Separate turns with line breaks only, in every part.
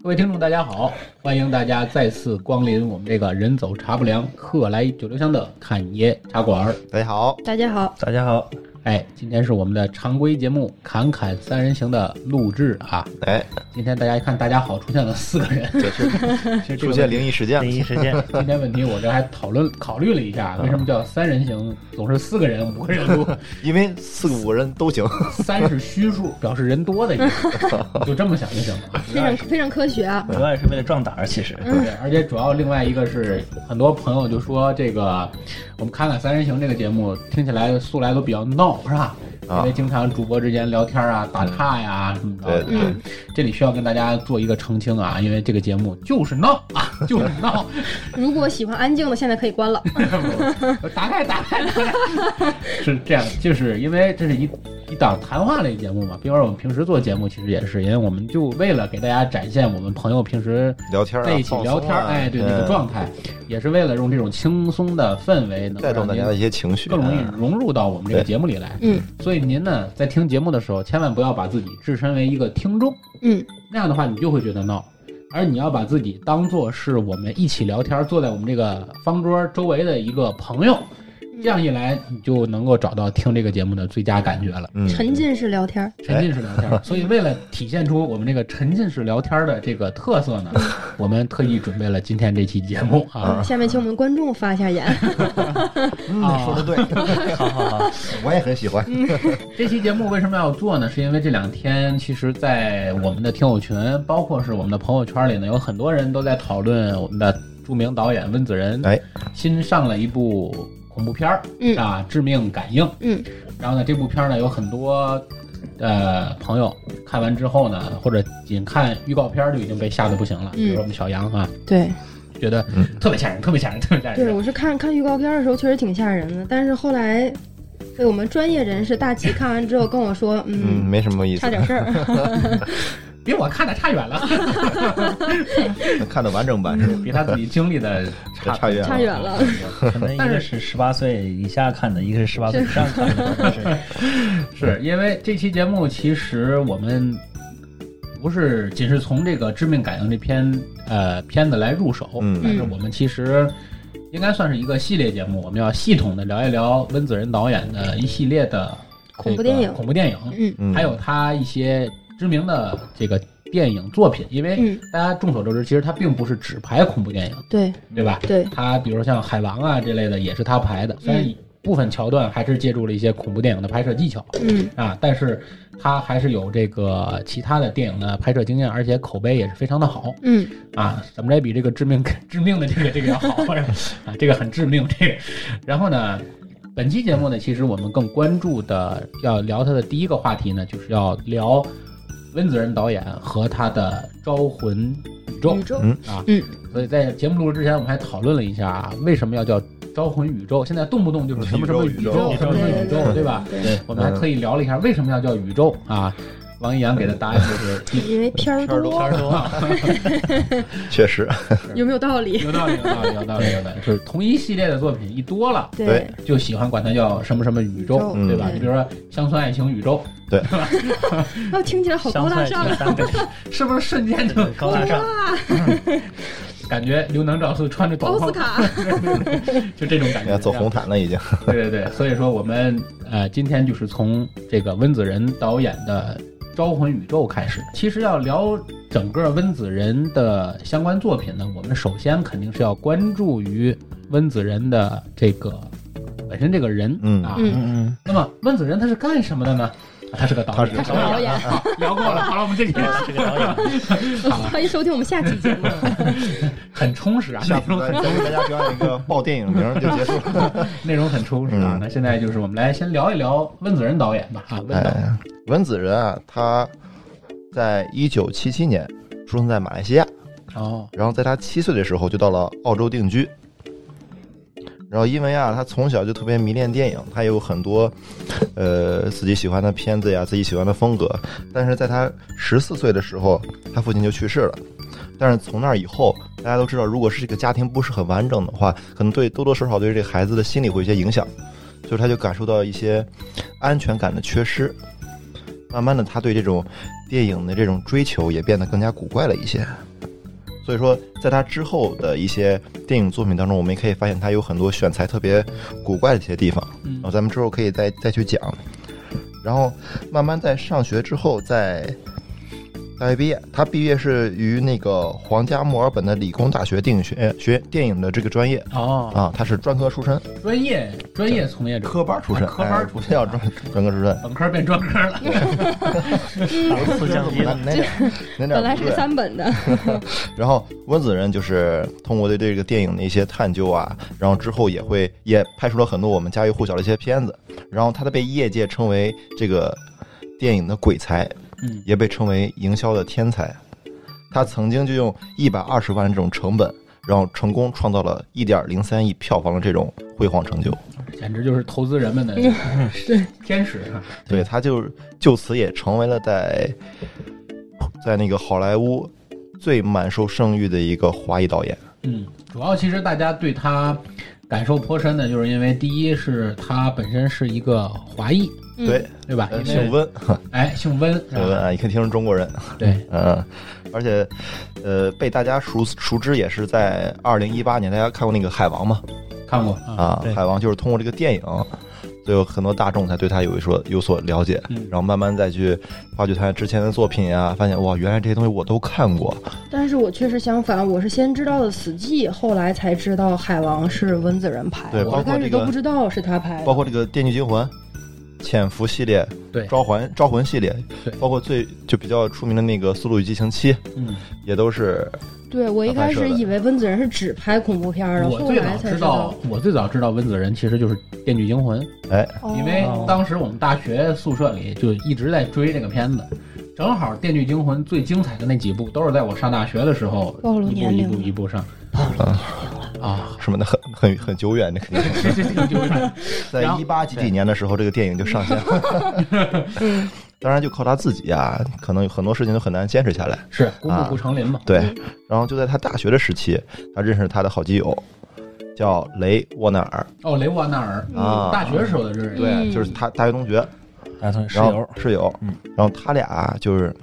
各位听众，大家好！欢迎大家再次光临我们这个“人走茶不凉，客来酒留香”的侃爷茶馆儿。
大家好，
大家好，
大家好，
哎，今天是我们的常规节目《侃侃三人行》的录制啊。
哎，
今天大家一看，大家好，出现了四个人，
这
其
是
实这
出
个
现灵异事件
第
了，
一时间，
今天问题，我这还讨论考虑了一下，为什么叫三人行，总是四个人、五个人录，
因为四五个人都行，
三是虚数，表示人多的意思，就这么想就行了。
非常非常科学啊！
主要也是为了壮胆儿，其实。
对，而且主要另外一个是，很多朋友就说这个，我们看看《三人行》这个节目，听起来素来都比较闹，是吧？
啊
因为经常主播之间聊天啊、打岔呀、什么的。
对
嗯，
这里需要跟大家做一个澄清啊，因为这个节目就是闹啊， 就是闹，
如果喜欢安静的，现在可以关了。
打开打开打开， 是这样，就是因为这是一一档谈话类节目嘛，并且我们平时做节目其实也是，因为我们就为了给大家展现我们朋友平时
聊天啊，
在一起
放松
聊
啊
天儿，哎，对
嗯
那个状态，也是为了用这种轻松的氛围，能
带动
让
大
您
家的一些情绪，
更容易
嗯
融入到我们这个
对
节目里来。
嗯
所以您呢，在听节目的时候，千万不要把自己置身为一个听众，
嗯，
那样的话你就会觉得闹。而你要把自己当做是我们一起聊天，坐在我们这个方桌周围的一个朋友，这样一来你就能够找到听这个节目的最佳感觉了。
嗯，
沉浸式聊天儿，
沉浸式聊
哎
天儿，所以为了体现出我们这个沉浸式聊天儿的这个特色 呢，我们特意准备了今天这期节目啊。
下面请我们观众发一下言。
嗯
啊
说的 对，
好好好，
我也很喜欢，
这期节目为什么要做呢？是因为这两天，其实，在我们的听友群，包括是我们的朋友圈里呢，有很多人都在讨论我们的著名导演温子仁
哎，
新上了一部恐怖片儿，
嗯
啊，《致命感应》。
嗯，
然后呢，这部片儿呢有很多呃朋友看完之后呢，或者仅看预告片儿就已经被吓得不行了。比如说我们小杨啊，
对，
觉得
嗯
特别吓人，特别吓人，特别吓
对
人。
我是看看预告片的时候确实挺吓人的，但是后来被我们专业人士大齐看完之后跟我说，
嗯，
嗯，
没什么意
差
思，
点事儿。
比我看的差远了，
看的完整版是吧？
比他自己经历的差
差远了
差远了。
可能一个是十八岁以下看的，一个是十八岁以上看的，可能是
嗯
是因为这期节目其实我们不是仅是从这个《致命感应》这篇呃片子来入手，
嗯
但是我们其实应该算是一个系列节目，我们要系统的聊一聊温子仁导演的一系列的这个
恐怖电影
恐怖电影，
嗯
嗯，
还有他一些知名的这个电影作品，因为
嗯，
大家众所周知，其实他并不是只拍恐怖电影，
对
嗯
对吧？
对，
他比如像《海王》啊这类的也是他拍的，虽然
嗯
部分桥段还是借助了一些恐怖电影的拍摄技巧。
嗯
啊，但是他还是有这个其他的电影的拍摄经验，而且口碑也是非常的好
嗯，
啊，怎么着也比这个致命致命的这个这个要好啊，这个很致命这个。然后呢，本期节目呢，其实我们更关注的要聊他的第一个话题呢，就是要聊温子仁导演和他的《招魂》宇宙
宇。宙，
嗯
啊所以在节目录制之前，我们还讨论了一下为什么要叫《招魂》宇宙，现在动不动就是什么什么宇
宇
宙
宙
宇
什
宙
么什么
对
宇宙，
对
对吧？
对，
对
我们还特意聊了一下为什么要叫宇宙啊。王一阳给的答案就是
因为片儿
片儿多
多，
确实，
有没有道理？
有道理，有道理，有道理，有
嗯
道理。就是同一系列的作品一多了，
对
对，
就喜欢管它叫什么什么宇
宇
宙
宙，
对吧？
嗯
你比如说《乡村爱情宇宙
那哦听起来好高
香
大
菜
上
这
啊！
三个》，
是不是瞬间就
高大上，
感觉刘能赵四穿着
奥
斗篷，
斯卡，
就这种感
哎
觉，
走红毯了已经，
对对对，所以说我们呃，今天就是从这个温子仁导演的《招魂宇宙》开始。其实要聊整个温子仁的相关作品呢，我们首先肯定是要关注于温子仁的这个本身这个人、
嗯
啊。
嗯
嗯
那么温子仁他是干什么的呢？他是个导演，
他
是个 导演
好，聊过了。好了，我们这集
嗯，是个导演，
欢迎收听我们下期节目。
很充实啊，
下次再再给大家表演一个报电影名就结束了，
内容很充实啊。
嗯
那现在就是我们来先聊一聊温子仁导演吧啊，温导演，
哎，温子仁啊，他在一九七七年出生在马来西亚。
哦，
然后在他七岁的时候就到了澳洲定居。然后因为啊，他从小就特别迷恋电影，他有很多呃自己喜欢的片子呀，自己喜欢的风格。但是在他十四岁的时候，他父亲就去世了。但是从那以后，大家都知道，如果是这个家庭不是很完整的话，可能对多多少少对这个孩子的心理会有一些影响，所以他就感受到一些安全感的缺失。慢慢的，他对这种电影的这种追求也变得更加古怪了一些。所以说，在他之后的一些电影作品当中，我们也可以发现他有很多选材特别古怪的一些地方。
嗯
然后咱们之后可以再再去讲。然后慢慢在上学之后，在大学毕业，他毕业是于那个皇家墨尔本的理工大学电影学学电影的这个专业
哦，
啊，他是专科出身，
专业专业从业者，
科班出身，
啊科班
哎
出身
不要专专科出身。
本科变专科了。
档次降低了。
那点那点
本来是
对
三本的，
然后温子仁就是通过对这个电影的一些探究啊，然后之后也会也拍出了很多我们家喻户晓的一些片子，然后他的被业界称为这个电影的鬼才，
嗯，
也被称为营销的天才。他曾经就用一百二十万这种成本，然后成功创造了一点零三亿票房的这种辉煌成就。
简直就是投资人们的
嗯
天使啊！
对，他就就此也成为了在在那个好莱坞最满受盛誉的一个华裔导演。
嗯，主要其实大家对他感受颇深的，就是因为第一是他本身是一个华裔，
嗯
对，
对吧？
呃
因为
姓温，
哎，姓温，是
对
吧？
啊，一看听是中国人，
对，
嗯，而且，呃，被大家熟熟知也是在二零一八年，大家看过那个《海王》嘛？
看过啊。
啊，
对
海王》就是通过这个电影，所以有很多大众才对他有一说有所了解，
嗯
然后慢慢再去发掘他之前的作品呀、发现哇，原来这些东西我都看过。
但是我确实相反，我是先知道的《死寂》，后来才知道《海王》是温子仁拍
对
的，我
包
一
括
开始
这个
都不知道是他拍的
包。括这个《电锯惊魂》、《潜伏》系列、
对
招魂》、《招魂》系列
对，
包括最就比较出名的那个《速度与激情七》，
嗯，
也都是
对我一开
他拍
始
摄的
以为温子仁是只拍恐怖片儿的，
我
后
最
来
早
才
知道，我最早知道温子仁其实就是《电锯惊魂》，
哦
因 为当时我们大学宿舍里就一直在追这个片子，正好《电锯惊魂》最精彩的那几部都是在我上大学的时候
暴露
一步
年
一
龄
步
了
一步上啊，
什么的很很很久远的，肯定
这这这就是
在
然后
一八几几年的时候，这个电影就上线了。
嗯，
当然就靠他自己啊，可能有很多事情都很难坚持下来。
是孤木不成林嘛。
对
嗯，
然后就在他大学的时期，他认识他的好基友，叫雷沃纳尔
哦，雷沃纳尔，嗯
啊，
大学时候的认识，
对，
嗯
就是他大学同学，
大同室
然后
友，
室友
嗯，
然后他俩就是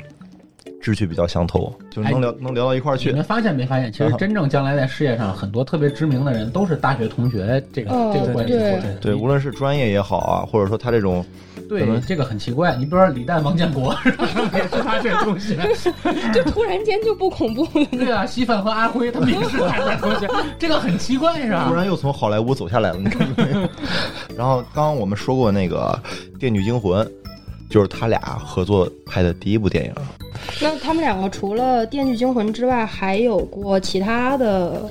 志趣比较相投，就能聊能聊到一块儿
你
去。
们发现没发现？其
啊
实真正将来在事业上，很多特别知名的人都是大学同学，这个、
哦
这个关系
对
所产生
对，无论是专业也好啊，或者说他这种可
对
能
这个很奇怪。你比如说李诞、王建国，也是大学同学。
就突然间就不恐怖 了。
对啊，稀饭和阿辉他们也是大学同学，这个很奇怪是
突
吧？
然又从好莱坞走下来了，你看到没 有？然后刚刚我们说过那个《电锯惊魂》，就是他俩合作拍的第一部电影。
那他们两个除了《电锯惊魂》之外，还有过其他的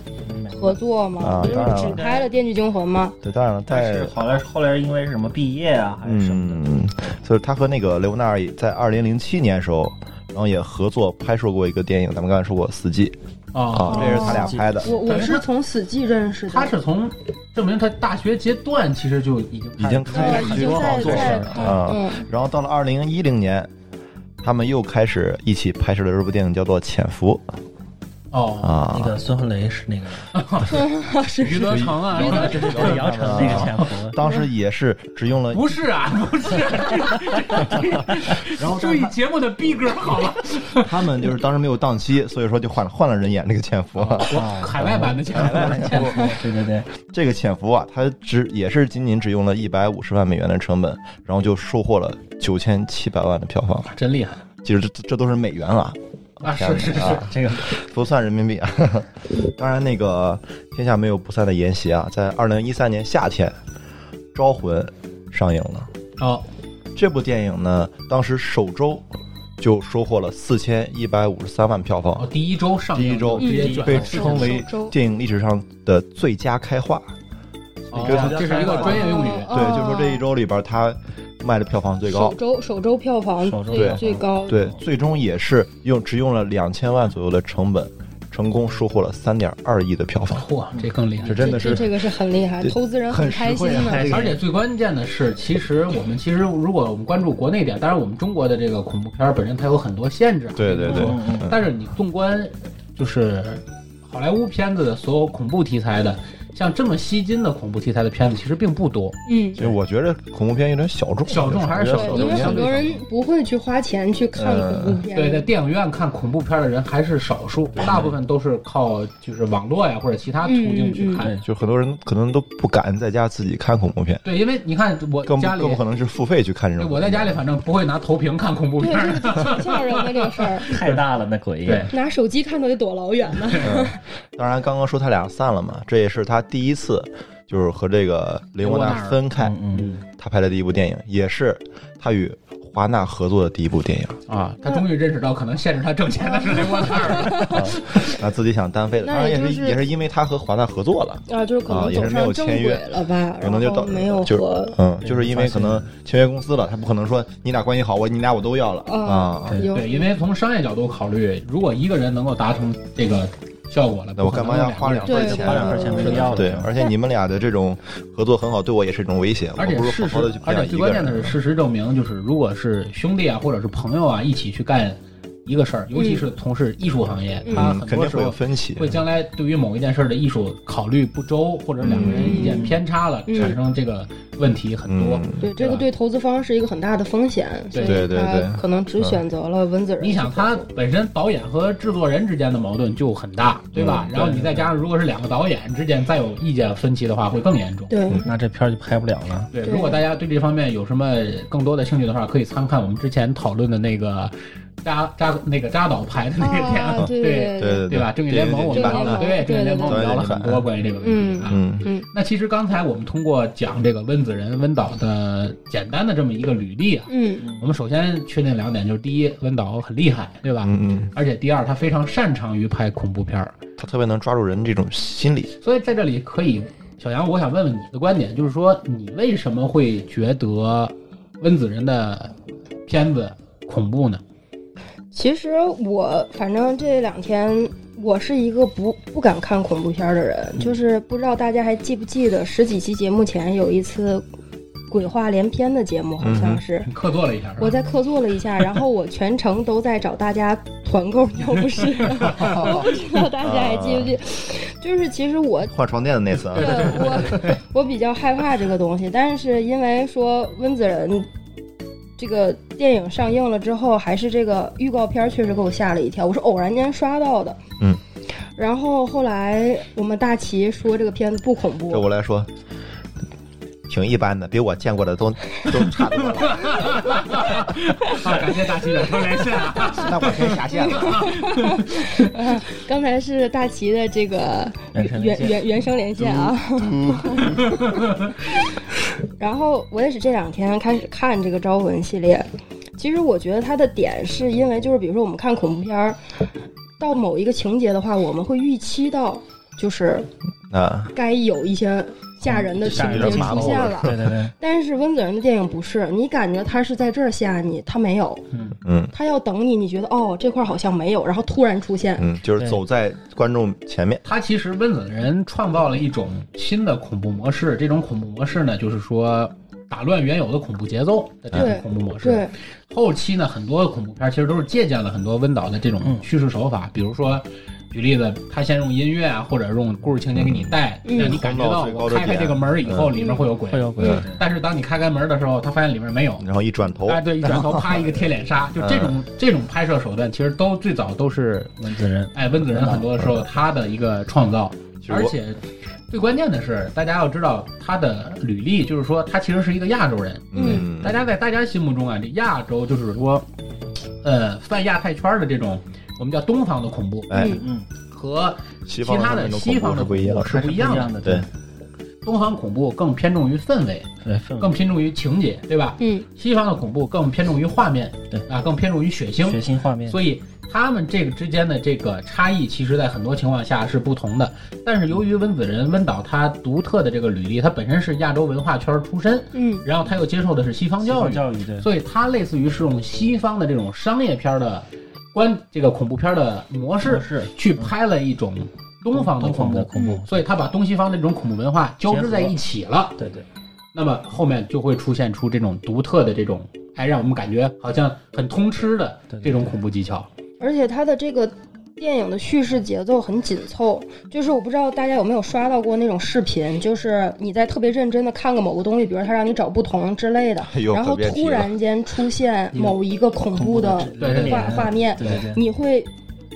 合作吗？
啊
不就
当然
是
了
只拍了《电锯惊魂》吗？
对，当然了，
但是后来后来因为什么毕业啊，还是什么的，
嗯，就是他和那个雷欧纳尔也在二零零七年的时候，然后也合作拍摄过一个电影，咱们刚才说过《死寂》啊
啊，，
这是他俩拍的。
我我是从《死寂》认识的。啊
他是从证明他大学阶段其实就已经
已经
开
呃
开
始
始
已
很
经
多好
在
作品
在
了
看，
啊
嗯，
然后到了二零一零年，他们又开始一起拍摄了这部电影，叫做《潜伏
哦》，
啊
那。个孙红雷是那个
是
余则成啊，
对对对，姚晨那个潜伏，
当时也是只用了，
不是啊， 不是、
然后
注
但是
意
他
节目的逼格好吧？
他们就是当时没有档期，所以说就换了换了人演这个潜伏。啊
哦海外版的前
海外的潜伏，对对对，
这个潜伏啊，它只也是仅仅只用了一百五十万美元的成本，然后就收获了九千七百万的票房。
真厉害
其实这这都是美元了
啊！是是是，
啊，
这个
不算人民币啊。当然，那个天下没有不散的筵席啊，在二零一三年夏天，《招魂》上映了。
哦，
这部电影呢，当时首周就收获了四千一百五十三万票
哦
房，
第一周上映
第一周
直接
嗯
卷
被
了
称为
首周
电影历史上的最佳开画。
哦
觉得他
这是一个专业用语。
哦
对，就是说这一周里边，它卖的票房最高
首。周首周票房
首周
票
最
房
最高，
对，最终也是用只用了两千万左右的成本，成功收获了三点二亿的票房，
嚯，这更厉害
这！真的
这
是
这这个是很厉害，
对
投资人
很实
开心
惠啊
的。
这个
而且最关键的是，其实我们其实如果我们关注国内点，当然我们中国的这个恐怖片本身它有很多限制啊，
对对对
嗯但是你纵观就是好莱坞片子的所有恐怖题材的，像这么吸睛的恐怖题材的片子其实并不多。
嗯，
所以我觉得恐怖片有点小众，
小众还是
我觉
小众
得
对，因为
片
很多人不会去花钱去看
嗯
恐怖片。
对，在电影院看恐怖片的人还是少数，大部分都是靠就是网络呀或者其他途径去看。
对，就很多人可能都不敢在家自己看恐怖片，
对，因为你看我
更不
家里
更不可能是付费去看这
对，
种。
我在家里反正不会拿投屏看恐怖
对，
片儿。
这个挺吓人的这事儿，
太大了那鬼。
对，
拿手机看都得躲老远呢。
嗯，当然刚刚说他俩散了嘛，这也是他第一次就是和这个雷沃纳分开，
嗯嗯，
他拍的第一部电影，也是他与华纳合作的第一部电影，
啊，他终于认识到可能限制他挣钱的是雷沃纳尔了。
他自己想单飞的，当
那
然
也
也
就是是
也是因为他和华纳合作了。
啊，就是可
啊
能
也是
走
没有
上正
签约
轨了吧，
可
然
能就
后
到
没有
就
和
嗯，就是因为可能签约公司了，他不可能说你俩关系好，我你俩我都要了
啊
啊，
有
对，因为从商业角度考虑，如那我一个人能够达成这个效果了，
那我干嘛要花两份
对
钱
花两
啊
块？钱没必要了。
对，而且你们俩的这种合作很好，对我也是一种威胁。
而且
我不如
事
好
实
好的去，培
而
养
且
一
最
个
关键的是，
人。
事实证明，就是如果是兄弟啊，或者是朋友啊，一起去干一个事儿，尤其是从事艺术行业，
嗯
他
嗯，
很
肯
多
定
时
会有
候
分歧。
会将来对于某一件事儿的艺术考虑不周，或者两个人意见偏差了，
嗯
产生这个问题很多。
嗯
对这个对投资方是一个很大的风险，所
对
以
对对对嗯
他可能只选择了温子仁。
你想，他本身导演和制作人之间的矛盾就很大，对吧？
嗯
然后你再加上如果是两个导演之间再有意见分歧的话，会更严重。
嗯
对，
那这片儿就拍不了了。
对，
对
如果大家对这方面有什么更多的兴趣的话，可以参看我们之前讨论的那个扎扎那个扎导拍的那个电影，
啊，对
对
对
对
对吧？正义联盟我们
正义
聊
联
了，
盟
对正义联盟我们
对对
聊了
对
很多关于这个问题啊。
嗯，
对，嗯
那其实刚才我们通过讲这个温子仁温导的简单的这么一个履历啊，
嗯
我们首先确定两点，就是第一，温导很厉害，对吧？
嗯嗯，
而且第二，他非常擅长于拍恐怖片儿，
他特别能抓住人这种心理。
所以在这里可以，小杨，我想问问你的观点，就是说你为什么会觉得温子仁的片子恐怖呢？
其实我反正这两天。我是一个不不敢看恐怖片儿的人，就是不知道大家还记不记得十几期节目前有一次鬼话连篇的节目，好像是、
你客座了一下，是吧啊
我在客座了一下，然后我全程都在找大家团购尿不湿，我不知道大家还记不记，就是其实我
换床垫的那次啊
对，我我比较害怕这个东西，但是因为说温子仁这个电影上映了之后，还是这个预告片儿确实给我吓了一跳，我是偶然间刷到的。
嗯。
然后后来我们大齐说这个片子不恐
对
怖，
我来说。挺一般的，比我见过的都都差多了。
啊，感谢大西远程连线啊，
那我先下线了。
刚才是大齐的这个
原声连
原
线
原原声连线嗯啊。 然后我也是这两天开始看这个招魂系列。其实我觉得它的点是因为就是比如说我们看恐怖片儿，到某一个情节的话，我们会预期到就是
啊，
该有一些吓人的情节出现了。
对对对，
但是温子仁的电影不是，你感觉他是在这儿吓你，他没有，
嗯
他要等你，你觉得哦这块儿好像没有，然后突然出现，
嗯，就是走在观众前面。
他其实温子仁创造了一种新的恐怖模式，这种恐怖模式呢，就是说打乱原有的恐怖节奏的这种
对
恐怖模式。
对，
后期呢，很多恐怖片其实都是借鉴了很多温导的这种
嗯
叙事手法，比如说。举例子，他先用音乐啊，或者用故事情节给你带，
嗯
让你感觉到
嗯
我开开这个门儿以后，里面会有鬼。
会有鬼。
嗯
但是当你开开门的时候，他发现里面没有。
然后一转
哦
头，
哎，对，一转头，啪，一个贴脸杀，就这种
嗯
这种拍摄手段，其实都最早都是
温子仁，
哎，温子仁很多的时候他的一个创造，
其实我
而且最关键的是，大家要知道他的履历，就是说他其实是一个亚洲人。
嗯，
大家在大家心目中啊，这亚洲就是说，呃，泛亚太圈的这种我们叫东方的恐怖
哎，
嗯
嗯，
和
西
其
方
他的
那种
西
恐
方
怖
的
哦是不一
恐
样
怖
的。
是不一样的。
的，
对，
东方恐怖更偏重于氛围，
对，氛
更
围
偏重于情节，对吧？
嗯
西方的恐怖更偏重于画面，
对
啊，更偏重于血腥，
血腥画面，
所以他们这个之间的这个差异，其实在很多情况下是不同的。但是由于温子仁温导他独特的这个履历，他本身是亚洲文化圈出身，
嗯
然后他又接受的是西方
西
教
方
育，
教育对，
所以他类似于是用西方的这种商业片的关这个恐怖片的模式
是
去拍了一种东方的恐
东方的
怖。
恐怖，
所以他把东西方的这种恐怖文化交织在一起了，
对对，
那么后面就会出现出这种独特的这种，哎，让我们感觉好像很通吃的
对对
这种恐怖技巧。
而且它的这个电影的叙事节奏很紧凑，就是我不知道大家有没有刷到过那种视频，就是你在特别认真的看个某个东西，比如他让你找不同之类的，
哎呦
然后
可别提
突
了
然间出现某一个嗯恐怖的
对对
画
对
画面，
对对对，
你会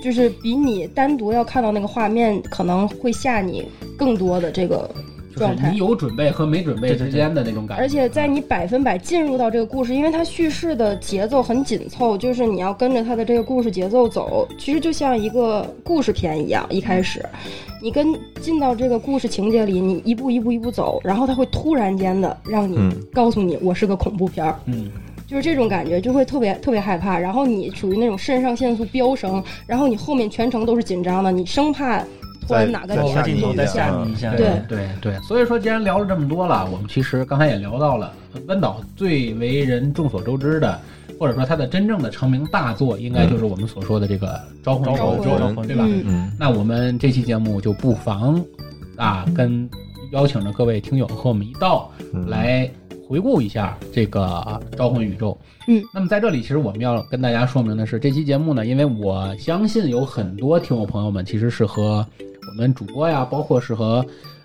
就是比你单独要看到那个画面，可能会吓你更多的这个
就是
状态
你。有准备和没准备
对对
之
对
间的那种感觉。
而且在你百分百进入到这个故事，因为它叙事的节奏很紧凑，就是你要跟着它的这个故事节奏走，其实就像一个故事片一样。一开始，你跟进到这个故事情节里，你一步一步一步走，然后它会突然间的让你
嗯
告诉你，我是个恐怖片儿。
嗯，
就是这种感觉，就会特别特别害怕。然后你处于那种肾上腺素飙升，然后你后面全程都是紧张的，你生怕突然哪个
再
某
吓
个
你
镜头
一
再
下
吓你一下，
对
对对，所以说既然聊了这么多了，我们其实刚才也聊到了温导最为人众所周知的，或者说他的真正的成名大作，应该就是我们所说的这个《招魂
嗯招
宇
魂
宙
招
魂
对吧？
嗯
嗯，
那我们这期节目就不妨啊，跟邀请着各位听友和我们一道
嗯，
来回顾一下这个《招魂宇宙》。
嗯，
那么在这里，其实我们要跟大家说明的是，这期节目呢，因为我相信有很多听友朋友们其实是和我们主播呀，包括是和。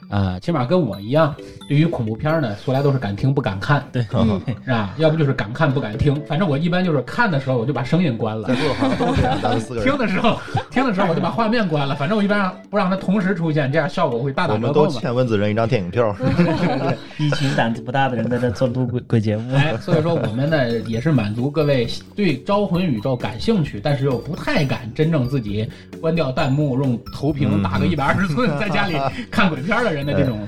呃，起码跟我一样，对于恐怖片呢，从来都是敢听不敢看，
嗯，
是吧？要不就是敢看不敢听。反正我一般就是看的时候，我就把声音关了
在。座的好像都这样，咱们四个人
听，的时候，听的时候我就把画面关了，反正我一般不让它同时出现，这样效果会大打
我们
折
都
扣嘛。
欠温子仁一张电影票。
一群胆子不大的人在这做录鬼鬼节 目，
哎，所以说我们呢也是满足各位对招魂宇宙感兴趣，但是又不太敢真正自己关掉弹幕，用投屏打个一百二十寸，在家里看鬼片的人的这种。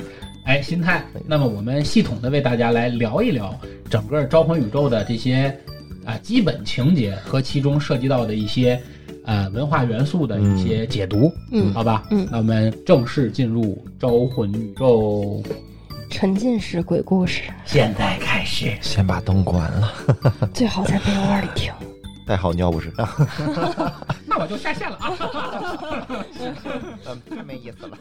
哎，心态。那么我们系统的为大家来聊一聊整个《招魂宇宙》的这些啊基本情节和其中涉及到的一些呃文化元素的一些解读，
嗯
好吧，
嗯
那我们正式进入《招魂宇宙》。
沉浸式鬼故事，
现在开始，
先把灯关了，
最好在被窝里听。
带好尿不湿，
那我就下线了啊。
太没意思了。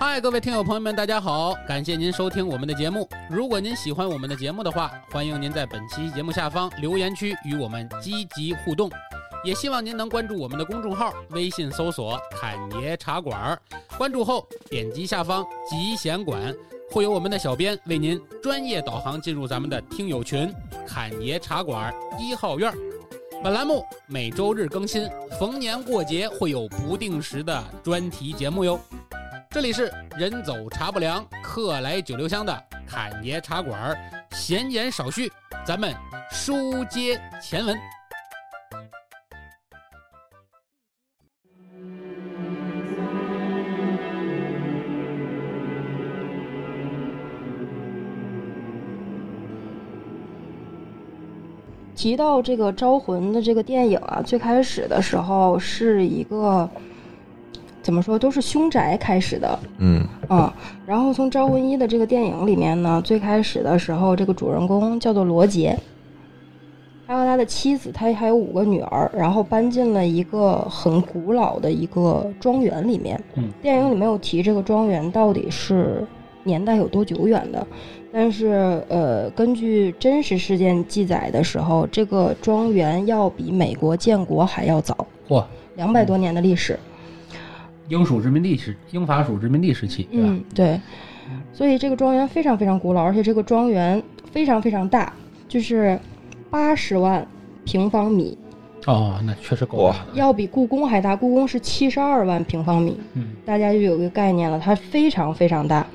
嗨，各位听友朋友们，大家好！感谢您收听我们的节目。如果您喜欢我们的节目的话，欢迎您在本期节目下方留言区与我们积极互动。也希望您能关注我们的公众号，微信搜索“侃爷茶馆儿”，关注后点击下方“集贤馆”，会有我们的小编为您专业导航进入咱们的听友群“侃爷茶馆儿”一号院儿。本栏目每周日更新，逢年过节会有不定时的专题节目哟。这里是人走茶不凉，客来酒留香的侃爷茶馆儿，闲言少叙，咱们书接前文。
提到这个《招魂》的这个电影啊，最开始的时候是一个怎么说，都是凶宅开始的，
嗯，
嗯，然后从《招魂一》的这个电影里面呢，最开始的时候，这个主人公叫做罗杰，他和他的妻子，他还有五个女儿，然后搬进了一个很古老的一个庄园里面。
嗯，
电影里没有提这个庄园到底是年代有多久远的，但是呃，根据真实事件记载的时候，这个庄园要比美国建国还要早，
嚯，
两百多年的历史。
英属殖民地时，英法属殖民地时期，对吧？
嗯，对。所以这个庄园非常非常古老，而且这个庄园非常非常大，就是八十万平方米，
哦，那确实够
哇
大的。
要比故宫还大。故宫是七十二万平方米，
嗯，
大家就有一个概念了，它非常非常大。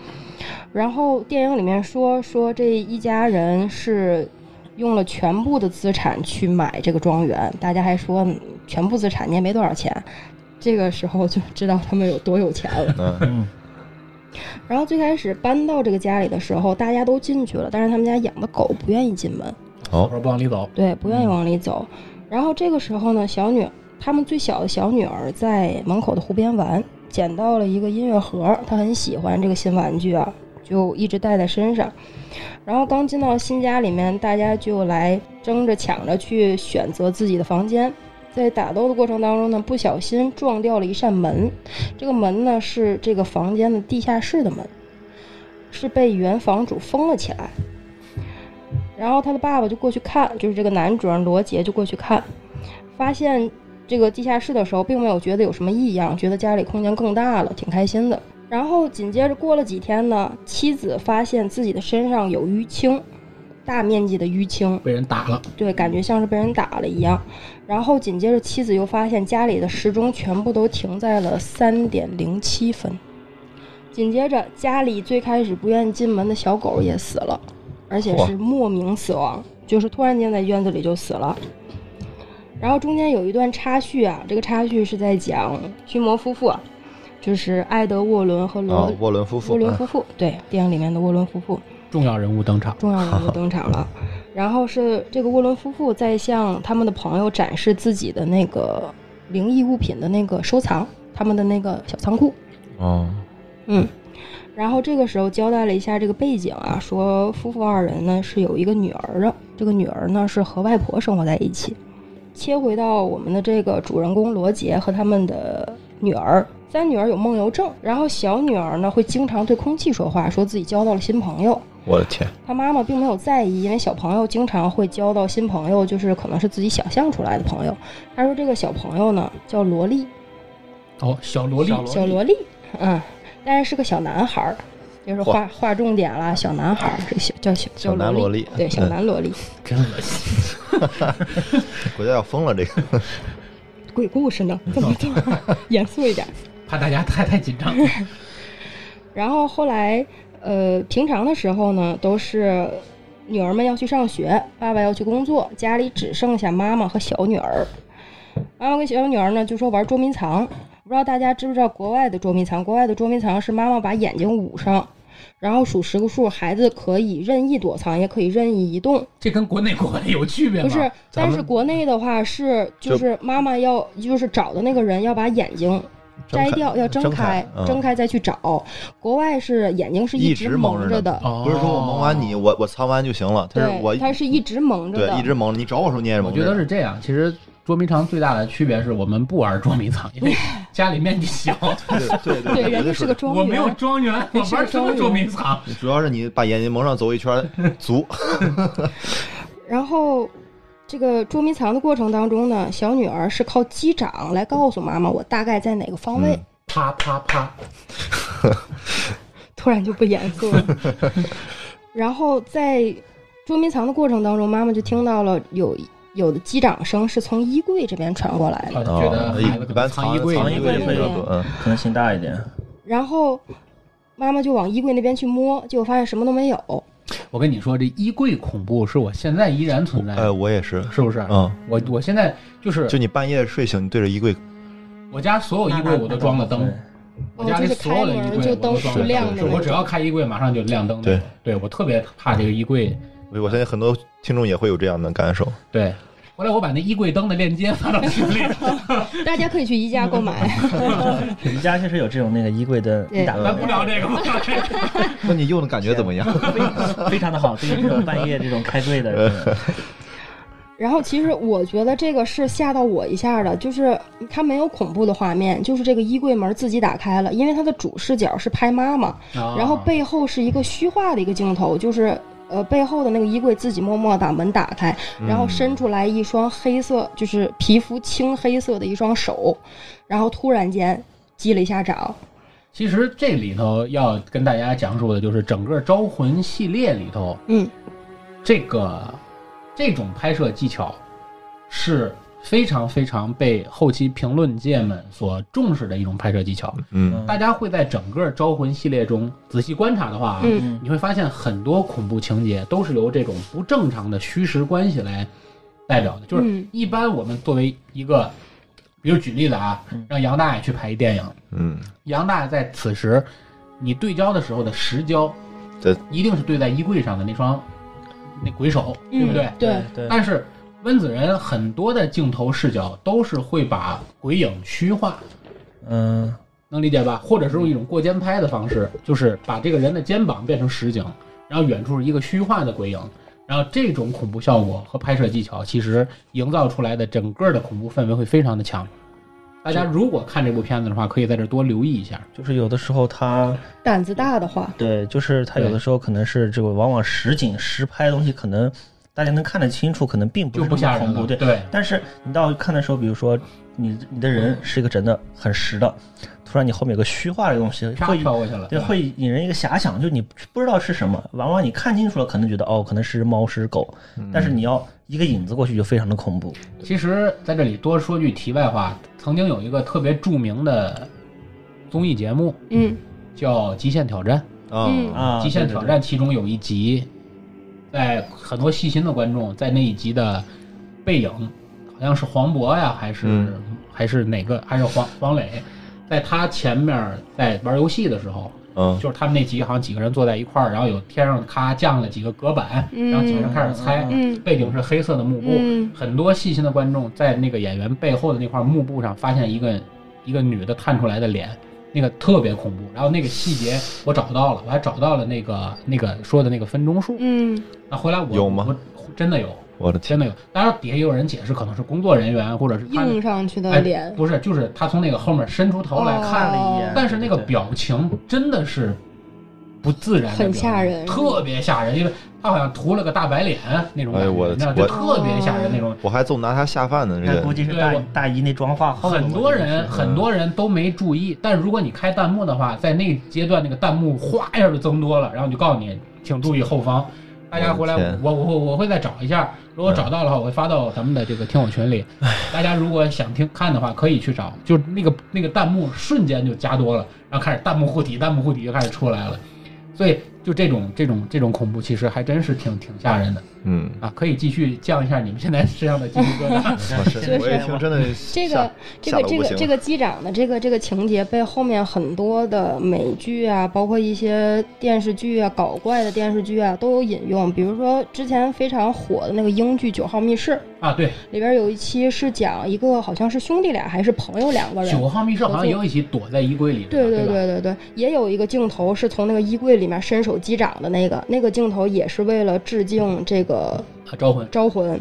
然后电影里面说说这一家人是用了全部的资产去买这个庄园，大家还说嗯全部资产你也没多少钱，这个时候就知道他们有多有钱了。
嗯，
嗯，
然后最开始搬到这个家里的时候，大家都进去了，但是他们家养的狗不愿意进门，
我
好，
说不往里走。
对，不愿意往里走。然后这个时候呢，小女他们最小的小女儿在门口的湖边玩，捡到了一个音乐盒，她很喜欢这个新玩具啊，就一直带在身上。然后刚进到新家里面，大家就来争着抢着去选择自己的房间。在打斗的过程当中呢，不小心撞掉了一扇门，这个门呢是这个房间的地下室的门，是被原房主封了起来。然后他的爸爸就过去看，就是这个男主人罗杰就过去看，发现这个地下室的时候，并没有觉得有什么异样，觉得家里空间更大了，挺开心的。然后紧接着过了几天呢，妻子发现自己的身上有淤青，大面积的淤青，
被人打了，
对，感觉像是被人打了一样。然后紧接着妻子又发现家里的时钟全部都停在了三点零七分。紧接着家里最开始不愿意进门的小狗也死了，而且是莫名死亡，就是突然间在院子里就死了。然后中间有一段插叙啊，这个插叙是在讲驱魔夫妇啊，就是艾德沃伦和罗、
啊，沃伦夫妇，
沃伦
嗯
夫妇，对，电影里面的沃伦夫妇。
重要人物登场。
重要人物登场了。然后是这个沃伦夫妇在向他们的朋友展示自己的那个灵异物品的那个收藏，他们的那个小仓库。
哦，
嗯，然后这个时候交代了一下这个背景啊，说夫妇二人呢是有一个女儿的，这个女儿呢是和外婆生活在一起。切回到我们的这个主人公罗杰和他们的女儿，三女儿有梦游症，然后小女儿呢会经常对空气说话，说自己交到了新朋友。
我的天，
他妈妈并没有在意，因为小朋友经常会交到新朋友，就是可能是自己想象出来的朋友。他说这个小朋友呢叫萝莉，
哦，小萝莉，
啊
小萝莉，嗯，但是是个小男孩儿，就是划划重点了，小男孩儿，这小叫小
小男萝
萝
莉
对，小
嗯
男萝莉，
真恶心。
国家要疯了这个。
鬼故事呢，
嗯
怎
哦
么这么严肃一点？
怕大家太太紧 张，
然后后来，呃，平常的时候呢，都是女儿们要去上学，爸爸要去工作，家里只剩下妈妈和小女儿。妈妈跟小女儿呢，就说玩捉迷藏。不知道大家知不知道国外的捉迷藏？国外的捉迷藏是妈妈把眼睛捂上，然后数十个数，孩子可以任意躲藏，也可以任意移动。
这跟国内国外有区别吗？
不是，
咱
但
们
是国内的话是，就
就是
妈妈要，就是找的那个人要把眼睛摘掉，要
睁
睁
开
开，
嗯
睁开再去找。国外是眼睛是
一直
直
蒙着
蒙着
的
的，
哦，
不是说我蒙完你，我我擦完就行了，他是我
对，它是一直蒙着
对一
的。
直蒙着，你找我时候你也
我
蒙着
觉
的。
得是这样，其实捉迷藏最大的区别是我们不玩捉迷藏，因 为家里面积小，
对对对
对，
我
人
就
家
说
是个庄
我没有
园，
庄园，我玩什么捉迷藏？
主要是你把眼睛蒙上走一圈， 足。
然后。这个捉迷藏的过程当中呢，小女儿是靠击掌来告诉妈妈我大概在哪个方位，
嗯
啪啪啪！
突然就不严 肃了。然后在捉迷藏的过程当中，妈妈就听到了有有的击掌声是从衣柜这边传过来的，
啊觉
哦
得孩子
一
可能
般藏
衣柜，
藏衣柜
里
比
面
较多，嗯，
可能心大一 点。
然后妈妈就往衣柜那边去摸，结果发现什么都没有。
我跟你说，这衣柜恐怖是我现在依然存在
哎，
的，
我也是，
是不是？
嗯，
我我现在就是
就你半夜睡醒，你对着衣柜，
我家所有衣柜我都装了灯，我
哦
家，里
就是
所
开
有的衣
门
柜
就
我都
灯
装
是
了
亮
灯，
的
是我
那
只要
种。
开衣柜马上就亮灯的。
对
对，我特别怕这个衣
嗯
柜。
我相信很多听众也会有这样的感 受。
对，后来我把那衣柜灯的链接发到群里，
大家可以去宜家 购买。
对，宜家确实有这种那个衣柜的
对
一打
咱不聊这个 吧。
那你用的感觉怎么样？
开，非常的好，对于这种半夜这种开柜的，
然后其实我觉得这个是吓到我一下的，就是它没有恐怖的画面，就是这个衣柜门自己打开了，因为它的主视角是拍妈妈，
啊哦
然后背后是一个虚化的一个镜头，就是呃背后的那个衣柜自己默默把门打开，
嗯
然后伸出来一双黑色，就是皮肤青黑色的一双手，然后突然间击了一下掌，
其实这里头要跟大家讲述的就是整个招魂系列里头，
嗯，
这个这种拍摄技巧是非常非常被后期评论界们所重视的一种拍摄技巧。
嗯，
大家会在整个招魂系列中仔细观察的话啊，
嗯
你会发现很多恐怖情节都是由这种不正常的虚实关系来代表的。就是
嗯
一般我们作为一个，比如举例子啊，让杨大爷去拍一电影，
嗯，
杨大爷在此时你对焦的时候的实焦，
对，
一定是对在衣柜上的那双那鬼手，对不对？
嗯对
对
但是温子仁很多的镜头视角都是会把鬼影虚化，
嗯，
能理解吧？或者是用一种过肩拍的方式，就是把这个人的肩膀变成实景，然后远处是一个虚化的鬼影，然后这种恐怖效果和拍摄技巧，其实营造出来的整个的恐怖氛围会非常的强。大家如果看这部片子的话，可以在这儿多留意一下。
就是有的时候他
胆子大的话，
对，就是他有的时候可能是这个，往往实景实拍的东西，可能大家能看得清楚，可能并不
就是不
那
吓
么
人
恐
了
怖，对。
对，
但是你到看的时候，比如说你你的
嗯
人是一个真的很实的，突然你后面有个虚化的东西，
啪
会
飘过去了。
对，会引人一个遐想，就你不知道是什么，往往你看清楚了，可能觉得哦，可能是猫是狗，
嗯
但是你要一个影子过去就非常的恐怖。
其实在这里多说句题外话，曾经有一个特别著名的综艺节目
嗯，
叫《极限挑战》，
嗯
啊，
啊，
极限
对对
挑
对
战》其中有一集，在很多细心的观众在那一集的背影，好像是黄渤呀，还是、
嗯
还是哪个，还是黄黄磊，在他前面在玩游戏的时候，
嗯
就是他们那集好像几个人坐在一块儿，然后有天上咔降了几个隔板，
嗯
然后几个人开始猜，
嗯
背景是黑色的幕布，
嗯
很多细心的观众在那个演员背后的那块幕布上发现一个一个女的探出来的脸，那个特别恐怖。然后那个细节我找到了，我还找到了那个那个说的那个分钟数。
嗯
那回来我
有吗
我真的有，
我的天
真，的有。当然底下也有人解释，可能是工作人员或者是他
映嗯上去的
哎
脸，哦
不是，就是他从那个后面伸出头来看
看了一眼，
哦但是那个
对对对
表情真的是不自然的表情，
很吓人
特别吓人，因为他好像涂了个大白脸那种感
哎
觉，
我的
你知道
我
就特别吓人那种。
我还总拿他下饭呢，这
那估
个
计是
对
大
我
大姨那妆化后了，
很多
我觉得
人
是
很多人都没注意，但如果你开弹幕的话，在那阶段那个弹幕哗一下就增多了，然后就告诉你，请注意后方。大家回来
我的天，
我我我我会再找一下，如果找到的话，我会发到咱们的这个听友群里。大家如果想听看的话，可以去找，就那个那个弹幕瞬间就加多了，然后开始弹幕护体，弹幕护体就开始出来了。所以就这种这种这种恐怖，其实还真是挺挺吓人的
嗯，
啊！可以继续降一下你们现在身上的鸡皮疙瘩。
啊 是
就是
我也听真的吓
这个这
吓
个
得
这
不
个
行
这个机长的这个这个情节被后面很多的美剧啊，包括一些电视剧啊、搞怪的电视剧啊都有引用。比如说之前非常火的那个英剧《九号密室
啊，对，》，
里边有一期是讲一个好像是兄弟俩还是朋友两个人。
九号密室好像也有一起躲在衣柜里的，
对
对
对
吧
对对对，也有一个镜头是从那个衣柜里面伸手击掌的那个，那个镜头也是为了致敬这个
啊，招魂
招魂。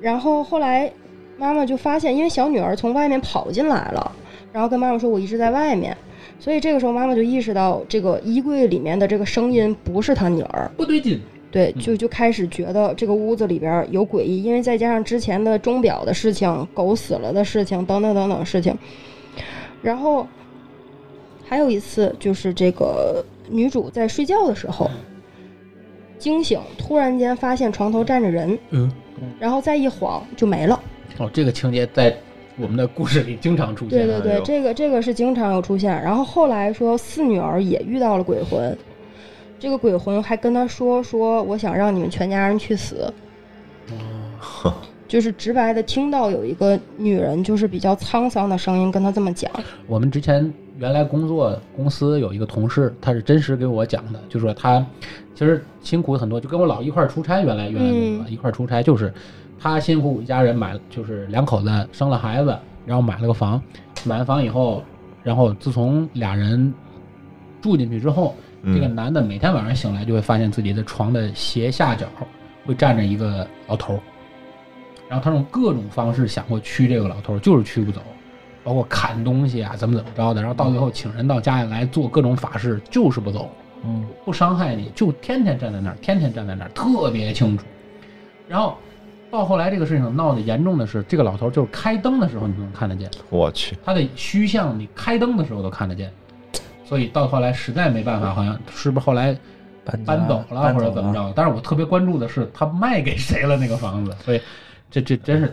然后后来妈妈就发现，因为小女儿从外面跑进来了，然后跟妈妈说：“我一直在外面。”所以这个时候妈妈就意识到，这个衣柜里面的这个声音不是她女儿，
不对劲，
对，就
嗯
就开始觉得这个屋子里边有诡异，因为再加上之前的钟表的事情、狗死了的事情等等等等事情，然后还有一次就是这个女主在睡觉的时候
嗯
惊醒，突然间发现床头站着人，
嗯，
然后再一晃就没了。
嗯
哦，这个情节在我们的故事里经常出
对
现，啊
对
哎
对
呦，
这个这个是经常有出现。然后后来说四女儿也遇到了鬼魂，这个鬼魂还跟她说说我想让你们全家人去死，
哦
就是直白的听到有一个女人就是比较沧桑的声音跟她这么讲。
我们之前原来工作公司有一个同事，他是真实给我讲的，就说他其实辛苦很多，就跟我老一块儿出差，原来原来工作、
嗯
一块儿出差，就是他辛苦一家人买，就是两口子生了孩子，然后买了个房，买完房以后，然后自从俩人住进去之后，
嗯
这个男的每天晚上醒来就会发现自己的床的斜下角会站着一个老头儿，然后他用各种方式想过驱这个老头儿，就是驱不走，包括砍东西啊，怎么怎么着的，然后到最后请人到家里来做各种法事，就是不走，
嗯，
不伤害你，就天天站在那儿，天天站在那儿，特别清楚。然后到后来这个事情闹得严重的是，这个老头儿就是开灯的时候你都能看得见，
我去，
他的虚像你开灯的时候都看得见，所以到后来实在没办法，好像是不是后来
搬家
搬走了
搬
或者
走
怎么
了？
着？但是我特别关注的是他卖给谁了那个房子，所以这这真是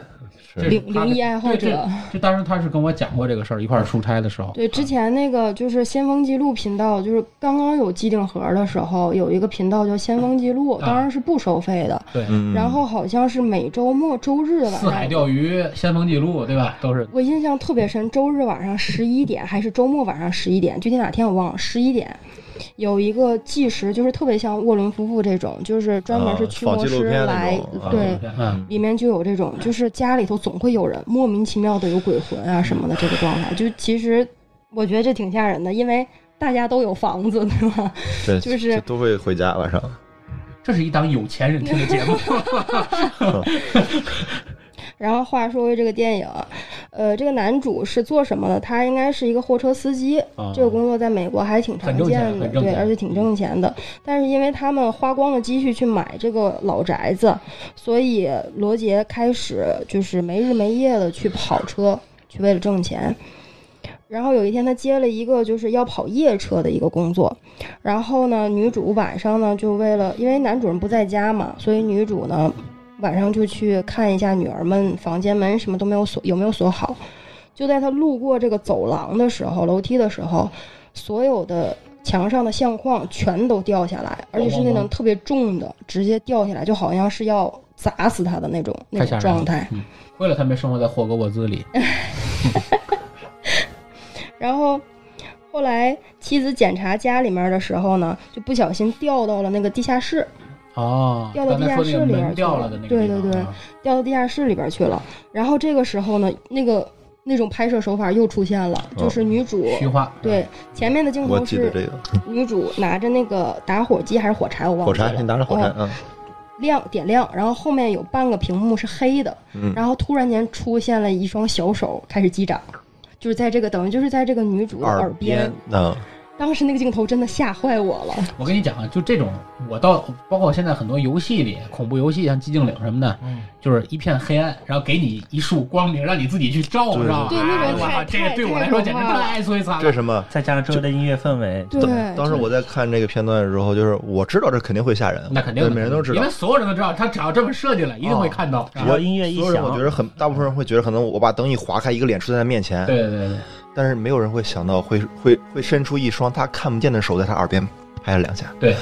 这是
灵
他
灵异爱好
对
者
这这当时他是跟我讲过这个事儿，一块儿出差的时候，
对，之前那个就是先锋记录频道，就是刚刚有机顶盒的时候，有一个频道叫先锋记录，
啊
当然是不收费的。
对，
嗯，
然后好像是每周末周日的晚
四海
上，
钓鱼、先锋记录，对吧？都是
我印象特别深，周日晚上十一点还是周末晚上十一点，具体哪天我忘了。十一点有一个计时，就是特别像沃伦夫妇这种，就是专门是
啊
驱
仿
魔
纪录
师
片那
来，
种啊
对，
嗯，
里面就有这种，就是家里头总会有人莫名其妙的有鬼魂啊什么的这个状态。就其实我觉得这挺吓人的，因为大家都有房子，对吧？
对，
就是
这都会回家晚上，
这是一档有钱人 听的节目，
然后话说回这个电影，呃，这个男主是做什么的？他应该是一个货车司机，
啊，
这个工作在美国还挺常
很挣钱
见的，
很挣
对，
钱嗯
而且挺挣钱的。但是因为他们花光了积蓄去买这个老宅子，所以罗杰开始就是没日没夜的去跑车，去为了挣钱。然后有一天，他接了一个就是要跑夜车的一个工作，然后呢，女主晚上呢就为了，因为男主人不在家嘛，所以女主呢晚上就去看一下女儿们房间门什么都没有锁，有没有锁好。就在他路过这个走廊的时候，楼梯的时候，所有的墙上的相框全都掉下
哦
来，而且是那种特别重的，直接掉下来，就好像是要砸死他的那种那
太吓
种
人了
状态。
嗯为了他没生活在霍格沃兹里，
然后后来妻子检查家里面的时候呢，就不小心掉到了那个地下室，
哦，
哎掉到
刚
地
才说
下
那
室
个
里边
门
去
掉
了
了的那个
对
地
对
方
对
啊
掉到地下室里边去了。然后这个时候呢，那个那种拍摄手法又出现了，
哦
就是女主。
虚化，嗯
对，前面的镜
我
头
记得
是
这个
女主拿着那个打火机还是火柴，我忘
火
记了。
柴，你拿着火柴
哦
啊，
亮点亮，然后后面有半个屏幕是黑的，
嗯
然后突然间出现了一双小手开始击掌，就是在这个等于就是在这个女主的耳
边啊，
当时那个镜头真的吓坏我了。
我跟你讲啊，就这种，我到包括现在很多游戏里，恐怖游戏啊像寂静岭什么的，
嗯，
就是一片黑暗，然后给你一束光明，让你自己去照，
对
知道吧？
对那
哎
种太
哇这个
太
对我
太
来说
可
简直
怕了
太摧残
这
了。
是什么？
再加上周围的音乐氛围，
哎对，
当时我在看这个片段的时候，就是我知道这肯定会吓人，
那肯定的，
对每人都知道哦
因为。所有人都知道，他只要这么设计了，一定会看到。
只要音乐一
所有人，
响，
我觉得很大部分人会觉得，可能我把灯一划开，一个脸出现在面前，
对对对对，
但是没有人会想到会会会伸出一双他看不见的手，在他耳边拍了两下。
对，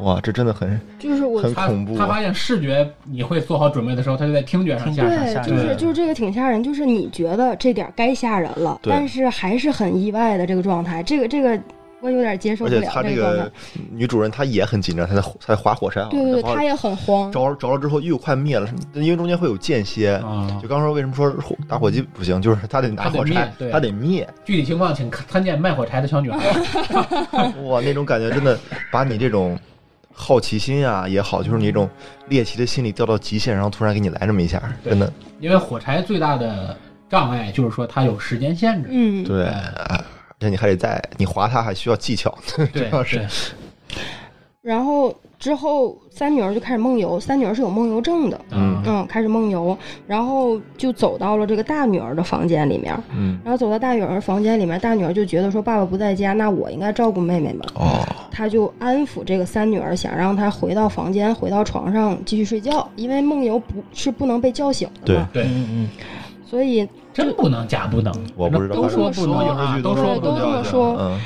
哇，这真的很
就是我
很
他
恐怖
他
啊！
发现视觉你会做好准备的时候，他就在听觉上
听
下手。
吓
对，就
人
是
对
就是这个挺吓人，就是你觉得这点儿该吓人了，
对
但是还是很意外的这个状态，这个这个我有点接受
而
不
且
了
他
这
这
个状
个啊
态。
女主人她也很紧张，她在她在划火柴啊，
对对对，
然后
他也很慌。
着着了之后又快灭了，因为中间会有间歇。
啊
就，刚说为什么说火打火机不行，就是他得拿
它得
火柴
灭，对
他得灭。
具体情况请参见卖火柴的小女孩。
哇，那种感觉真的把你这种好奇心啊也好，就是你这种猎奇的心理掉到极限，然后突然给你来这么一下，
对
真的
因为火柴最大的障碍就是说它有时间限 制。
嗯，
对。啊而且你还得在你划它还需要技巧，
对
主要是
对
然后之后三女儿就开始梦游，三女儿是有梦游症的，
嗯
嗯，开始梦游，然后就走到了这个大女儿的房间里面，
嗯，
然后走到大女儿房间里面，大女儿就觉得说爸爸不在家，那我应该照顾妹妹们，
哦，
她就安抚这个三女儿，想让她回到房间，回到床上继续睡觉，因为梦游不是不能被叫醒的嘛，
对，
嗯嗯
所以
真不能假不能，
我不知道
都说不能啊，
都
说不
说哦都这
能
么说
嗯，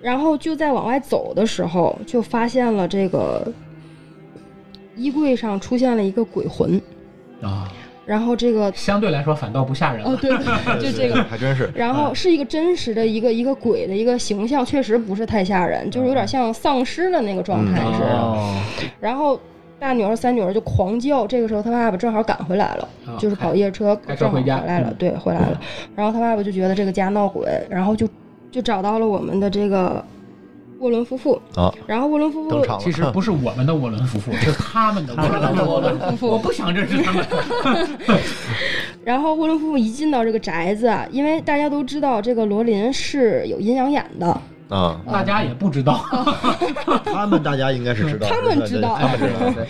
然后就在往外走的时候，就发现了这个衣柜上出现了一个鬼魂，
啊。
然后这个
相对来说反倒不吓人
哦
了。
对，就这个。
还真是
然后是一个真实的一个一个鬼的一个形象，确实不是太吓人，就是有点像丧尸的那个状态
嗯
似的。
嗯哦，
啊
然后大女儿、三女儿就狂叫，这个时候她爸爸正好赶回来了，
哦
就是跑夜车
开车
正好
回
回
家
来了
嗯，
对，回来了。然后她爸爸就觉得这个家闹鬼，然后就就找到了我们的这个沃伦夫妇。
啊，
然后沃伦夫
登
妇
场了。
其实不是我们的沃伦夫 妇，是他们的沃
他们的 沃
伦
伦夫妇
我不想认识他们。
然后沃伦夫妇一进到这个宅子啊，因为大家都知道这个罗琳是有阴阳眼的，
啊，
大家也不知道，
哦
他们大家应该是知道的，
他们知道啊
他们知道 的。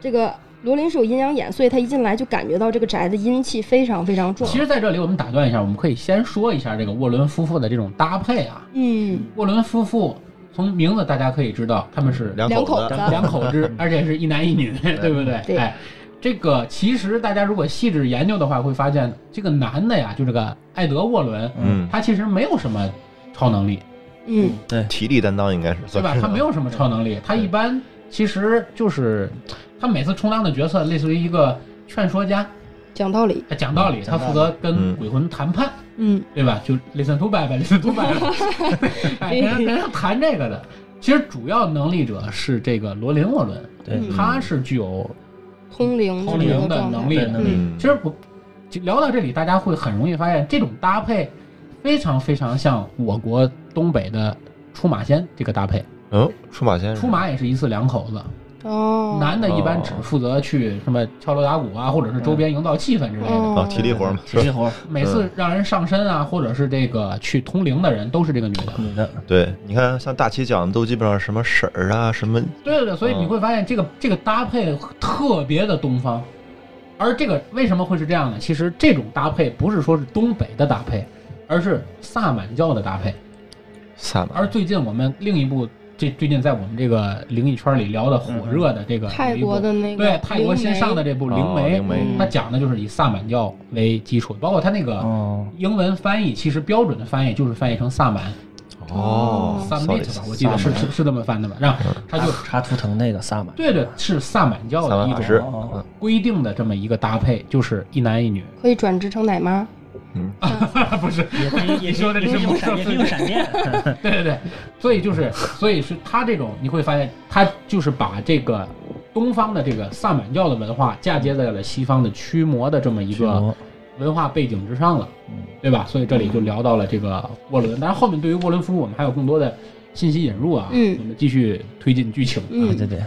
这个罗琳是有阴阳眼，所以她一进来就感觉到这个宅子阴气非常非常重。
其实，在这里我们打断一下，我们可以先说一下这个沃伦夫妇的这种搭配啊。
嗯，
沃伦夫妇从名字大家可以知道，他们是
两
两
口
口
子
子，
两口子， 而且是一男一女，对不对？
对
哎，这个其实大家如果细致研究的话，会发现这个男的呀，就这个艾德沃伦，
嗯，
他其实没有什么超能力，
嗯，
体力担当应该是
对
算
吧？
是
他没有什么超能力，他一般其实就是他每次充当的角色类似于一个劝说家，哎
讲道理，
讲道理，他负责跟
嗯
鬼魂谈判。
嗯，
对吧？就 listen to Bible, listen to Bible，哎， 跟人跟人谈这个的。其实主要能力者是这个罗琳沃伦，
对
嗯
他是具有
通灵
通
这么一
灵
个
的
状态
能力的。
能力
嗯
其实我就聊到这里，大家会很容易发现，这种搭配非常非常像我国东北的出马仙这个搭配。
嗯，出马先生
出马也是一次两口子，
嗯哦，
男的一般只负责去什么敲锣打鼓啊，或者是周边营造气氛之类的。
哦
啊，体力活嘛，
体力活儿，
每次让人上身啊，或者是这个去通灵的人，都是这个女
嗯
的。
女的
对，你看像大齐讲的都基本上什么婶儿啊，什么
对对对，
嗯
所以你会发现这个这个搭配特别的东方。而这个为什么会是这样呢？其实这种搭配不是说是东北的搭配，而是萨满教的搭配。
萨满，
而最近我们另一部，这最近在我们这个灵异圈里聊的
嗯
火热的这个
泰国的那个嗯
对泰国新上的
灵
这部《
灵
灵
媒
媒》
哦灵媒
它讲的就是以萨满教为基础，包括它那个
哦，
英文翻译，其实标准的翻译就是翻译成萨满
哦
嗯
s a m i t 吧，我记得
萨
是
满
是是这么翻的吧？然后它
啊
就
查图腾那个萨满，
对对，是萨满教
嗯萨
的
满
一
法
种
师，
哦
嗯
规定的这么一个搭配，就是一男一女，
媒可以转职成奶妈，
不是
也可以，也
说的这是
用闪，也可以用闪电，
对对对，所以就是，所以是他这种，你会发现，他就是把这个东方的这个萨满教的文化嫁接在了西方的驱魔的这么一个文化背景之上了
嗯，
对吧？所以这里就聊到了这个沃伦，当然后面对于沃伦夫妇，我们还有更多的信息引入啊，
嗯
我们继续推进剧情。啊
对
嗯，
对对，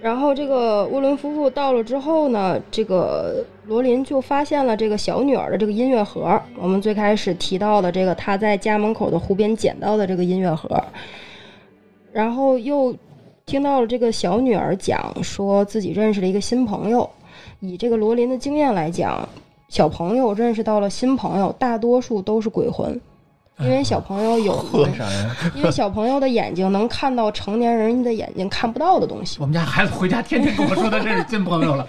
然后这个沃伦夫妇到了之后呢，这个罗琳就发现了这个小女儿的这个音乐盒，我们最开始提到的这个她在家门口的湖边捡到的这个音乐盒，然后又听到了这个小女儿讲说自己认识了一个新朋友，以这个罗琳的经验来讲，小朋友认识到了新朋友，大多数都是鬼魂。因为小朋友有，
为啥呀？
因为小朋友的眼睛能看到成年人的眼睛看不到的东西。
我们家孩子回家天天跟我说他认识新朋友了，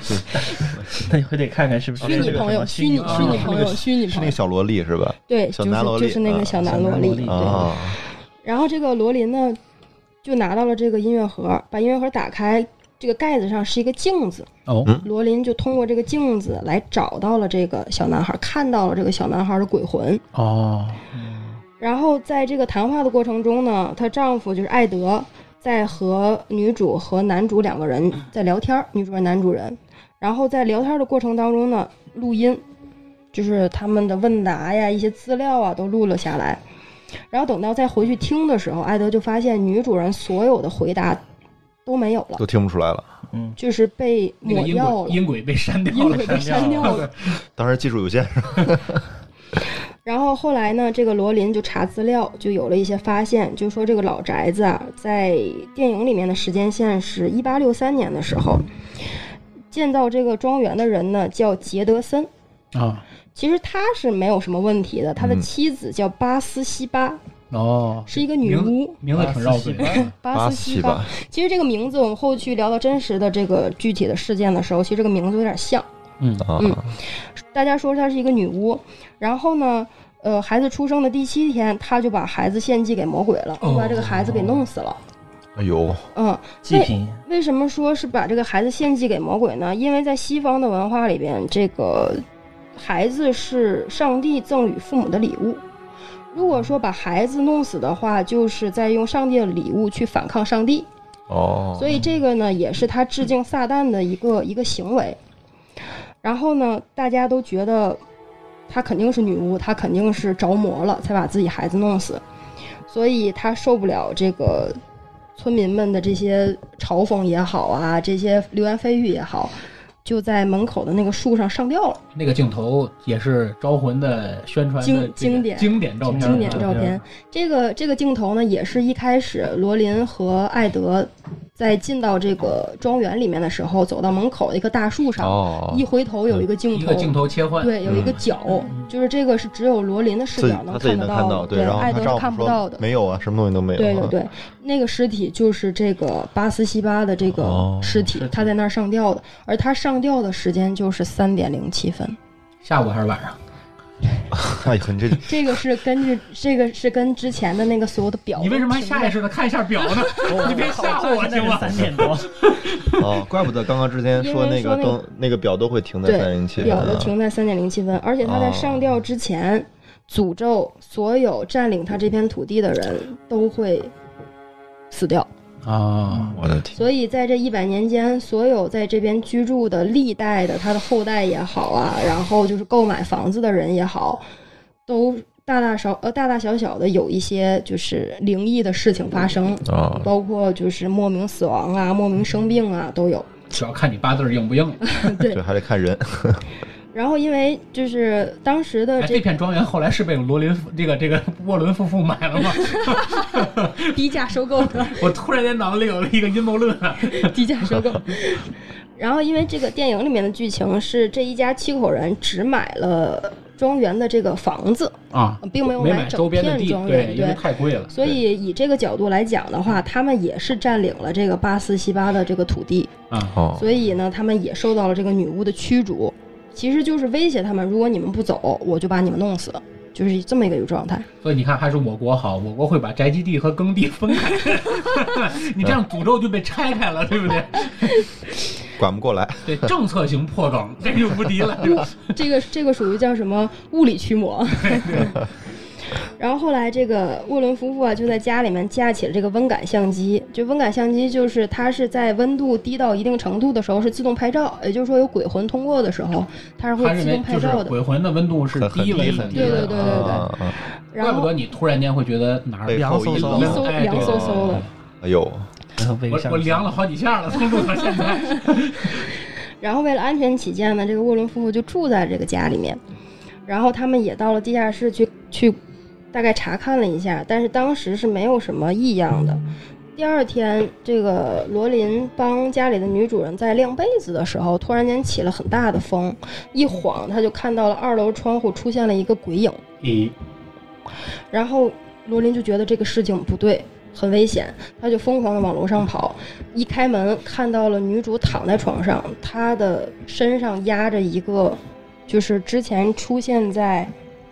那你会得看看是不是
虚拟朋友，虚拟
啊
虚拟朋友，虚拟
是
朋
那个
友，
小萝莉是吧？
对，
小
就
男
是
萝莉
哦就是那
啊
个小男萝莉。
小男
对，
啊，
然后这个罗琳呢，就拿到了这个音乐盒，把音乐盒打开，这个盖子上是一个镜子。
哦
嗯
罗琳就通过这个镜子来找到了这个小男孩，看到了这个小男孩的鬼魂。
哦，
然后在这个谈话的过程中呢，她丈夫就是艾德在和女主和男主两个人
嗯
在聊天儿，女主和男主人。然后在聊天的过程当中呢，录音，就是他们的问答呀、一些资料啊都录了下来。然后等到再回去听的时候，艾德就发现女主人所有的回答都没有了，
都听不出来了。
嗯，
就是被
那个
抹
音
掉
轨
了，
音轨被删掉
音
了
轨，被删掉了。
当时技术有限，
然后后来呢，这个罗琳就查资料，就有了一些发现，就说这个老宅子啊，在电影里面的时间线是一八六三年的时候，建造这个庄园的人呢叫杰德森，
啊，
其实他是没有什么问题的，他的
嗯
妻子叫巴斯西巴，
哦，
是一个女巫。
名字挺绕嘴的，
巴斯
七
西
吧
巴，，其实这个名字我们后续聊到真实的这个具体的事件的时候，其实这个名字有点像。
嗯，
啊，
嗯大家说她是一个女巫，然后呢，呃，孩子出生的第七天，她就把孩子献祭给魔鬼了，
哦
就把这个孩子给弄死了。
哎呦，
嗯，
祭品
为什么说是把这个孩子献祭给魔鬼呢？因为在西方的文化里边，这个孩子是上帝赠予父母的礼物。如果说把孩子弄死的话，就是在用上帝的礼物去反抗上帝。
哦，
所以这个呢，也是他致敬撒旦的一个一个行为。然后呢，大家都觉得她肯定是女巫，她肯定是着魔了，才把自己孩子弄死，所以她受不了这个村民们的这些嘲讽也好啊，这些流言蜚语也好，就在门口的那个树上上吊了。
那个镜头也是《招魂》的宣传的
经
这个
经典
经典照片，
经典
啊
照片。这个这个镜头呢，也是一开始罗琳和艾德在进到这个庄园里面的时候，走到门口的一棵大树上，
哦
一，回头有一个镜
啊嗯一
头，
个镜头嗯切换，
对，有一个角，就是这个是只有罗琳的视
自己
角
他自己
看
能
得
看
到
到，
的，
对，然后
艾
她
德
丈
是
夫
看不
说
到的。
没有啊，什么东西都没有，
对对，对，那个尸体就是这个巴斯西巴的这
哦
个尸体，他在那儿上吊的，而他上吊的时间就是三点零七分。
下午还是晚上？
哎呦，你 这
这个是根据这个是跟之前的那个所有的表，
你为什么还下意？识的看一下表呢？
哦
你别吓唬我行吗？
三点多，
哦，怪不得刚刚之前说那个
因为说那
灯那个表都会停在
对
三零七，啊
表都停在三点零七分，而且
哦
他在上吊之前，诅咒所有占领他这片土地的人都会死掉。
啊，
我的天，
所以在这一百年间，所有在这边居住的历代的他的后代也好啊，然后就是购买房子的人也好，都大大少呃大大小小的有一些就是灵异的事情发生，
啊，
包括就是莫名死亡啊、莫名生病啊都有。
主要看你八字儿硬不硬。
对
对，，还得看人。
然后因为就是当时的
哎，
这
这片庄园后来是被罗林夫这个这个沃伦夫妇买了吗？
低价收购 的
我突然间脑子里有了一个阴谋论。啊
低价收购。 然后，因为这个电影里面的剧情是这一家七口人只买了庄园的这个房子，
啊，
并没有
没
买
买周
整
边的
片
地，
庄园。
因为
对，
太贵了。
所以以这个角度来讲的话，他们也是占领了这个巴斯西巴的这个土地，
啊，
哦，
所以呢，他们也受到了这个女巫的驱逐，其实就是威胁他们，如果你们不走，我就把你们弄死，就是这么一个状态。
所以你看，还是我国好，我国会把宅基地和耕地分 开。你这样诅咒就被拆开了，对不 对？
管不过来。
对，政策型破梗，这就无敌 了。对吧
这个这个属于叫什么物理驱魔。然后后来，这个沃伦夫妇啊，就在家里面架起了这个温感相机。就温感相机，就是它是在温度低到一定程度的时候是自动拍照，也就是说有鬼魂通过的时候，它
他
是会
认
自
为
动拍
就是
照的。
鬼魂的温度是
很很
低了
低
一
很低
点
对
的，
对对对对
啊啊
然
怪不
后
得你突然间会觉得哪儿
背
凉
后
飕
一
飕
冷
的，
飕
哎
凉
对
飕飕的
哎呦，
我我凉了好几下了，从路上现在。
然后为了安全起见呢，这个沃伦夫妇就住在这个家里面，然后他们也到了地下室去去大概查看了一下，但是当时是没有什么异样的。第二天，这个罗琳帮家里的女主人在晾被子的时候，突然间起了很大的风，一晃她就看到了二楼窗户出现了一个鬼影，
咦，
然后罗琳就觉得这个事情不对，很危险，她就疯狂的往楼上跑。一开门看到了女主躺在床上，她的身上压着一个，就是之前出现在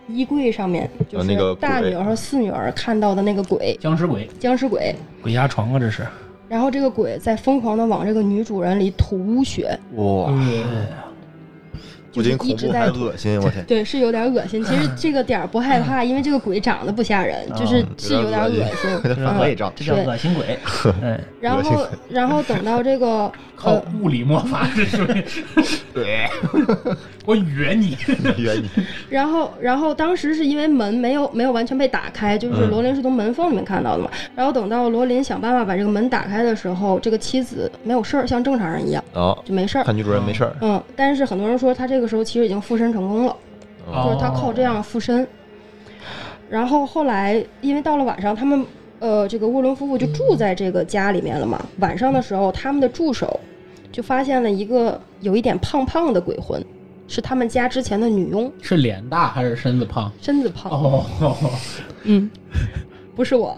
衣柜上面，就
啊那个鬼
是大女儿和四女儿看到的那个鬼，
僵尸鬼，
僵尸鬼。
鬼压床啊，这是。
然后这个鬼在疯狂的往这个女主人里吐污血，
哇，不
嗯就是
仅
一
恐
直
怖
在
还
吐
恶心，我天，
对，是有点恶心。其实这个点儿不害 怕，因为这个鬼长得不吓人，就是是有点恶心。
啊有点
嗯
反胃胀。
这叫恶心鬼。哎，
然
恶心
后，然后等到这个
靠
呃，
物理魔法，这属于
对，
我哕你。
冤你
然后，然后当时是因为门没有没有完全被打开，就是
嗯
罗琳是从门缝里面看到的嘛。然后等到罗琳想办法把这个门打开的时候，这个妻子没有事儿，像正常人一样
哦，
就没事儿
看。女主人没事儿，
嗯，但是很多人说他这个时候其实已经附身成功了，
哦
就是他靠这样附身。然后后来，因为到了晚上，他们呃，这个沃伦夫妇就
嗯
住在这个家里面了嘛。晚上的时候，他们的助手就发现了一个有一点胖胖的鬼魂，是他们家之前的女佣，
哦是脸大还是身子胖？
身子胖。
哦，
嗯，不 是我。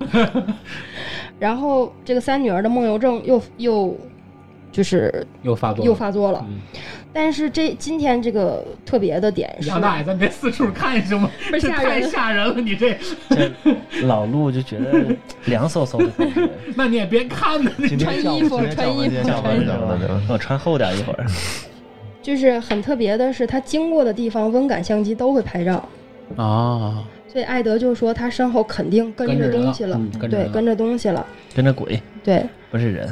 然后这个三女儿的梦游症又又就是
又发作，
又。发作了，
嗯，
但是这今天这个特别的点是
杨，大爷，咱别四处看行吗？
不是
这
吓
太
人，
吓人了，你这，
这老陆就觉得凉飕飕的感觉。
那你也别看呢。你
穿衣服穿衣服
讲
穿
完
衣
讲完讲
吧？我穿厚点一会儿。
就是很特别的是，他经过的地方温感相机都会拍照，
啊，
所以艾德就说他身后肯定跟
跟着
着
人
东西了，
嗯跟着
对，
人了
跟着东西了，
跟着鬼，
对。
不是人。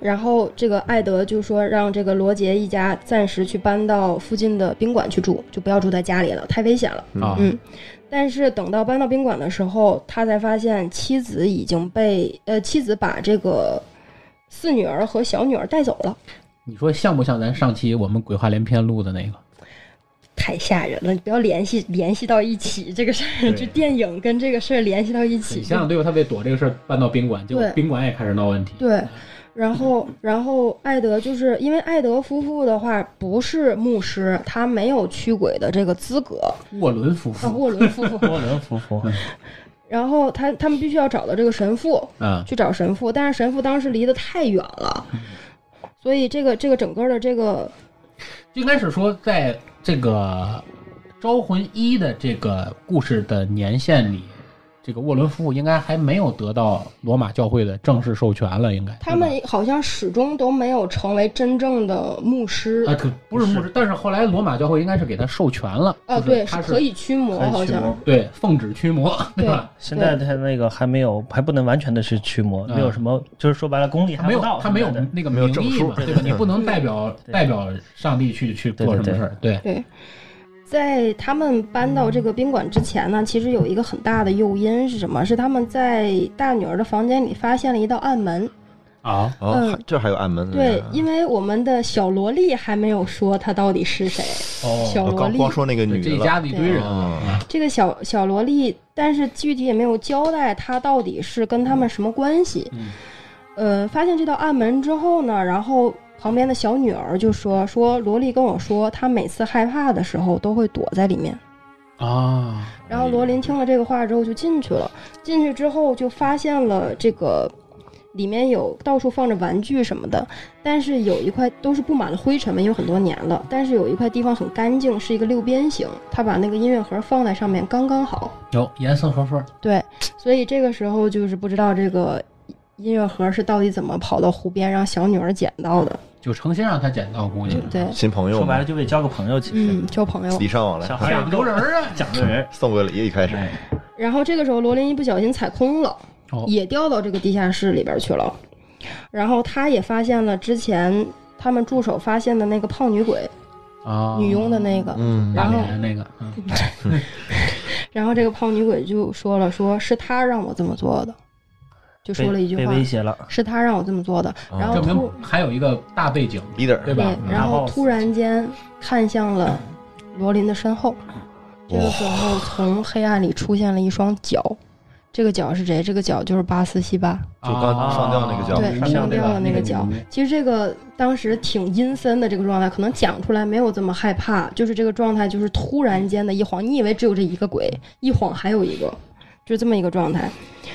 然后这个艾德就说让这个罗杰一家暂时去搬到附近的宾馆去住，就不要住在家里了，太危险了。
哦
啊，
嗯但是等到搬到宾馆的时候，他才发现妻子已经被呃，妻子把这个四女儿和小女儿带走了，
你说像不像咱上期我们鬼话连篇录的那个？
太吓人了！你不要联系联系到一起这个事儿，
对
就电影跟这个事儿联系到一起
你，想想，对吧？他为躲这个事儿搬到宾馆，结果
对
宾馆也开始闹问题。
对，然后
嗯
然后艾德就是因为艾德夫妇的话不是牧师，他没有驱鬼的这个资格
沃伦夫
啊，
妇，
沃 伦夫妇。
波伦夫妇，
然后他他们必须要找到这个神父，
嗯，
去找神父，但是神父当时离得太远了，所以这个这个整个的这个
应该是说在这个《招魂一》的这个故事的年限里，这个沃伦夫妇应该还没有得到罗马教会的正式授权了，应该
他们好像始终都没有成为真正的牧师
对吧。啊，可不是牧师，但是后来罗马教会应该是给他授权了，
啊，
就是
对，
他
是
是
可以驱魔，
可以
好
驱
像
魔
对奉旨驱魔，
对
吧？
现在他那个还没有，还不能完全的去驱魔，
嗯
没有什么，就是说白了功力
他
还
没
不
有
到。
他没有
现在的
那个
没有
名
证
义
书
嘛，
对
对吧？
对
你不能代表
对
代表上帝去去做什么事儿，对
对。在他们搬到这个宾馆之前呢，其实有一个很大的诱因是什么？是他们在大女儿的房间里发现了一道暗门。
啊，
哦，
嗯
还这还有暗门呢
对，因为我们的小萝莉还没有说她到底是谁。
哦，
小
我
萝
刚
莉，
光说那个
对
女
这
的
一
了，
家子一堆人啊，
嗯
这个小小萝莉，但是具体也没有交代她到底是跟他们什么关系。
嗯
呃，发现这道暗门之后呢，然后旁边的小女儿就说：“说萝莉跟我说，她每次害怕的时候都会躲在里面。”
啊，
然后罗琳听了这个话之后就进去了，进去之后就发现了这个里面有到处放着玩具什么的，但是有一块都是布满了灰尘嘛，因为很多年了，但是有一块地方很干净，是一个六边形，他把那个音乐盒放在上面刚刚好，
有严丝合缝儿，
对，所以这个时候就是不知道这个音乐盒是到底怎么跑到湖边让小女儿捡到的，
就诚心让他捡到，估计
对，
新朋友
说白
嘛
了，就为交个朋友，其实
嗯，交朋友。
礼尚往来
小，
哎
孩
呀
也不
丢
够
人儿啊，
讲究人，
送个礼一开始，
哎，
然后这个时候罗琳一不小心踩空了。
哦，
也掉到这个地下室里边去了。然后他也发现了之前他们助手发现的那个胖女鬼，
哦
啊，
女佣的那个。
嗯
大
然后
脸的那个，嗯
然后这个胖女鬼就说了，说是他让我这么做的，就说了一句
被
话
被，威胁哦了，
是他让我这么做的。然后
证
突
明还有一个大背景，对
，leader，
吧
对？，然后
嗯
突然间看向了罗琳的身后。这个时候，从黑暗里出现了一双脚，这个脚是谁？这个脚就是巴斯西巴。
就刚上吊那个脚
啊
对，
明白
上吊
上
对
吊
吧
的那个
女
脚
的。
其实这个当时挺阴森的这个状态，可能讲出来没有这么害怕，就是这个状态就是突然间的一晃，你以为只有这一个鬼，一晃还有一个，就这么一个状 态。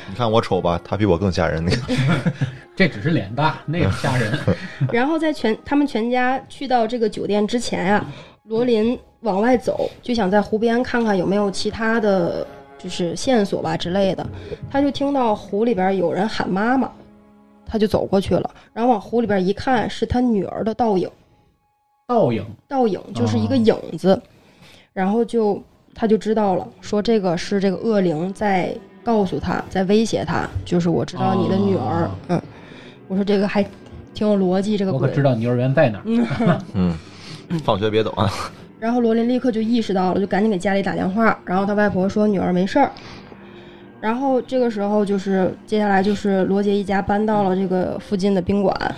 你看我丑吧，他比我更吓 人，那个
这只是脸大，那个吓人，
然后在全他们全家去到这个酒店之前啊，罗琳往外走，就想在湖边看看有没有其他的就是线索吧之类的。他就听到湖里边有人喊妈妈，他就走过去了，然后往湖里边一看，是他女儿的倒影。
倒影
倒影，就是一个
哦
影子，然后就他就知道了，说这个是这个恶灵在告诉他，在威胁他，就是我知道你的女儿，
哦
嗯，我说这个还挺有逻辑，这个
我可
鬼
知，道你幼儿园在哪儿。
嗯，
嗯，放学别走啊，
然后罗琳立刻就意识到了，就赶紧给家里打电话，然后他外婆说女儿没事儿。然后这个时候就是接下来就是罗杰一家搬到了这个附近的宾馆，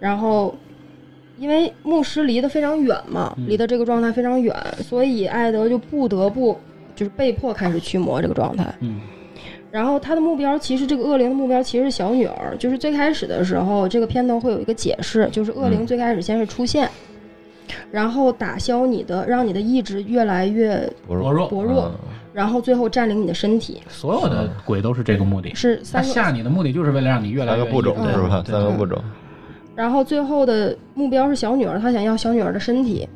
然后因为牧师离得非常远嘛，
嗯
离得这个状态非常远，所以艾德就不得不就是被迫开始驱魔这个状态。
嗯，
然后他的目标其实这个恶灵的目标其实是小女儿，就是最开始的时候，这个片头会有一个解释，就是恶灵
嗯
最开始先是出现，然后打消你的，让你的意志越来越
薄
薄弱，
薄
嗯
弱，然后最后占领你的身体，
嗯所有的鬼都是这个目的。
是
他
三个。嗯
吓你的目的就是为了让你越来
三
越
个步骤
抑郁
是吧？
对
三个步骤，
然后最后的目标是小女儿，她想要小女儿的身体，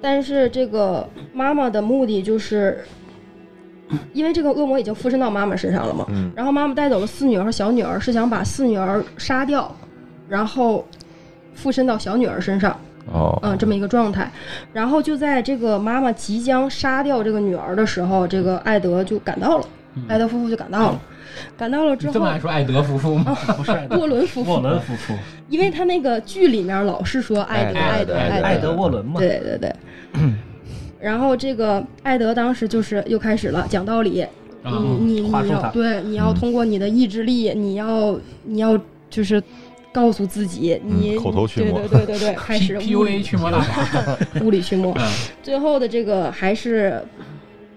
但是这个妈妈的目的就是，因为这个恶魔已经附身到妈妈身上了嘛，
嗯，
然后妈妈带走了四女儿和小女儿，是想把四女儿杀掉，然后附身到小女儿身上，
哦，
嗯，这么一个状态。然后就在这个妈妈即将杀掉这个女儿的时候，这个艾德就赶到了，
嗯
艾德夫妇就赶到了，赶到了之
你这么
后，
爱说艾德夫妇吗？
不是艾德
沃伦夫
沃
妇，
伦夫妇，
因为他那个剧里面老是说艾德，
艾
艾
德
德，
艾
艾
德
德，
艾德沃伦嘛，
对对 对。然后这个艾德当时就是又开始了讲道理，
啊，
嗯你你
话
你
术
要
它
对，你要
嗯
通过你的意志力，你要你要就是告诉自己，你、
嗯口头驱魔
对对对对对，开
P
始嗯
P
物
U A
理
驱魔大 法，
物理驱魔，
嗯
最后的这个还是。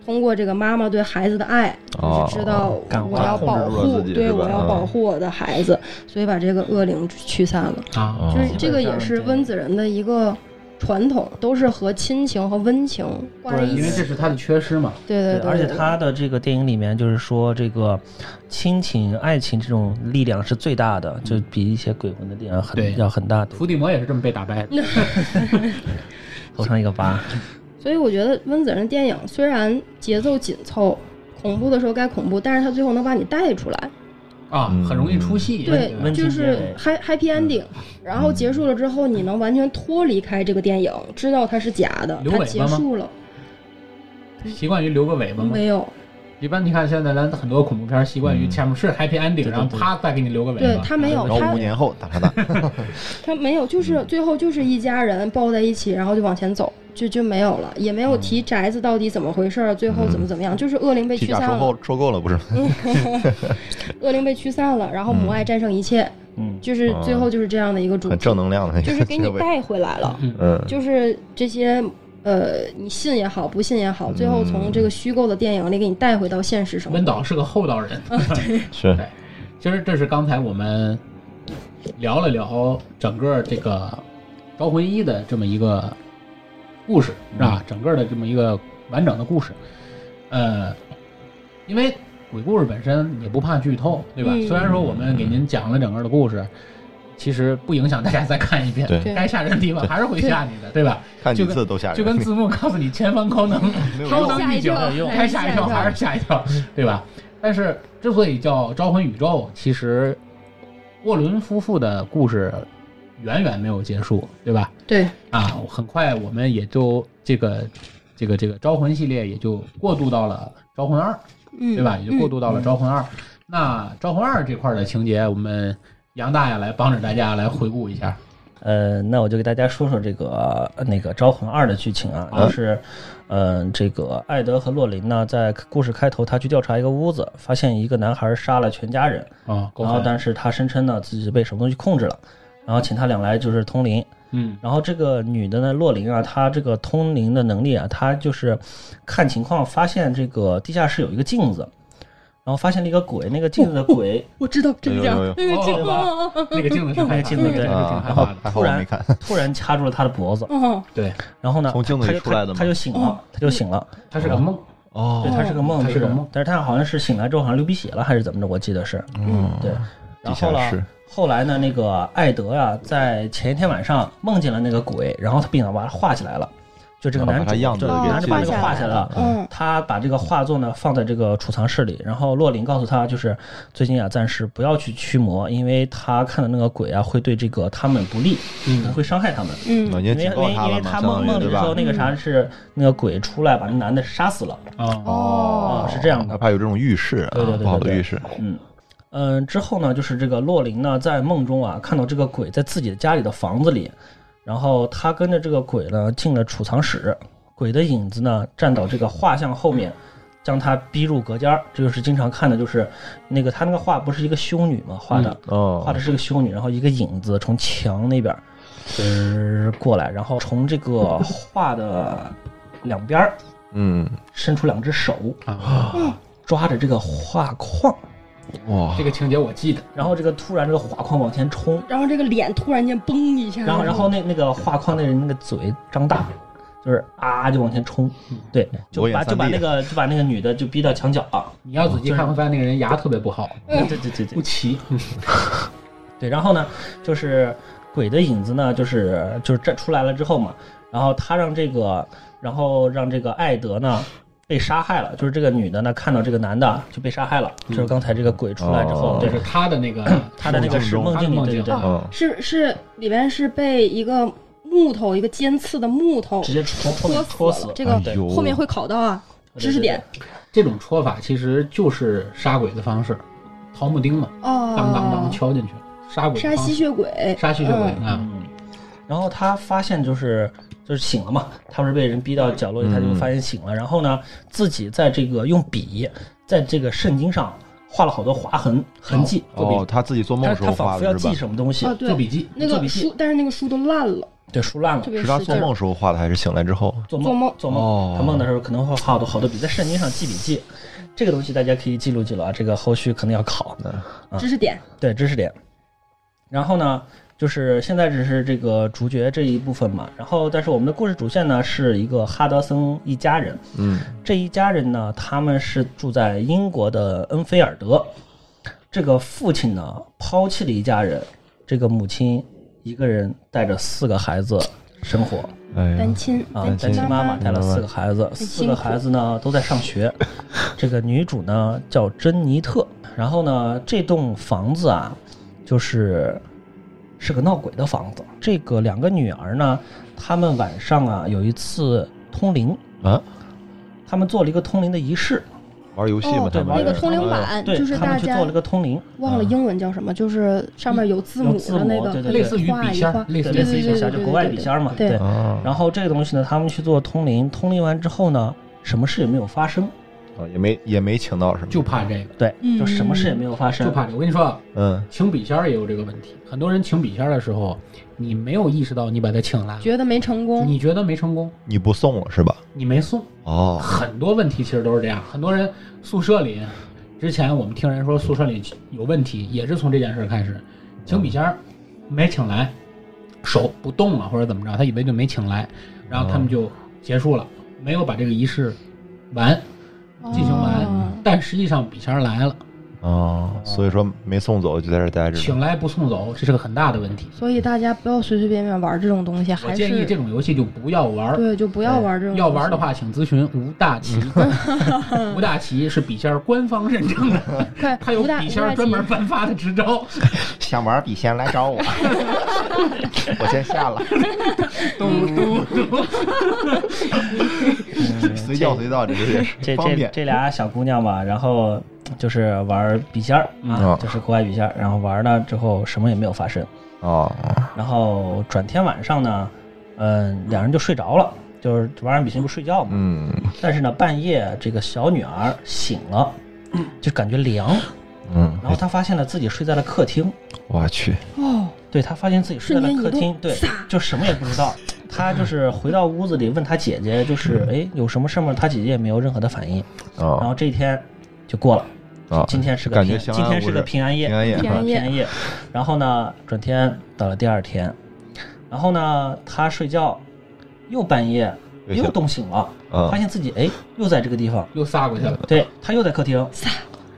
通过这个妈妈对孩子的爱，
哦
就是知道
感
我
化
要
控制
保
住了
护
自，己
对
是吧
我要
嗯
保护我的孩子，所以把这个恶灵驱散了。
啊，
就是
哦
这个也是温子仁的一个传统，都是和亲情和温情挂在
嗯
对
一
因为
起。
这是他的缺失嘛。
对对对，
而且
对
他的这个电影里面，就是说这个亲情、爱情这种力量是最大的，就比一些鬼魂的力量
对
很要很大。
伏地魔也是这么被打
嗯
败的。
头上一个疤，
所以我觉得温子仁的电影虽然节奏紧凑，恐怖的时候该恐怖，但是他最后能把你带出来，
啊，
嗯
很容易出戏。
对
温，
就
情嗯结
是
尾
happy happy ending，然后结束了之后，你能完全脱离开这个电影，知道它是假的，
留
它
尾
结
巴吗
束了
习惯于留个尾巴吗？
没有？
一般你看现在咱很多恐怖片习惯于
嗯
前面是 happy ending，然后啪再给你留个尾
对
巴。
他没有
然后
他
五年后打啪打，
他没
嗯
有，就是最后就是一家人抱在一起，然后就往前走，就就没有了，也没
嗯
有提宅子到底怎么回事儿，最后怎么怎么样，就是恶灵被
体
驱
甲
散
收
了，
购收购了不是吗？
恶灵被驱散了，然后母爱战胜一切，
嗯，
就是最后就是这样的一个主
很
题，
正能量的那个，
就 是给你
那个位
带回来了，
嗯，
就是这些。呃，你信也好，不信也好，最后从这个虚构的电影里给你带回到现实生活
温。导是个厚道人。
是
其实这是刚才我们聊了聊整个这个《招魂一》的这么一个故事，是
嗯
吧？整个的这么一个完整的故事，呃，因为鬼故事本身也不怕剧透，对吧？
嗯
虽然说我们给您讲了整个的故事，其实不影响大家再看一遍，
对
该吓人的地方还是会吓你的，对吧？
看几
就跟
次都吓人，
就跟字幕告诉你前方高 能，稍等一久
吓一跳，
该吓一跳还是吓一跳，对吧？但是之所以叫《招魂宇宙》，其实沃伦夫妇的故事远远没有结束，对吧？
对，
啊，很快我们也就这个这个这个《招魂》系列也就过渡到了《招魂二》，
嗯，
对吧？也就过
嗯
渡到了《招魂二》。那《招魂二》这块的情节，我们杨大爷来帮着大家来回顾一下。啊
呃，那我就给大家说说这个呃那个《招魂二》的剧情啊，
啊
就是，嗯、这个艾德和洛琳呢，在故事开头，他去调查一个屋子，发现一个男孩杀了全家人，
啊，够
然后
狠
但是他声称呢自己被什么东西控制了，然后请他俩来就是通灵，
嗯
然后这个女的呢，洛琳啊，她这个通灵的能力啊，她就是看情况发现这个地下室有一个镜子，然后发现了一个鬼，那个镜子的鬼
嗯我知道真相
有有有，
那个镜
哦
头啊，
那个镜子是害怕的，
那个镜子
真是
对
挺
啊，
害
还好
怕的。
还好
突
我
然
没看，
突然掐住了她的脖子，
嗯，
对，
然后呢，
从镜子
她
里
就
出来的吗
她就醒了，她就醒了，
它是个梦。
哦
对，她是个梦，
她是个
就是
梦
但是她好像是醒来之后好像流鼻血了还是怎么着，我记得是，
嗯，
对，
地
然后呢
下室，
后来呢，那个艾德呀、在前一天晚上梦见了那个鬼，然后他并把它画起来了，就这个
然后
男
把
主
他样子
就
给
拿着把
记
这个
下
画
来
起来
了
了，
嗯
他把这个画作呢放在这个储藏室里，然后洛琳告诉他，就是最近啊，暂时不要去驱魔，因为他看的那个鬼啊会对这个他们不利，可能
嗯
会伤害他们。
嗯
已
因
经警
为因为
告他
因
了
为
嘛，相
他梦
当
梦
于
里
对
时候
吧？
那个啥是那个鬼出来把那男的杀死了，
啊，
啊、
哦
是这样的
哪。怕有这种预示啊，
对对对对
不好的
对
预示，
嗯，嗯，之后呢，就是这个洛琳呢，在梦中啊，看到这个鬼在自己的家里的房子里，然后他跟着这个鬼呢进了储藏室，鬼的影子呢站到这个画像后面，将他逼入隔间儿。这就是经常看的，就是那个他那个画不是一个修女嘛画的，
哦，
画的是个修女，然后一个影子从墙那边儿呃过来，然后从这个画的两边儿
嗯，
伸出两只手，
啊，
抓着这个画框。
哇
这，个情节我记得。
然后这个突然这个画框往前冲，
然后这个脸突然间嘣一下，
然后然后那那个画框那人那个嘴张大，就是啊就往前冲，
嗯
对，就
裸眼
把
嗯三啊
就把
D
那个就把那个女的就逼到墙角了。
你要仔细看，会发现那个人牙特别不好，
嗯
对对哦对对嗯
不
对
齐。
对，然后呢，就是鬼的影子呢，就是就是这出来了之后嘛，然后他让这个，然后让这个艾德呢。被杀害了，就是这个女的呢，看到这个男的就被杀害了，就是刚才这个鬼出来之后，
哦
就
对
是他的那个
他的那个是
梦
梦境里，
梦
对对
境啊
对，
嗯，
是是里边是被一个木头一个尖刺的木头
直接从后面
戳
戳
死
死
了，这个
哎呦
后面会考到啊，
哦对
知识点
这种戳法其实就是杀鬼的方式，桃木钉嘛，当当当
哦，
敲进去，杀鬼的
杀
方
吸
式，
血鬼，
杀吸血鬼啊，
嗯，然后他发现就是就是醒了嘛，他不是被人逼到角落
嗯
里，他就发现醒了。然后呢，自己在这个用笔在这个圣经上画了好多划痕痕迹，
哦，他自己做梦
他
时
他
候
仿
画
佛要
的是
记
吧？
什么东西
哦，
做笔
对，
记，
那
做
个
笔记
书，但是那个书都烂了，
对，书烂了
特。别
是他
使
做
劲儿
梦时候画的，还是醒来之后？
做
做梦
梦
做梦
哦，
他梦的时候可能会画好多好多笔，在圣经上记笔记，这个东西大家可以记录记录啊，这个后续可能要考。啊
知识点，
对，知识点。然后呢，就是现在只是这个主角这一部分嘛，然后但是我们的故事主线呢是一个哈德森一家人，
嗯，
这一家人呢，他们是住在英国的恩菲尔德。这个父亲呢，抛弃了一家人，这个母亲一个人带着四个孩子生活
哎呀
单，亲，
啊，
亲
单亲妈
妈
妈带了四个孩子，四个孩子呢都在上学。这个女主呢叫珍妮特，然后呢，这栋房子啊，就是是个闹鬼的房子。这个两个女儿呢，她们晚上啊有一次通灵，
啊，
他们做了一个通灵的仪式，
玩游戏嘛
哦，
他
对玩
们是
那个
通灵
哎
嗯
板，
对
就是
他
大
们去
家
做了个通灵，
忘了英文叫什么，就是上面有字母
有字
的
母
那个，
对对对
类似于笔仙儿，类似
对，
于
类
笔
似于
仙儿
对对
笔仙儿，就国外笔仙儿嘛，嗯
对对
啊，
然后这个东西呢，他们去做通灵，通灵完之后呢，什么事也没有发生，
啊也没也没请到什么，
就怕这个，
对，
嗯
就什么事也没有发生
就。怕这个。我跟你说，啊
嗯
请笔仙儿也有这个问题，很多人请笔仙儿的时候，你没有意识到你把他请来了，
觉得没成功，
你觉得没成功，
你不送了是吧？
你没送。
哦，
很多问题其实都是这样，很多人宿舍里，之前我们听人说宿舍里有问题，也是从这件事开始，请笔仙儿没请来，手不动了或者怎么着，他以为就没请来，然后他们就结束了，没有把这个仪式完，进行完
哦
但实际上笔仙儿来了，
哦，所以说没送走就在这待着
请
呢，
来不送走，这是个很大的问题。
所以大家不要随随便便玩这种东西，
我
还
建议这
是
种游戏就不要玩儿，
对，就不要
嗯
玩这种。
要玩的，话请咨询吴大 奇，吴大奇是笔仙儿官方认证的。
快，
他有
吴大
笔仙儿专门颁发的执照，
想玩笔仙来找我，我先下了，
咚咚咚！
随叫随到，这个也
这
是方
这
便
这俩小姑娘嘛，然后就是玩笔仙儿
嗯
啊，就是国外笔仙儿，然后玩呢之后什么也没有发生，
哦，
然后转天晚上呢，嗯，两人就睡着了，就是玩完笔仙不睡觉嘛，
嗯
但是呢，半夜这个小女儿醒了，就感觉凉，
嗯，
然后她发现了自己睡在了客厅，
我去，
哦，
嗯
对她发现自己睡在了客
瞬间
厅
移，动
对
撒，
就什么也不知道。她就是回到屋子里问她姐姐，就是哎有什么事儿吗？她姐姐也没有任何的反应。然后
嗯哦
这一天就过了，
哦，
今天是个
感觉
平
相
今
安
天
无
是个
事
平安夜，
平安夜
平
啊
安夜
平安夜。然后呢，转天到了第二天，然后呢，她睡觉又半夜
又醒
又冻醒了，
啊
发现自己哎又在这个地方。
又撒过去了。
对他又在客 厅，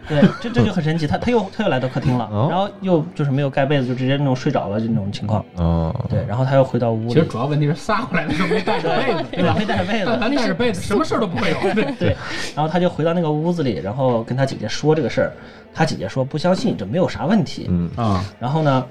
对，这这就很神奇，他他又他又来到客厅了，
哦
然后又就是没有盖被子，就直接那种睡着了就那种情况，
哦，
对，然后他又回到屋
其
里
实，主要问题是撒过来的时候没带着 被子，
对
对
吧？
吧
没？带着被
但
子，
凡带着被子，什么事儿都不会有。 对
对，然后他就回到那个屋子里，然后跟他姐姐说这个事儿，他姐姐说不相信，这没有啥问题，
嗯
啊，
然后呢，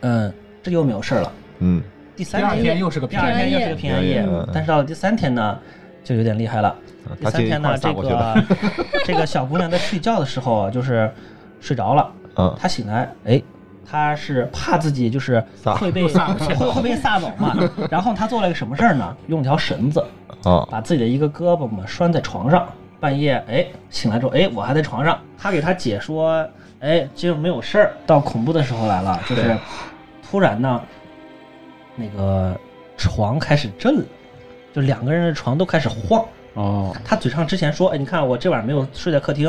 嗯，这又没有事儿了，
嗯
第
第三
二天
天
又是个
第
平
二
安
天
夜，
又是个平安
平
夜
安夜嗯，
但是到了第三天呢，就有点厉害了。第
他
三
今天一块
天呢，
儿
这
撒过去了，
个 这个小姑娘在睡觉的时候啊，就是睡着了，
嗯，
她醒来，哎，她是怕自己就是
撒
会被
撒
会会被撒走嘛，然后她做了一个什么事儿呢？用条绳子
哦，
把自己的一个胳膊嘛拴在床上，半夜哎醒来之后，哎我还在床上，她给她姐说，哎今儿没有事儿。到恐怖的时候来了，就是突然呢，那个床开始震了，就两个人的床都开始晃。
哦，
他嘴上之前说，哎，你看我这晚上没有睡在客厅，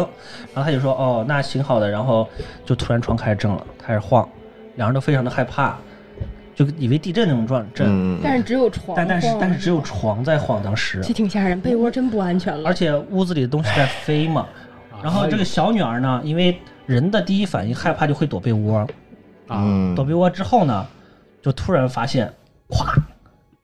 然后他就说，哦，那行好的，然后就突然床开始震了，开始晃，两人都非常的害怕，就以为地震那种状震，
嗯，
但是只有床晃，
但但是但是只有床在晃，当时，
这挺吓人，被窝真不安全
而
了。
且屋子里的东西在飞嘛，
啊
然后这个小女儿呢，因为人的第一反应害怕就会躲被窝，
啊，
躲被窝之后呢，就突然发现，咵。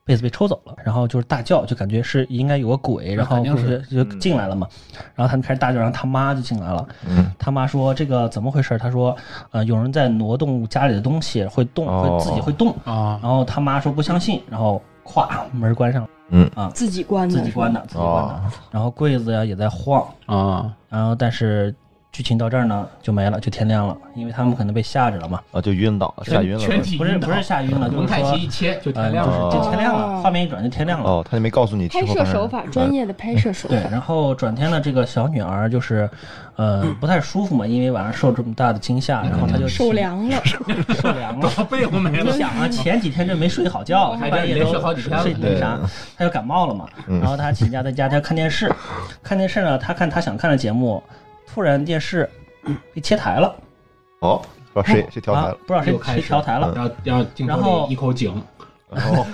被子被抽走了，然后就是大叫，就感觉是应该有个鬼，然后
肯定是嗯
就就进来了嘛，然后他们开始大叫，然后他妈就进来了，
嗯
他妈说这个怎么回事？他说，呃，有人在挪动家里的东西，会动，
哦
会自己会动。
啊，
然后他妈说不相信，然后咵门关上了，
嗯
啊，
自己关的，
自己关的，自己关的。
哦
然后柜子呀也在晃，
啊，
然后但是剧情到这儿呢就没了，就天亮了，因为他们可能被吓着了嘛，
啊，就晕倒了，吓晕
全
了。
体
不是
晕倒
不是吓晕了，就
蒙
是
太
说
奇一切就
呃
天亮
就
了。
就天亮了，
哦
画面一转就天亮了。
哦，他就没告诉你之
拍
后
摄
发生
手法，专业的拍摄手
对，
法。
然后转天呢，这个小女儿就是，
嗯
呃，不太舒服嘛，因为晚上受这么大的惊吓，然后她就
手嗯凉了，
受凉了，
我被我没
你
了，
想啊，前几天这没睡好觉，
还
半夜
连
都
续好几天了
睡那啥
对，
他又感冒了嘛。
嗯
然后他请假在家，他看电视，看电视呢，他看他想看的节目，突然电视被切台了，
哦，不知道谁谁调台
啊
了，
不知道谁
又开
谁
始
调台了，
然后然后镜
然后
头里一口井，
然后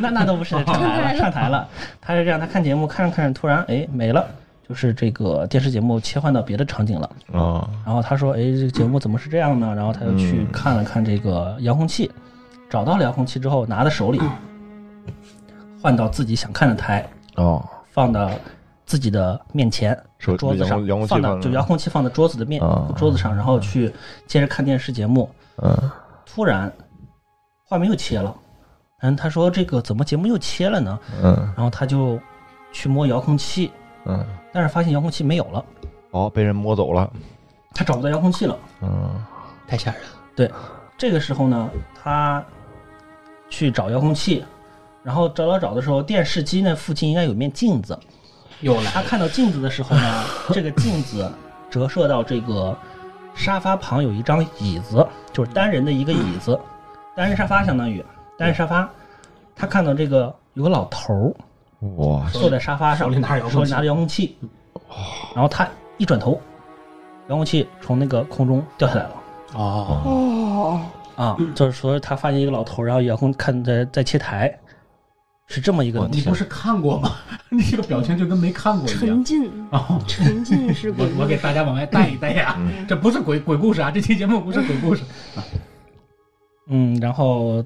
那那都不是 上台了，上台了。他是这样，他看节目看着看着，突然哎没了。就是这个电视节目切换到别的场景了，
哦，
然后他说：“哎，这个节目怎么是这样呢？”然后他又去
嗯
看了看这个遥控器，找到了遥控器之后，拿在手里，换到自己想看的台，
哦，
放到自己的面前，
手
桌子上
遥遥控器
放到
放
就遥控器放到桌子的面、
啊
桌子上，然后去接着看电视节目。
嗯，
突然，画面又切了，嗯然后他说：“这个怎么节目又切了呢
嗯，？”
然后他就去摸遥控器，
嗯，
但是发现遥控器没有了，
哦，被人摸走了，
他找不到遥控器了。
嗯，
太吓人了。
这个时候呢，他去找遥控器，然后找找找的时候，电视机那附近应该有一面镜子。
又来
他
了，
看到镜子的时候呢，这个镜子折射到这个沙发旁有一张椅子，就是单人的一个椅子，单人沙发相当于单人沙发。他看到这个有个老头儿
哇，
坐在沙发上，
手里拿着遥控器哦
手里拿着遥控器，然后他一转头，遥控器从那个空中掉下来了。
哦，
哦，
啊，
嗯
就是说他发现一个老头，然后遥控看在在切台，是这么一个问
你
题。
不是看过吗？ 你这个表情就跟没看过一
沉
样。
浸，
哦，
沉浸式鬼
我
屋
我给大家往外带一带呀、
嗯
这不是鬼鬼故事啊，这期节目不是鬼故事。
嗯，然后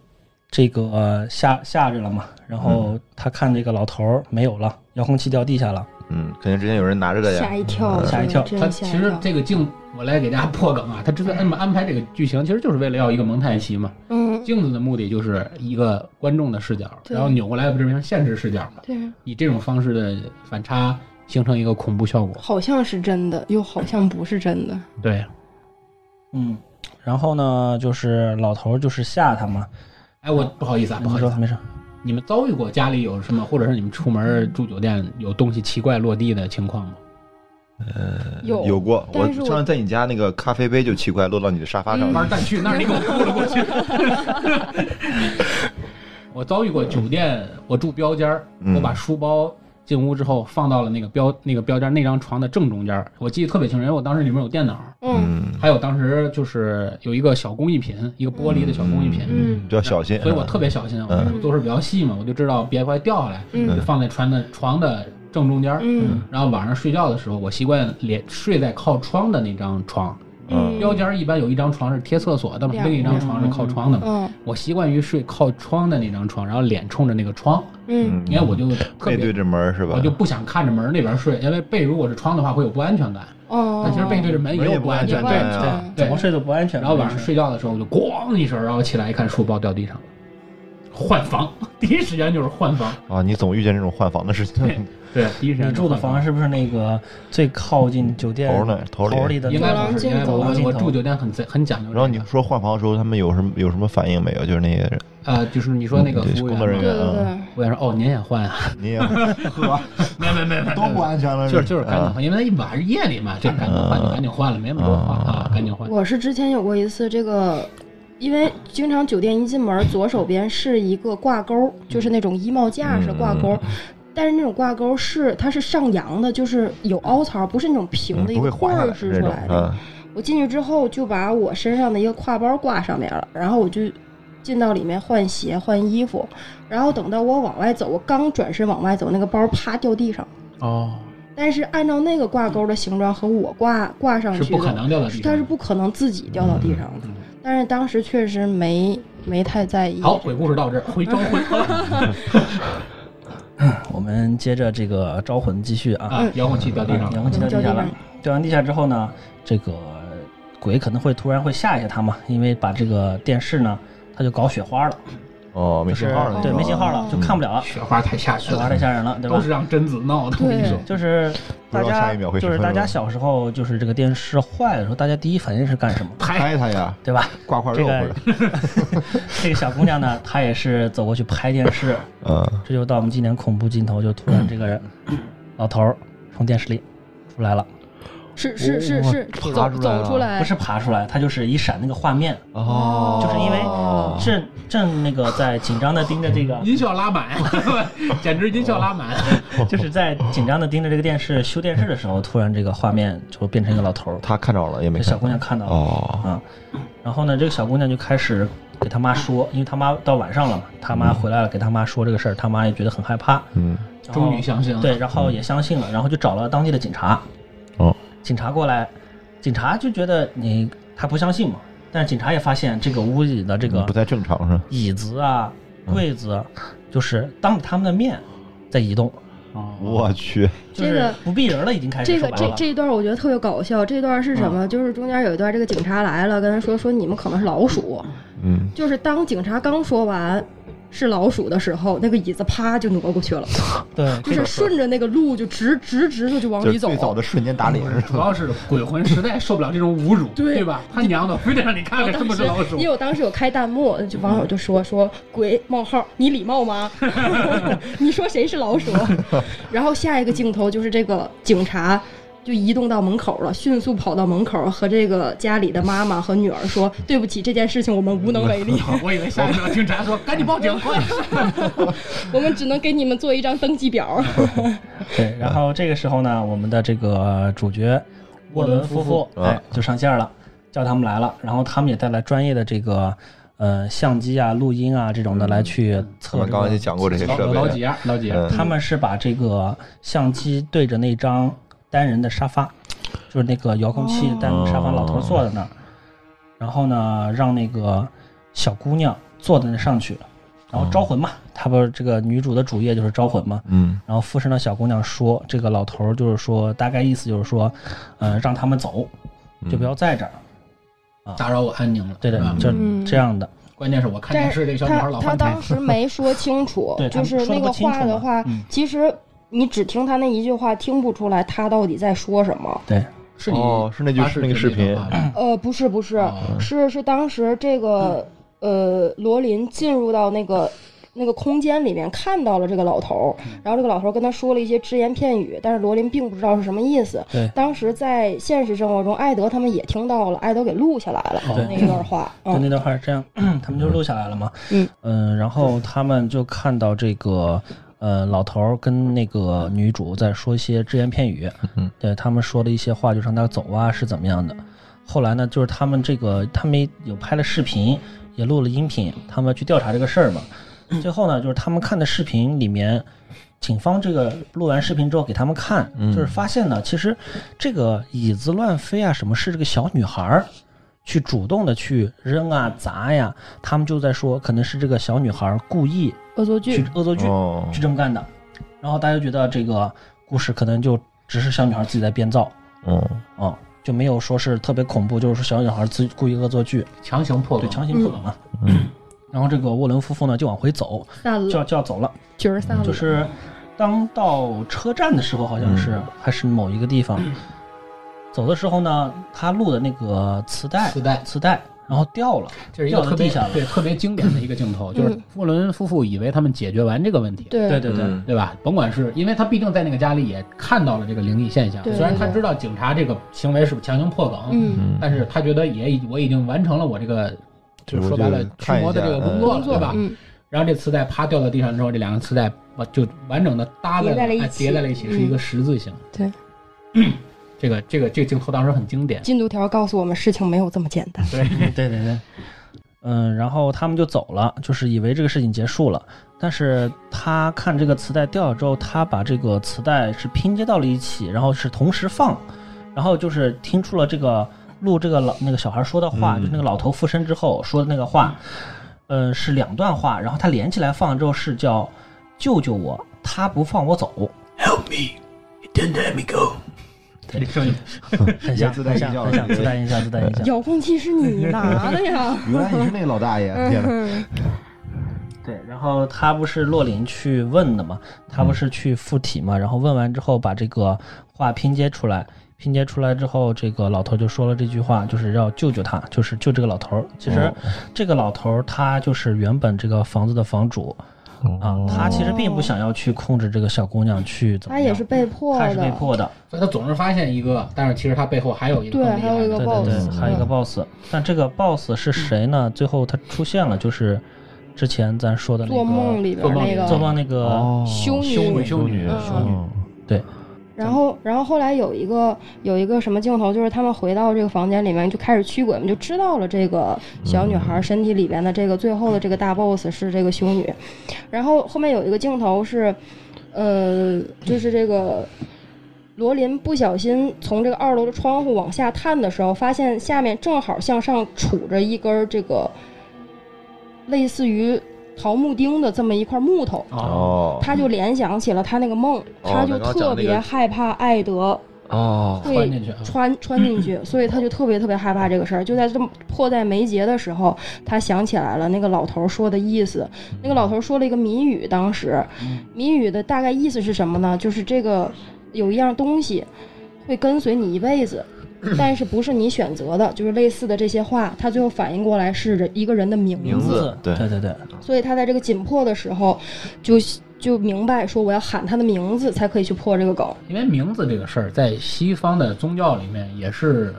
这个、呃吓吓着了嘛，然后
嗯
他看这个老头儿没有了，遥控器掉地下了，
嗯，肯定之前有人拿着的
吓
呀，
一
嗯
跳，
吓一跳
真
他
的吓
其
一
实
跳。
这个镜，我来给大家破梗啊，他之所以安安排这个剧情，其实就是为了要一个蒙太奇嘛。
嗯，
镜子的目的就是一个观众的视角，
对
然后扭过来不就变成现实视角嘛？
对，
以这种方式的反差形成一个恐怖效果。
好像是真的，又好像不是真的。
对，
嗯，然后呢，就是老头儿就是吓他嘛，
哎，我不好意思啊，不
你
好意思
说
啊，
没事，
你们遭遇过家里有什么，或者是你们出门住酒店有东西奇怪落地的情况吗？
有
呃有过，
但是
上
我嗯
次在你家那个咖啡杯就奇怪落到你的沙发上
玩
了，
蛋去那儿，你给我扑了过 去。我遭遇过酒店，我住标间儿，
嗯
我把书包进屋之后放到了那个标那个标间儿那张床的正中间儿，我记得特别清楚，因为我当时里面有电脑，
嗯
还有当时就是有一个小工艺品，一个玻璃的小工艺品，
嗯
就要小心，
所以我特别小心，
嗯
我做事比较细嘛，我就知道别快掉下来，
嗯
就放在床的床的正中间儿。
嗯
然后晚上睡觉的时候，我习惯连睡在靠窗的那张床，
嗯
标间儿一般有一张床是贴厕所的嘛，
两
另一张床是靠窗的嘛。
嗯
我习惯于睡靠窗的那张床，然后脸冲着那个窗，
嗯
嗯，
因为我就特
背
别，
对着门儿是吧？
我就不想看着门那边睡，因为背如果是窗的话会有不安全感，
嗯
哦，
但其实背对着门
门
有
也不安
全
全
感
感，
啊
对
对
怎么睡都不安全。
然后晚上睡觉的时候我就咣一声，然后起来一看书包掉地上了，换房， 第一时间就是换房，
啊，你总遇见这种换房的事情，
对，第一时间
你
就
住的
换
房是不是那个最靠近酒店
头呢头
头
里
里的那
应
个
该不是，因为我
走廊尽
我
头
住酒店很贼很讲究这
然
个。
后你说换房的时候，他们有什么有什么反应没有？就是那些人，
呃，就是你说那个
嗯对
服务
工作
员
人
对
嘛，
员
对
嗯
对，
服务员说哦您也换啊，
你也喝，
没没 没没，
多不安全了，
就是就是赶紧
啊
换，因为他一晚上夜里嘛，这赶紧换就
啊
赶紧换了，没那么多话啊，赶紧换。
我是之前有过一次这个。因为经常酒店一进门，左手边是一个挂钩，就是那种衣帽架式挂
嗯
钩，但是那种挂钩是它是上扬的，就是有凹槽，不是那种平
嗯
的一
不会
个
滑
棍
下来
儿
这
支出
种
来，的。
嗯
我进去之后就把我身上的一个挎包挂上面了，然后我就进到里面换鞋换衣服，然后等到我往外走，我刚转身往外走，那个包啪掉地上。
哦，
但是按照那个挂钩的形状和我挂挂上
是
去
不可
的，
能掉到地
它是
上。
不可能自己掉到地上的。
嗯
但是当时确实没没太在意。
好，鬼故事到这儿，回招魂
我们接着这个招魂继续啊，
啊，遥控器掉地上
遥
了。
控器掉地下
掉地
了
上。
掉完地下之后呢，这个鬼可能会突然会吓一下他嘛，因为把这个电视呢，他就搞雪花了，
哦，没
就是
信号了，
对，没信号了，就看不了了，
雪花太吓人
雪花太
了，
吓人了，对
都
吧
是？让贞子闹的。我跟你说，
就是
不
大
知道
家
下一秒会是
就是
什么
大家小时候就是这个电视坏的时候，大家第一反应是干 什么？
拍
拍他呀，
对吧？
挂块
这
肉或
个
者，
这个小姑娘呢，她也是走过去拍电视，
嗯，
这就到我们今年恐怖镜头，就突然这个 人老头儿从电视里出来了，
是是
哦
是是，
爬
走
出来
走
了
出来，
不是爬出来，他就是一闪那个画面，
哦，
就是因为正正那个在紧张的盯着 这个，
音效拉满， 简直音效拉满。
就是在紧张的盯着这个电视修电视的时候，突然这个画面就变成一个老头儿，
他看着了也没
这
看
小姑娘看到了，
哦，
啊，然后呢，这个小姑娘就开始给她妈说，因为她妈到晚上了嘛，她妈回来了，给她妈说这个事儿，她妈也觉得很害怕，
嗯，
然后
终于相信了。
对，然后也相信了，然后就找了当地的警察，
哦，
警察过来，警察就觉得你他不相信嘛，但是警察也发现这个屋里的这个
嗯不太嗯正常是吧？
椅子啊、柜子，就是当着他们的面在移动，
哦，
我去，
就
这
是
个
不避人了，已经开始
这
说
个
白
这
了。
这一段我觉得特别搞笑，这段是
嗯
什么？就是中间有一段，这个警察来了，跟他说说你们可能是老鼠，
嗯，
就是当警察刚说完，是老鼠的时候，那个椅子啪就挪过 去了，
对，
就是顺着那个路就直直直的就往
就
里
是
走。
最早的瞬间打脸是
主
吧？
要是鬼魂实在受不了这种侮辱，
对
对吧？他娘的，非得让你看看是不是老鼠
因为。我当时有开弹幕，就网友就
嗯
说说鬼冒号，你礼貌吗？ 你说谁是老 鼠？然后下一个镜头就是这个警察就移动到门口了，迅速跑到门口和这个家里的妈妈和女儿说：“对不起，这件事情我们无能 为力，
啊我以为下一秒警察说赶紧报警，快！
我们只能给你们做一张登记表。
嗯
对，然后这个时候呢，我们的这个主角沃伦夫妇
夫妇啊
哎就上线了，叫他们来了，然后他们也带来专业的这个呃相机啊、录音啊这种的
嗯
来去测、
我们刚才就讲过这些
老
设
老
备，
几样，老几样
嗯，
他们是把这个相机对着那张单人的沙发，就是那个遥控器
哦
单人沙发，老头坐在那儿，然后呢，让那个小姑娘坐在那上去，然后招魂嘛，她不是这个女主的主业就是招魂嘛，
嗯，
然后附身的小姑娘说，这个老头儿就是说，大概意思就是说，呃，让他们走，就不要在这儿。
打扰我安宁了。
对的
是吧，
就
嗯
这样的。
关键是我看电视这个小女孩
他
老
他
翻台
当，时没说清楚
对，他
就
们
是那
说得
个
不清楚
话的
嘛
话
嗯，
其实你只听他那一句话，听不出来他到底在说什么。
对，
是你
哦是那句
发视
那个视频
那啊段话
呃，不是不是，
哦
是是当时这个呃罗琳进入到那个那个空间里面看到了这个老头儿，
嗯
然后这个老头儿跟他说了一些只言片语，但是罗琳并不知道是什么意思
对。
当时在现实生活中，艾德他们也听到了，艾德给录下来了
对
那一段话。
就
嗯
那段话是这样，他们就录下来了嘛。
嗯
嗯然后他们就看到这个呃老头儿跟那个女主在说一些只言片语，
嗯
对他们说了一些话，就让他走啊，是怎么样的。后来呢，就是他们这个他们有拍了视频，也录了音频，他们去调查这个事儿嘛。最后呢，就是他们看的视频里面，警方这个录完视频之后给他们看，就是发现呢，其实这个椅子乱飞啊，什么是这个小女孩儿去主动的去扔啊砸呀，他们就在说可能是这个小女孩儿故意
恶作
去
剧，
恶作剧
哦，
去这么干的，然后大家就觉得这个故事可能就只是小女孩自己在编造
嗯，
啊，就没有说是特别恐怖，就是说小女孩自己故意恶作剧，
强行破
对，
梗，
强行破梗嘛。然后这个沃伦夫妇呢就往回走，
散
就
了，
要就要走了。
角儿散了，
就是当到车站的时候，好像是、还是某一个地方，走的时候呢，他录的那个磁带，
磁带
磁带，然后掉了，
这是一个特别
掉到地下了
对特别经典的一个镜头，就是富伦夫妇以为他们解决完这个问题，
嗯对
对对对，
嗯
对吧？甭管是因为他毕竟在那个家里也看到了这个灵异现象，
对
虽然他
对
知道警察这个行为是强行破梗，
嗯，
但是他觉得也已我已经完成了我这个，就是说白了
我就
驱
看一
魔的
下
这个工作
工
了，
作
对吧？
嗯，
然后这磁带啪掉到地上之后，这两个磁带完就完整的搭在
叠在了一
哎
起
叠在了一起，
嗯
是一个十字形。
对，
这个这个这个镜头当时很经典。
进度条告诉我们事情没有这么简 单。
对，
嗯对对对，嗯，然后他们就走了，就是以为这个事情结束了。但是他看这个磁带掉了之后，他把这个磁带是拼接到了一起，然后是同时放，然后就是听出了这个录这个老那个小孩说的话，
嗯
就是那个老头附身之后说的那个话，嗯，是两段话，然后他连起来放之后是叫“救救我”，他不放我走，
这声音
很像，
也自带
很像，
音效
很像，
了？
自带印象，自带印象。
遥控器是你拿的呀
原来你是那老大爷，天哪，
对，然后他不是洛林去问的嘛，他
嗯
不是去附体嘛，然后问完之后把这个话拼接出来，拼接出来之后，这个老头就说了这句话，就是要救救他，就是救这个老头儿。其实
哦
这个老头儿他就是原本这个房子的房主
哦
啊，他其实并不想要去控制这个小姑娘去怎么
他
样，
也是被迫
他
的，
也是被迫的，
所以他总是发现一个，但是其实他背后还有一个
对
更厉害的
还有一个
对对
boss，
对，还有一个
嗯
boss，但这个 boss 是谁呢？最后他出现了，就是之前咱说的那个
做梦里边
做梦里
那个
做梦那个。
哦
修女
修女
修女，
嗯
修女，
对，
然后，然后后来有一个有一个什么镜头，就是他们回到这个房间里面就开始驱鬼，我们就知道了这个小女孩身体里边的这个最后的这个大 boss 是这个修女。然后后面有一个镜头是，呃，就是这个罗琳不小心从这个二楼的窗户往下探的时候，发现下面正好向上杵着一根儿这个类似于桃木钉的这么一块木头。
哦，
哦，
他就联想起了他那个梦，
哦
他就
刚刚讲
特
那
别
个
害怕艾德
哦
会
穿进去啊
穿穿进去，所以他就特别特别害怕这个事儿。就在这么迫在眉睫的时候，他想起来了那个老头说的意思。那个老头说了一个谜语，当时
嗯
谜语的大概意思是什么呢？就是这个有一样东西会跟随你一辈子。但是不是你选择的，就是类似的这些话，他最后反应过来是人一个人的名
名字对
对对对，
所以他在这个紧迫的时候，就就明白说我要喊他的名字才可以去破这个梗。
因为名字这个事儿，在西方的宗教里面也是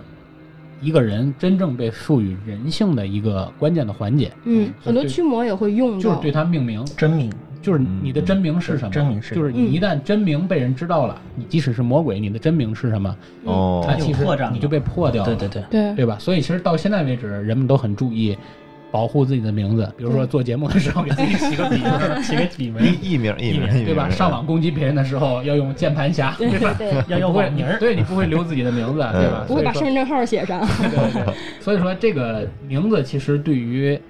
一个人真正被赋予人性的一个关键的环节，
嗯，很多驱魔也会用
就是
到
对。他命名，
真名
就是你的真名是什么？
真名
嗯
是
就是你一旦真名被人知道了，你即使是魔鬼，你的真名是什么，
嗯
哦
它其实
有破绽了
你就被破掉了，
对对对，
对
对吧？所以其实到现在为止，人们都很注意保护自己的名字，比如说做节目的时候给自己起个笔名 儿，
起个笔名
艺艺名艺
艺
名
名
艺名
对吧？上网攻击别人的时候要用键盘侠，对吧？
对，
要要
不会
网名儿，
对你不会留自己的名字，对吧？
不会把
所
身
以
份证号写上。
说对对对 所以说这个名字其实对于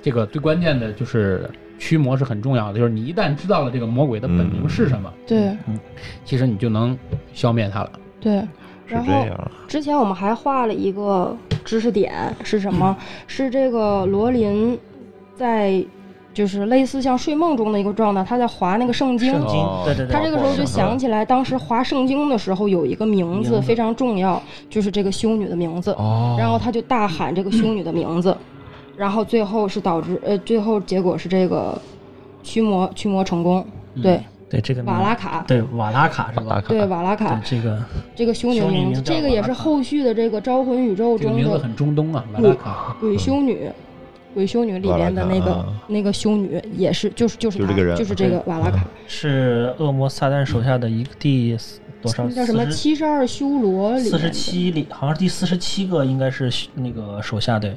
这个最关键的就是驱魔是很重要的，就是你一旦知道了这个魔鬼的本名是什么，
对
嗯
其实你就能消灭它了。
对，
是
嗯然
这
后
样，
之前我们还画了一个知识点是什
嗯
么？是这个罗琳在就是类似像睡梦中的一个状态，他在划那个圣经。
圣经
哦，
对对对，
他这个时候就想起来，当时划圣经的时候有一个名
名
字
字
非常重要，就是这个修女的名字。
哦，
然后他就大喊这个修女的名字，然后最后是导致呃，最后结果是这个驱魔驱魔成功。对，
对这个名
瓦拉卡，
对瓦拉卡是吧？
对瓦拉卡
嗯对这个
这个修女
修女
名
名
字，
叫
这个也
瓦
是
拉卡
后续的这个招魂宇宙
这个
中
名字
的
很中东啊，瓦拉卡。
鬼
嗯
修女。鬼修女里边的那
瓦拉
个
卡啊
那个修女也是，就是就是
就
她
这个人，
就是
啊
这个瓦拉卡，
是恶魔撒旦手下的一个第四多少
那叫什么七十二修罗里面
四
的
十七里，好像是第四十七个，应该是修那个手下的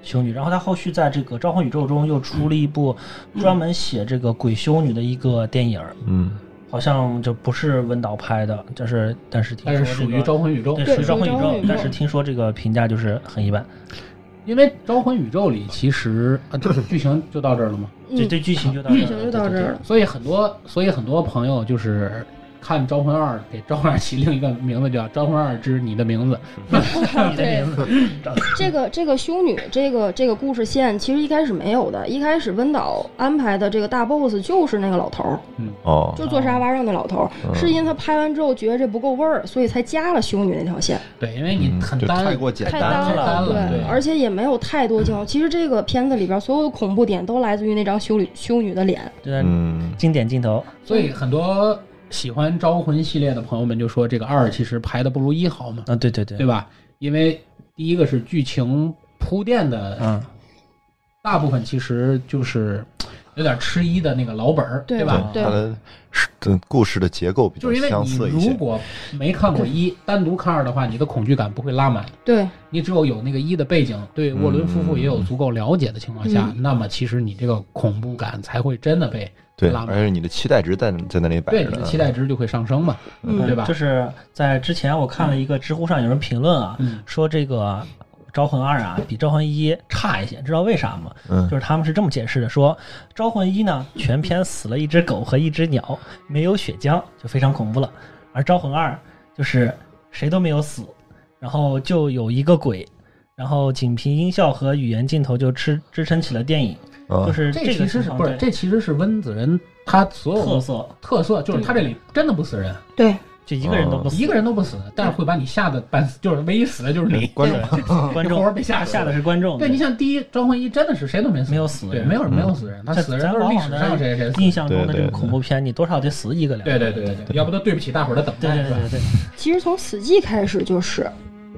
修女。然后他后续在这个《召唤宇宙》中又出了一部
嗯
专门写这个鬼修女的一个电影儿，
嗯，
好像就不是温导拍的，但是但是听
但
说、这
是
个、
属于招魂宇宙，
对属于
对
召唤
属于
宇
召唤宇宙，
宙但是听说这个评价就是很一般。
因为招魂宇宙里其实啊，这剧情就到这儿了嘛，
这
嗯，
这剧情就到这儿了，
剧情就到这
对
儿
对
了。
所以很多，所以很多朋友就是看《招魂二》，给《招魂二》起另一个名字叫《招魂二之你的名字》，
对，这个这个修女这个这个故事线其实一开始没有的，一开始温导安排的这个大 boss 就是那个老头儿，
嗯
哦，
就坐沙发上那老头儿，是因为他拍完之后觉得这不够味儿，所以才加了修女那条线，
对，因为你
嗯
很
就
单，
太过简
太
单
太
了，
单了，
对，而且也没有太多镜头。其实这个片子里边所有的恐怖点都来自于那张修女修女的脸，
对对，
嗯，
经典镜头，
所以很多喜欢招魂系列的朋友们就说，这个二其实排的不如一好嘛，
啊，对对对，
对吧？因为第一个是剧情铺垫的
嗯，
大部分其实就是有点吃一的那个老本儿，
对
吧？
对
它的是的故事的结构比
就
较
是因为
相似
你
一
如
些，
果没看过 一，单独看二的话，你的恐惧感不会拉满。
对
你只有有那个一的背景，对沃伦夫妇也有足够了解的情况
嗯
下，那么其实你这个恐怖感才会真的被
对，
拉满
而且你的期待值在在那里摆
对
着
你的
呢，
期待值就会上升嘛，
嗯
对吧？
就是在之前我看了一个知乎上有人评论啊，
嗯
说这个《招魂二》啊比《招魂一》差一些，知道为啥吗？
嗯
就是他们是这么解释的：说《招魂一》呢，全篇死了一只狗和一只鸟，没有血浆，就非常恐怖了；而《招魂二》就是谁都没有死，然后就有一个鬼，然后仅凭音效和语言镜头就支支撑起了电影，
啊
就是
这
个
其实
情
是
况
不是？
对
这其实是温子仁他所有
特
的
色，
特色，就是他这里真的不死人，
对，
就一个人都不死，
哦一个人都不死，但是会把你吓得半死，就是唯一死的就是你，
观众
活
观众
被吓
吓的。是观众，
对你像第一《招魂一》真的是谁都没死，
没有死
对，
人
没有没有
嗯
死人，他
这
死的人
咱
都是
往
历
往
史
的
上谁谁死。
印象中的
对
这
对
个恐怖片，你多少得死一个两
对
个。
对对对对，要不都对不起大伙儿的等
对
待，
对
是吧？
对对，
其实从死寂开始就是，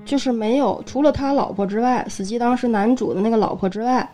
就是没有除了他老婆之外，死寂当时男主的那个老婆之外，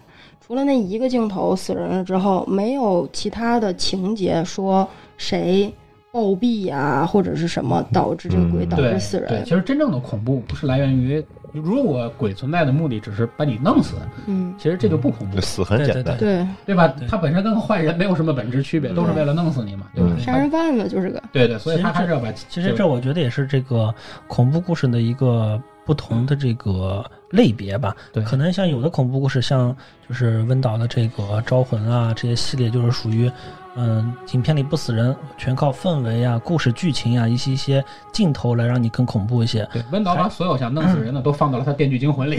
除了那一个镜头死人了之后，没有其他的情节说谁暴毙呀、或者是什么导致这个鬼
嗯
导
对
致死
对，
人
其。实真正的恐怖不是来源于，如果鬼存在的目的只是把你弄死，
嗯，
其实这就不恐怖
就，死很简单，
对，
对吧
对？
他本身跟个坏人没有什么本质区别，
嗯
都是为了弄死你嘛，对吧？
嗯
杀人犯嘛，就是个
对对，所以他
其实这
还是要把
其实这我觉得也是这个恐怖故事的一个不同的这个类别吧。
对
可能像有的恐怖故事，像就是温导的这个《招魂》啊这些系列，就是属于嗯，影片里不死人，全靠氛围啊、故事剧情啊、一些一些镜头来让你更恐怖一 些。
对，温导把所有想弄死人的都放到了他《电锯惊魂》里，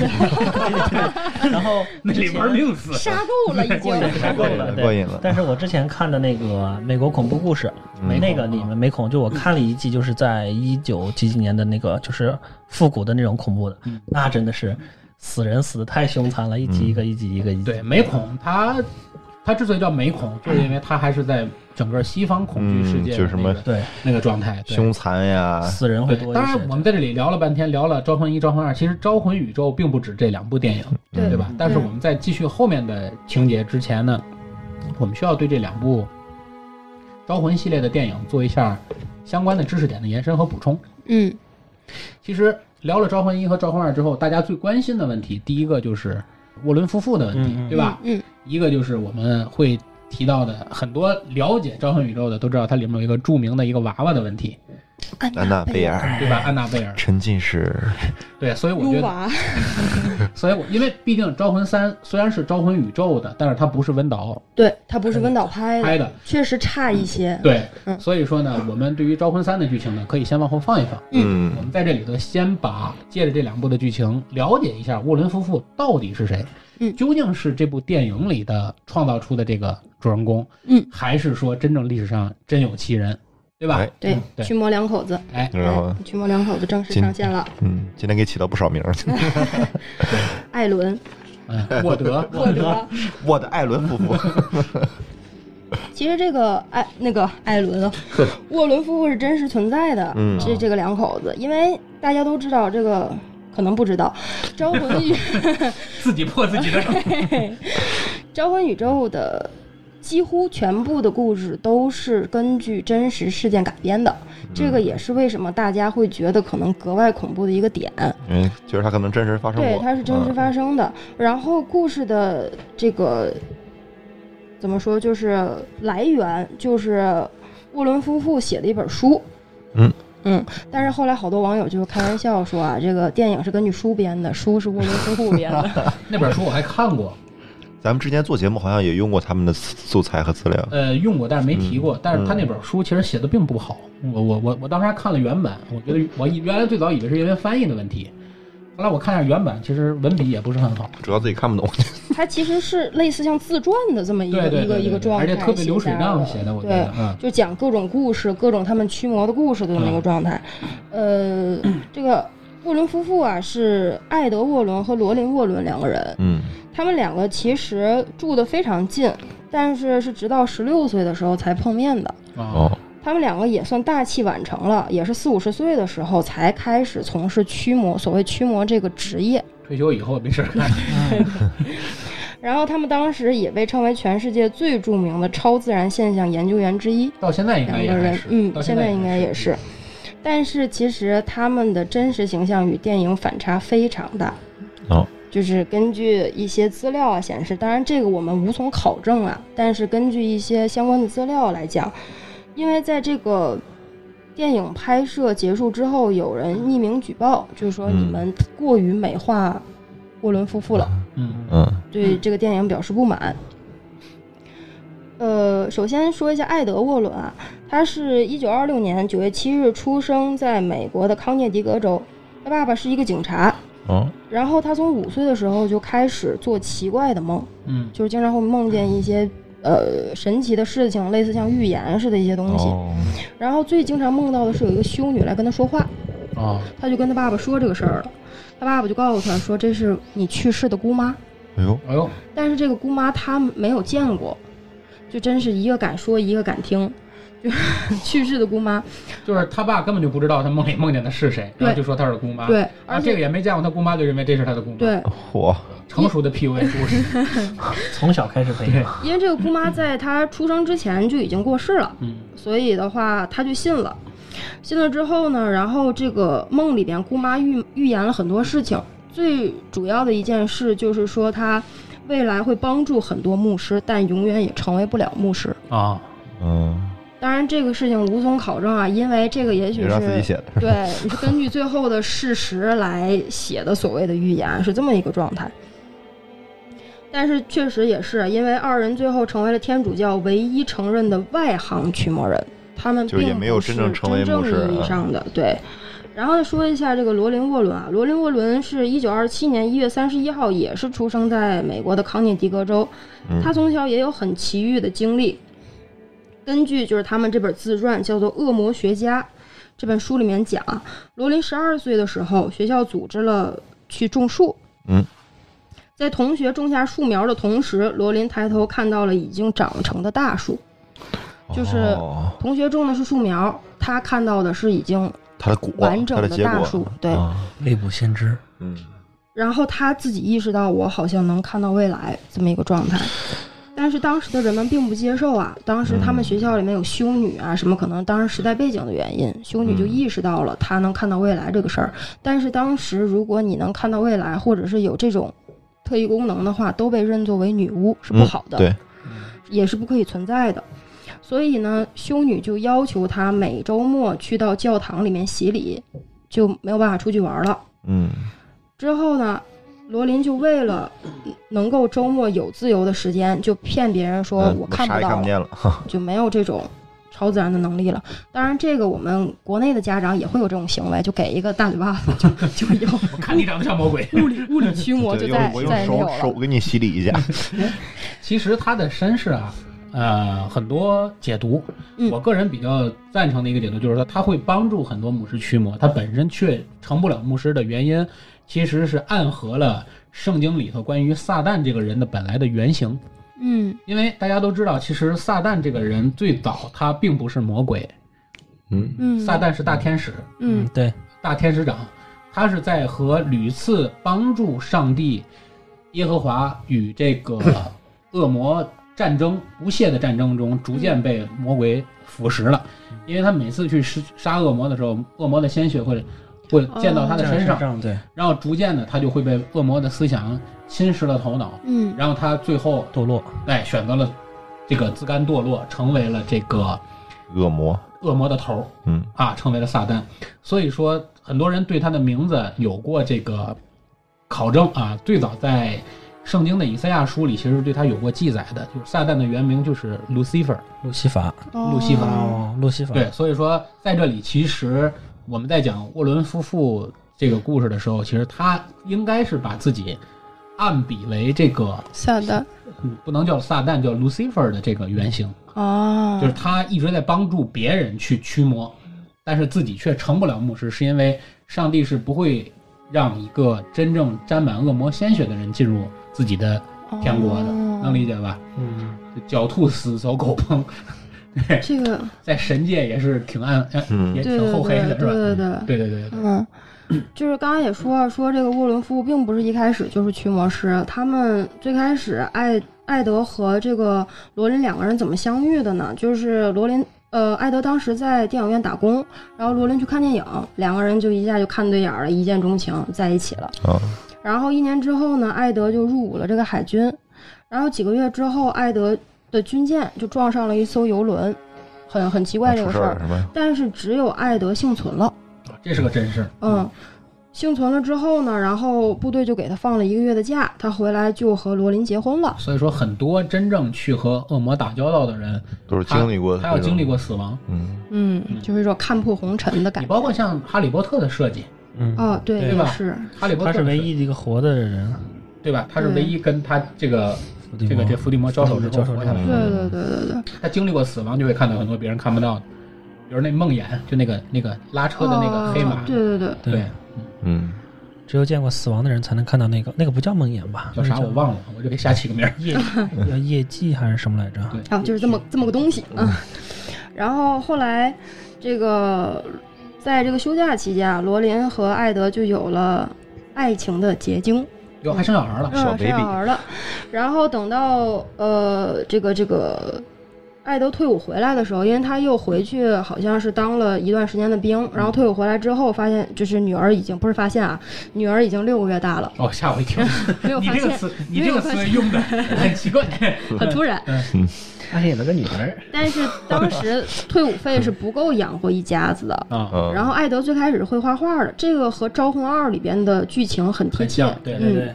然后
那里玩命死。
杀够了 已经。
太
过
过
瘾
瘾
了，
了
过瘾了。
但是我之前看的那个美国恐怖故事，
嗯
那个你们没恐，就我看了一季，就是在一九几几年的那个，就是复古的那种恐怖的
嗯，
那真的是死人死的太凶残了，一
嗯
集一个，一集一个，一集。
对，美恐它它之所以叫美恐，就是因为它还是在整个西方恐惧世界
嗯
的
就是什么
那个
对，
那个状态。对
凶残呀，
死人会
对
多一些。
当然我们在这里聊了半天，聊了《招魂一》《招魂二》，其实《招魂宇宙》并不止这两部电影，
嗯
嗯对
对吧？但是我们在继续后面的情节之前呢，我们需要对这两部招魂系列的电影做一下相关的知识点的延伸和补充。
嗯
其实聊了《招魂一》和《招魂二》之后，大家最关心的问题，第一个就是沃伦夫妇的问题，
嗯嗯
对吧？
嗯
一个就是我们会提到的，很多了解《招魂宇宙》的都知道，它里面有一个著名的一个娃娃的问题，
嗯
安娜贝尔，
对吧？安娜贝尔，
沉浸式，
对，所以我觉
撸
得，
嗯娃，
所以我因为毕竟《招魂三》虽然是《招魂宇宙》的，但是它不是温导
对他不是温导拍的，
拍的，
确实差一些。
对，
嗯
所以说呢，我们对于《招魂三》的剧情呢，可以先往后放一放。我
嗯
们在这里头先把借着这两部的剧情了解一下沃伦夫妇到底是谁，
嗯
究竟是这部电影里的创造出的这个主人公，
嗯，
还是说真正历史上真有其人，对吧？
哎
对，
对
驱魔两口子，
哎，
然后
哎驱魔两口子正式
今
上线了。
嗯，今天给起到不少名儿，
艾伦，，
嗯，沃德
或者，
我的艾伦夫妇，
其实这个艾那个艾伦，啊沃伦夫妇是真实存在的。
嗯
这这个两口子，因为大家都知道这个，可能不知道，招魂宇
自己破自己的手，
招魂宇宙的几乎全部的故事都是根据真实事件改编的，
嗯
这个也是为什么大家会觉得可能格外恐怖的一个点。
因为觉得他可能真实发生过，嗯
对，它是真实发生的。然后故事的这个怎么说，就是来源就是沃伦夫妇写的一本书。
嗯
嗯，但是后来好多网友就开玩笑说啊，这个电影是根据书编的，书是沃伦夫妇编的。
那本书我还看过，
嗯。咱们之前做节目好像也用过他们的素材和资料，
呃，用过但是没提过，但是他那本书其实写的并不好，我我我我当时还看了原版，我觉得我原来最早以为是因为翻译的问题，后来我看一下原版，其实文笔也不是很好。
主要自己看不懂。
它其实是类似像自传的这么一个
对对对
一个
对
一
对
个状态，
而且特别流水账写
写下来
的，我觉
对
得，嗯，
就讲各种故事，各种他们驱魔的故事的这么一个状态。呃，这个沃伦夫妇啊，是艾德·沃伦和罗琳·沃伦两个人，
嗯
他们两个其实住的非常近，但是是直到十六岁的时候才碰面的。
哦，
哦，
他们两个也算大器晚成了，也是四五十岁的时候才开始从事驱魔，所谓驱魔这个职业。
退休以后没事儿 干，
然后他们当时也被称为全世界最著名的超自然现象研究员之一。
到现在应
两
该也
个
还
人
是，，
嗯，
到
现
在
在应该也是。但是其实他们的真实形象与电影反差非常大。
哦，
就是根据一些资料啊显示，当然这个我们无从考证啊，但是根据一些相关的资料来讲，因为在这个电影拍摄结束之后，有人匿名举报，就是说
嗯
你们过于美化沃伦夫妇了。
嗯，
嗯
对这个电影表示不满。呃，首先说一下艾德·沃伦啊，他是一九二六年九月七日出生在美国的康涅狄格州，他爸爸是一个警察。
哦，
然后他从五岁的时候就开始做奇怪的梦，
嗯，
就是经常会梦见一些呃神奇的事情，类似像预言似的一些东西。
哦，
然后最经常梦到的是有一个修女来跟他说话，
哦，
他就跟他爸爸说这个事儿了，他爸爸就告诉他说这是你去世的姑妈。
哎呦，
哎呦，
但是这个姑妈她没有见过，就真是一个敢说一个敢听， 就是去世的姑妈。
就是他爸根本就不知道他梦里梦见的是谁，然后
对
就说他是姑妈，，
对，
啊，
而
这
且
个也没见过他姑妈，就认为这是他的姑妈，，
对，
嚯，
成熟的 PUA 故 事，
从小开始 培养。
因为这个姑妈在她出生之前就已经过世了，
嗯，
所以的话她就信了。信了之后呢，然后这个梦里边姑妈预预言了很多事情，最主要的一件事就是说她未来会帮助很多牧师，但永远也成为不了牧师。
啊，
嗯，
当然，这个事情无从考证啊，因为这个也许
也
是
让自己写的，
对，你是根据最后的事实来写的所谓的预言，是这么一个状态。但是确实也是因为二人最后成为了天主教唯一承认的外行驱魔人，他们
就是也
并
没有
不
真
是
正成为牧
真
师
正意
啊
义上的对。然后再说一下这个罗琳·沃伦啊，罗琳·沃伦是一九二七年一月三十一号，也是出生在美国的康涅狄格州。
嗯
他从小也有很奇遇的经历。根据就是他们这本自传叫做《恶魔学家》这本书里面讲，罗琳十二岁的时候，学校组织了去种树。
嗯，
在同学种下树苗的同时，罗琳抬头看到了已经长成的大树。就是
哦
同学种的是树苗，他看到的是已经
它的果，
完整
它的
的
结
大
果
树对
啊
未卜先知。
嗯，
然后他自己意识到我好像能看到未来这么一个状态，但是当时的人们并不接受啊。当时他
嗯
们学校里面有修女啊，什么可能当时时代背景的原因，修
嗯
女就意识到了她能看到未来这个事儿。但是当时如果你能看到未来，或者是有这种特异功能的话，都被认作为女巫是不
嗯
好的，
对，
也是不可以存在的。所以呢，修女就要求他每周末去到教堂里面洗礼，就没有办法出去玩了。
嗯
之后呢，罗琳就为了能够周末有自由的时间，就骗别人说
嗯
我
那
看
啥
不
也看
到
不
了，
见了，哈
就没有这种超自然的能力了。当然，这个我们国内的家长也会有这种行为，就给一个大嘴巴子，就就有
我看你长得像魔鬼。
物理物理驱魔，就
对
再
用我
再
用
也没有
手手
了。
给你洗 礼一下，
其实他的身世啊，呃，很多解读，
嗯
我个人比较赞成的一个解读就是说，他会帮助很多牧师驱魔，他本身却成不了牧师的原因，其实是暗合了圣经里头关于撒旦这个人的本来的原型。
嗯，
因为大家都知道，其实撒旦这个人最早他并不是魔鬼，
嗯
嗯，
撒旦是大天使，
嗯，
对，
大天使长，他是在和屡次帮助上帝耶和华与这 个恶魔战争不懈的战争中，逐渐被魔鬼腐蚀了。因为他每次去杀杀恶魔的时候，恶魔的鲜血会会哦溅到他的
在
身上，
上对，
然后逐渐的他就会被恶魔的思想侵蚀了头脑，
嗯
然后他最后
堕落。
哎选择了这个自甘堕落，成为了这个
恶魔，
恶魔的头儿。
嗯
啊，成为了撒旦。所以说，很多人对他的名字有过这个考证啊。最早在圣经的以赛亚书里，其实对他有过记载的，就是撒旦的原名就是 Lucifer。
路西法，
路西法
哦，
哦，路西法，
对，，所以说在这里，其实我们在讲沃伦夫妇这个故事的时候，其实他应该是把自己暗比为这个
撒旦
嗯不能叫撒旦，叫 Lucifer 的这个原型。
哦，
就是他一直在帮助别人去驱魔，但是自己却成不了牧师，是因为上帝是不会让一个真正沾满恶魔鲜血的人进入自己的天国的，
哦
能理解吧？
嗯，
狡兔死，走狗烹，对，
这个，
在神界也是挺暗， 呃
嗯
也
对
挺
对
厚黑
对
的，是
对
吧？
对对。
对对对对，
嗯，就是刚刚也说了，说这个沃伦夫妇并不是一开始就是驱魔师，他们最开始艾艾德和这个罗琳两个人怎么相遇的呢？就是罗琳。呃，艾德当时在电影院打工，然后罗琳去看电影，两个人就一下就看对眼儿了，一见钟情，在一起了。
啊
然后一年之后呢，艾德就入伍了这个海军，然后几个月之后，艾德的军舰就撞上了一艘游轮，很很奇怪这
啊出
个
事
事
儿
儿
了，是吧？
但是只有艾德幸存了。
这是个真事儿。
嗯，幸存了之后呢，然后部队就给他放了一个月的假，他回来就和罗琳结婚了。
所以说，很多真正去和恶魔打交道的人，
都是经历过，
他要经历，过死亡。
嗯
嗯，就是一种看破红尘的感
你
觉。
包括像《哈利波特》的设计，
嗯，
哦，对，
对
也
吧
是，
哈利波特
他
的
是唯
设计
一的一个活的人，
对吧？他是唯一跟他这个
伏地
这个
魔
这伏地魔交手之后
交手
活
之
下
后
来
对
的。
对对对对。
他经历过死亡，就会看到很多别人看不到的，比如那梦魇，就那个那个拉车的那个黑马，
哦对对对，
对
对，
嗯，
只有见过死亡的人才能看到那个，那个不叫梦魇吧？
叫啥我忘了，我就给瞎起个名儿。
夜叫夜祭还是什么来着？
对
啊，就是这么
嗯
这么个东西啊。 然后后来，这个在这个休假期间啊，罗琳和艾德就有了爱情的结晶。
哟，还生小孩 了，
小
嗯，生
baby
小孩了。然后等到呃，这个这个艾德退伍回来的时候，因为他又回去，好像是当了一段时间的兵，然后退伍回来之后，发现就是女儿已经不是发现啊，女儿已经六个月大了，
哦，吓我一跳！
没有
你
发
这个
现，
词，你这个词用的很奇 怪。
很突然。
嗯发现了个女儿
但是当时退伍费是不够养活一家子的。
啊，
嗯
然后艾德最开始是会画画的，这个和《招魂二》里边的剧情很贴嗯
很
切
像，，对
对对，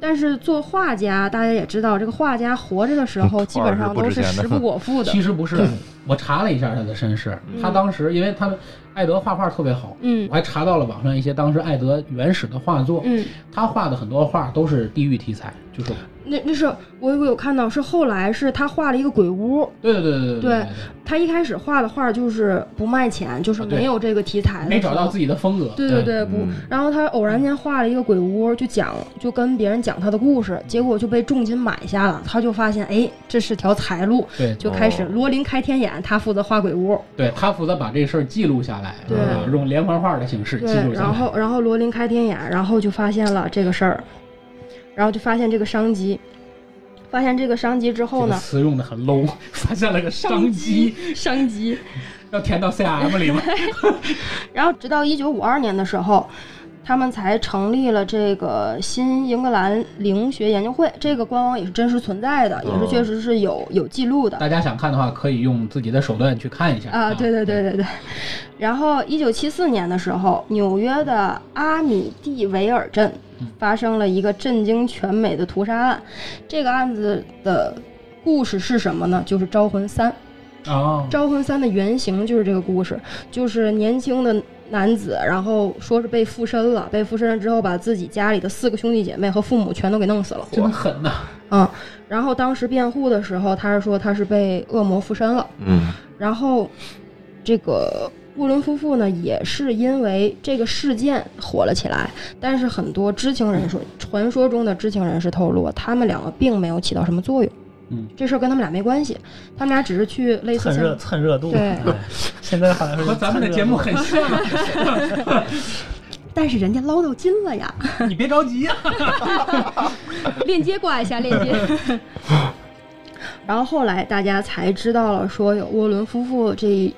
但是做画家，大家也知道，这个画家活着的时候
嗯
基本上都
不值
是
钱的
食不果腹的
其。实不是，我查了一下他的身世，
嗯
他当时因为他们艾德画画特别好，
嗯
我还查到了网上一些当时艾德原始的画作，
嗯，
他画的很多画都是地狱题材，就是
那那是我我有看到，是后来是他画了一个鬼屋，
对对对对对
对他一开始画的画就是不卖钱，就是
啊对
没有这个题材的，
没找到自己的嗯风格，
对对
嗯
对，不。然后他偶然间画了一个鬼屋，就讲就跟别人讲他的故事，结果就被重金买下了。他就发现，哎，这是条财路，
对
就开始
哦
罗琳开天眼，他负责画鬼屋。
对，他负责把这事儿记录下来，
对
啊用连环画的形式记
对，
录下
然
来。
后然后罗琳开天眼，然后就发现了这个事儿，然后就发现这个商机，发现这个商机之后
这个
呢，
词用的很 low，发 现了个商机，
商机。
要填到 CRM 里吗？
然后直到一九五二年的时候，他们才成立了这个新英格兰灵学研究会，这个官网也是真实存在的，也是确实是有有记录的。
大家想看的话，可以用自己的手段去看一下
啊，对对对对对。然后，一九七四年的时候，纽约的阿米蒂维尔镇发生了一个震惊全美的屠杀案。这个案子的故事是什么呢？就是《招魂三》。
哦，
《招魂三》的原型就是这个故事，就是年轻的男子，然后说是被附身了，被附身了之后，把自己家里的四个兄弟姐妹和父母全都给弄死了。
真的狠呐、
嗯，然后当时辩护的时候，他是说他是被恶魔附身了。
嗯，
然后这个沃伦夫妇呢，也是因为这个事件火了起来。但是很多知情人士，传说中的知情人士透露，他们两个并没有起到什么作用。
嗯，
这事儿跟他们俩没关系，他们俩只是去类似
蹭热
像
蹭热度。
对
哎现在好像是
和咱们的节目很像。啊
但是人家捞到金了呀！
你别着急呀、
链接挂一下，链接。 然后后来大家才知道了，说有沃伦夫妇这一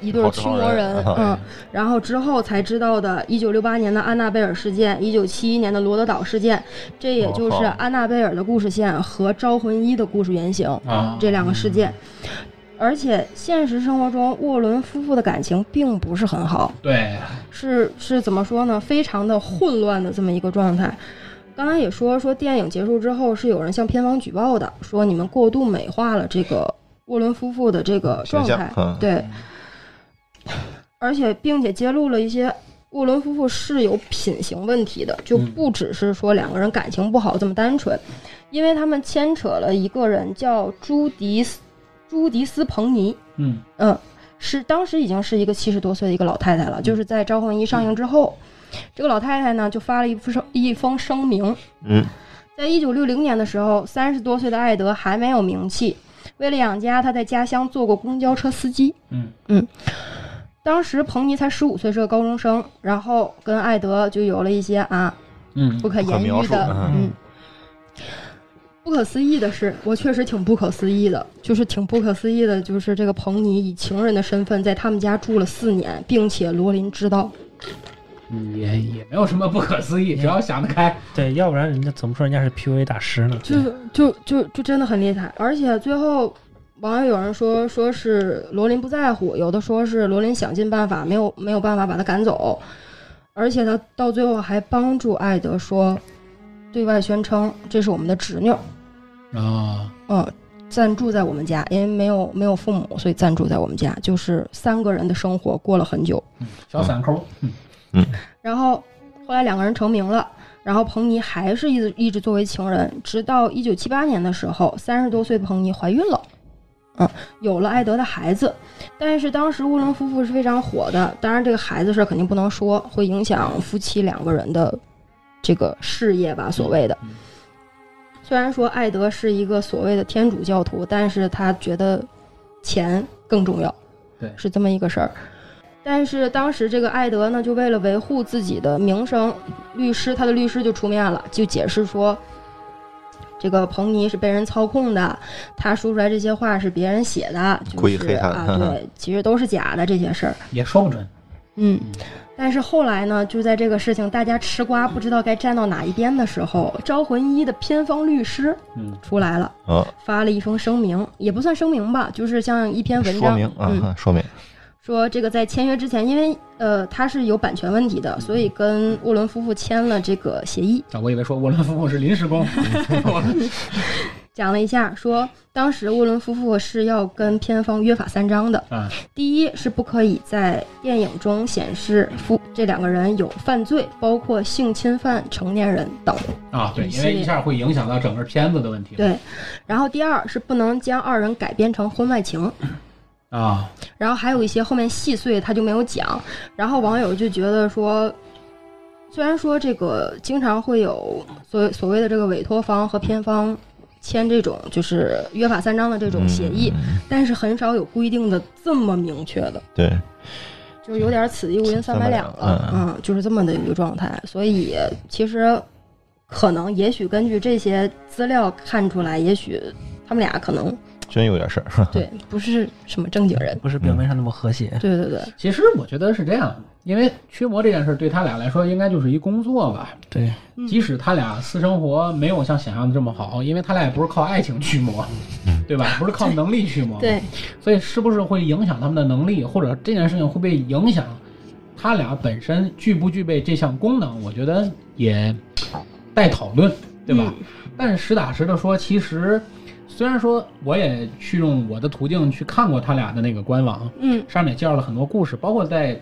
一对
好
驱
好
魔
人
人，
哎
嗯，然后之后才知道的，一九六八年的安娜贝尔事件，一九七一年的罗德岛事件，这也就
哦
是
好
安娜贝尔的故事线和《招魂一》的故事原型。
啊
这两个事件。
嗯
而且现实生活中，沃伦夫妇的感情并不是很好，
对，
是是怎么说呢？非常的混乱的这么一个状态。刚才也说说电影结束之后是有人向片方举报的，说你们过度美化了这个沃伦夫妇的这个状
形
态
象，嗯
对，而且并且揭露了一些沃伦夫妇是有品行问题的，就不只是说两个人感情不好这么单纯，因为他们牵扯了一个人叫朱迪斯朱迪斯彭尼，
嗯，
嗯，是当时已经是一个七十多岁的一个老太太了，就是在《招魂一》上映之后，这个老太太呢就发了一封声一封声明，
嗯，
在一九六零年的时候，三十多岁的艾德还没有名气，为了养家，他在家乡做过公交车司机。
嗯
当时彭尼才十五岁，是个高中生，然后跟艾德就有了一些啊
嗯
不可言
不可描
喻
述
的，
嗯
嗯。不可思议的是，我确实挺不可思议的，就是挺不可思议的，就是这个彭尼以情人的身份在他们家住了四年，并且罗琳知道，
嗯也也没有什么不可思议，只要想得开。
对，要不然人家怎么说人家是 PUA 大师呢？
就是就就就真的很厉害。而且最后，网上有人说说是罗琳不在乎，有的说是罗琳想尽办法没有没有办法把他赶走，而且他到最后还帮助艾德说，对外宣称这是我们的侄女，
啊，
嗯，暂住在我们家，因为没有没有父母，所以暂住在我们家，就是三个人的生活过了很久。
小散抠，嗯
然后后来两个人成名了，然后彭尼还是一直一直作为情人，直到一九七八年的时候，三十多岁的彭尼怀孕了。嗯，有了艾德的孩子，但是当时乌伦夫妇是非常火的。当然，这个孩子事儿肯定不能说，会影响夫妻两个人的这个事业吧，所谓的
嗯嗯。
虽然说艾德是一个所谓的天主教徒，但是他觉得钱更重要，
对
是这么一个事儿。但是当时这个艾德呢，就为了维护自己的名声，律师他的律师就出面了，就解释说，这个彭尼是被人操控的，他说出来这些话是别人写的，
故意
就是
黑他的
啊，对，其实都是假的这些事儿。
也说不准。
嗯，但是后来呢，就在这个事情大家吃瓜不知道该站到哪一边的时候，招魂一的偏方律师
嗯，
出来了，
啊，
发了一封声明，也不算声明吧，就是像一篇文章，
说明
嗯，
啊，说明
说这个在签约之前，因为呃他是有版权问题的，所以跟沃伦夫妇签了这个协议。
啊，我以为说沃伦夫妇是临时 工，我
讲了一下，说当时沃伦夫妇是要跟片方约法三章的。
啊，
第一是不可以在电影中显示夫这两个人有犯罪，包括性侵犯成年人等。
啊，对，因为一下会影响到整个片子的问题。
对，然后第二是不能将二人改编成婚外情。
啊，
然后还有一些后面细碎他就没有讲，然后网友就觉得说，虽然说这个经常会有所所谓的这个委托方和片方签这种就是约法三章的这种协
嗯
议，但是很少有规定的这么明确的，
对，
就是有点此地无银三百两了，
嗯
嗯，就是这么的一个状态，所以其实可能也许根据这些资料看出来，也许他们俩可能
真有点事儿。
对不是什么正经人，
不是表面上那么和谐。
对对对，
其实我觉得是这样，因为驱魔这件事对他俩来说应该就是一工作吧。
对，
嗯
即使他俩私生活没有像想象的这么好，因为他俩也不是靠爱情驱魔，对吧？不是靠能力驱魔，
嗯对。
所以是不是会影响他们的能力，或者这件事情会不会影响他俩本身具不具备这项功能？我觉得也待讨论，对吧？但实打实的说，其实虽然说我也去用我的途径去看过他俩的那个官网，
嗯
上面也介绍了很多故事，包括在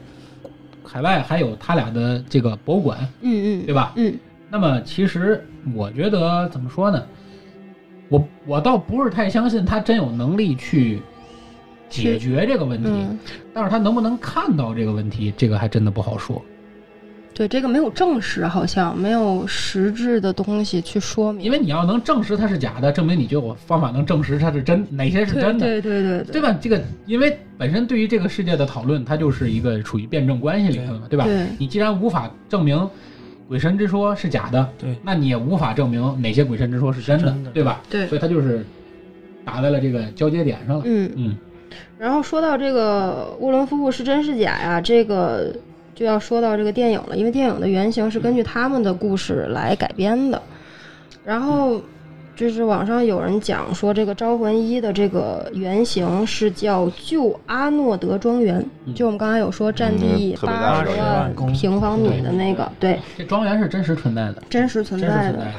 海外还有他俩的这个博物馆，
嗯
对吧？
嗯
那么其实我觉得怎么说呢？我我倒不是太相信他真有能力去解决这个问题，
嗯，
但是他能不能看到这个问题，这个还真的不好说。
对，这个没有证实，好像没有实质的东西去说明，
因为你要能证实它是假的，证明你就有方法能证实它是真，哪些是
对
真的，
对对对
对吧？这个因为本身对于这个世界的讨论，它就是一个处于辩证关系里头的嘛，对吧？
对
你既然无法证明鬼神之说是假的，
对
那你也无法证明哪些鬼神之说是真的，
真的
对吧？
对
所以它就是打在了这个交接点上了。
嗯。
嗯，
然后说到这个沃伦夫妇是真是假呀，这个就要说到这个电影了，因为电影的原型是根据他们的故事来改编的。然后就是网上有人讲说，这个《招魂一》的这个原型是叫旧阿诺德庄园，
嗯
就我们刚才有说占
嗯
地
特别
八
大
十
的
庄
万
园
平方米的那个，对，
这庄园是真实存在的，
真实存
真实
在
存
的
在。的。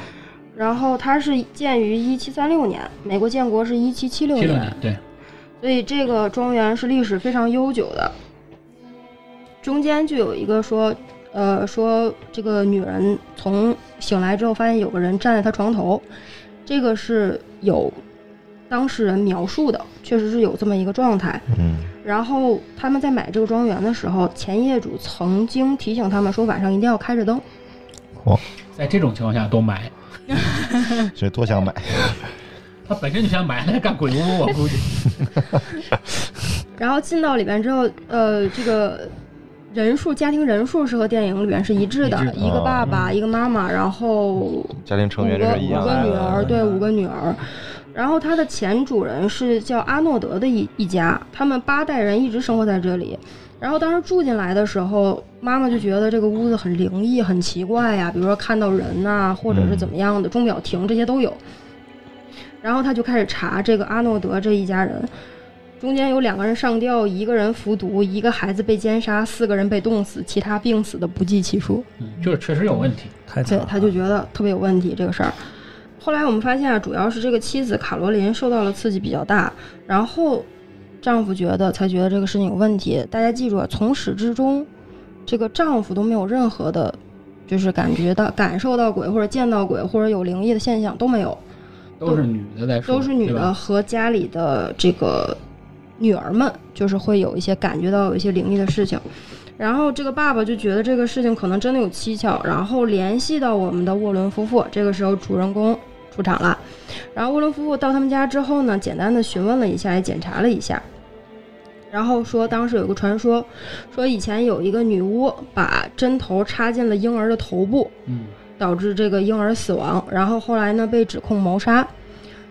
然后它是建于一七三六年，美国建国是一七七六
七六
年
年，，对，
所以这个庄园是历史非常悠久的。中间就有一个说，呃，说这个女人从醒来之后发现有个人站在她床头，这个是有当事人描述的，确实是有这么一个状态。
嗯，
然后他们在买这个庄园的时候，前业主曾经提醒他们说晚上一定要开着灯，
在这种情况下都买，
这多想买，
他本身就想买来干鬼屋，我估计。
然后进到里边之后，呃，这个人数家庭人数是和电影里边是一致的，
一
嗯
致的
一个爸爸、一个妈妈，然后五
家庭
个
成
五
员这
个
是一
女
样
儿，
的。
对，五个女儿。然后他的前主人是叫阿诺德的一一家，他们八代人一直生活在这里。然后当时住进来的时候，妈妈就觉得这个屋子很灵异、很奇怪呀、比如说看到人呐、或
嗯
者是怎么样的，钟表亭这些都有。然后他就开始查这个阿诺德这一家人，中间有两个人上吊，一个人服毒，一个孩子被奸杀，四个人被冻死，其他病死的不计其数。
嗯，就是确实有问题。
太惨
对
了，，
他就觉得特别有问题这个事儿。后来我们发现啊，主要是这个妻子卡罗琳受到了刺激比较大，然后丈夫觉得才觉得这个事情有问题。大家记住啊，从始至终，这个丈夫都没有任何的，就是感觉到感受到鬼或者见到鬼或者有灵异的现象都没有，
都是女的在说，
都是女
对
的
吧？
和家里的这个女儿们，就是会有一些感觉到有一些灵异的事情。然后这个爸爸就觉得这个事情可能真的有蹊跷，然后联系到我们的沃伦夫妇。这个时候主人公出场了，然后沃伦夫妇到他们家之后呢，简单的询问了一下，也检查了一下，然后说当时有个传说，说以前有一个女巫把针头插进了婴儿的头部，
嗯，
导致这个婴儿死亡，然后后来呢被指控谋杀，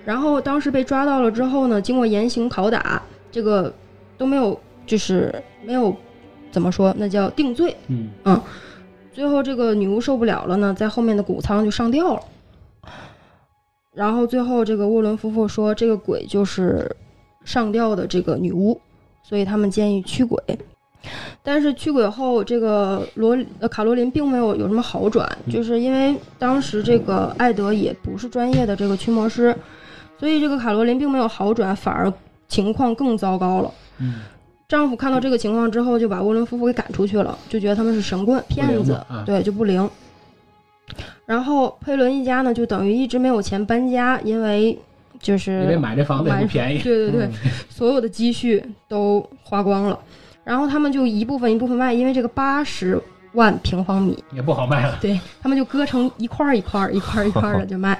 然后当时被抓到了之后呢，经过严刑拷打，这个都没有就是没有怎么说，那叫定罪。
嗯，
最后这个女巫受不了了呢，在后面的谷仓就上吊了。然后最后这个沃伦夫妇说，这个鬼就是上吊的这个女巫，所以他们建议驱鬼。但是驱鬼后，这个罗呃卡罗琳并没有有什么好转，
嗯
就是因为当时这个艾德也不是专业的这个驱魔师，所以这个卡罗琳并没有好转，反而情况更糟糕了。
嗯，
丈夫看到这个情况之后，就把沃伦夫妇给赶出去了，就觉得他们是神棍、骗子
嘛，啊
对，就不灵。然后佩伦一家呢，就等于一直没有钱搬家，因为就是
因为买这房子也不便宜，嗯
对对对，所有的积蓄都花光了，然后他们就一部分一部分卖，因为这个八十万平方米，
也不好卖了。
对他们就割成一块儿一块儿、一块儿一块儿的就卖，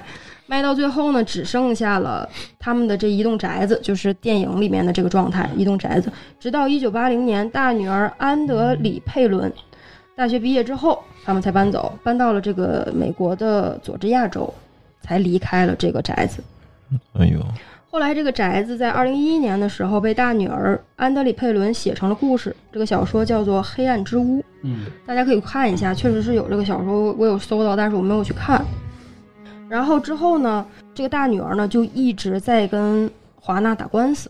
卖到最后呢，只剩下了他们的这一栋宅子，就是电影里面的这个状态，一栋宅子。直到一九八零年，大女儿安德里佩伦大学毕业之后，他们才搬走，搬到了这个美国的佐治亚州，才离开了这个宅子。
哎呦，
后来，这个宅子在二零一一年的时候被大女儿安德里佩伦写成了故事。这个小说叫做《黑暗之屋》，
嗯，
大家可以看一下，确实是有这个小说，我有搜到，但是我没有去看。然后之后呢，这个大女儿呢就一直在跟华纳打官司，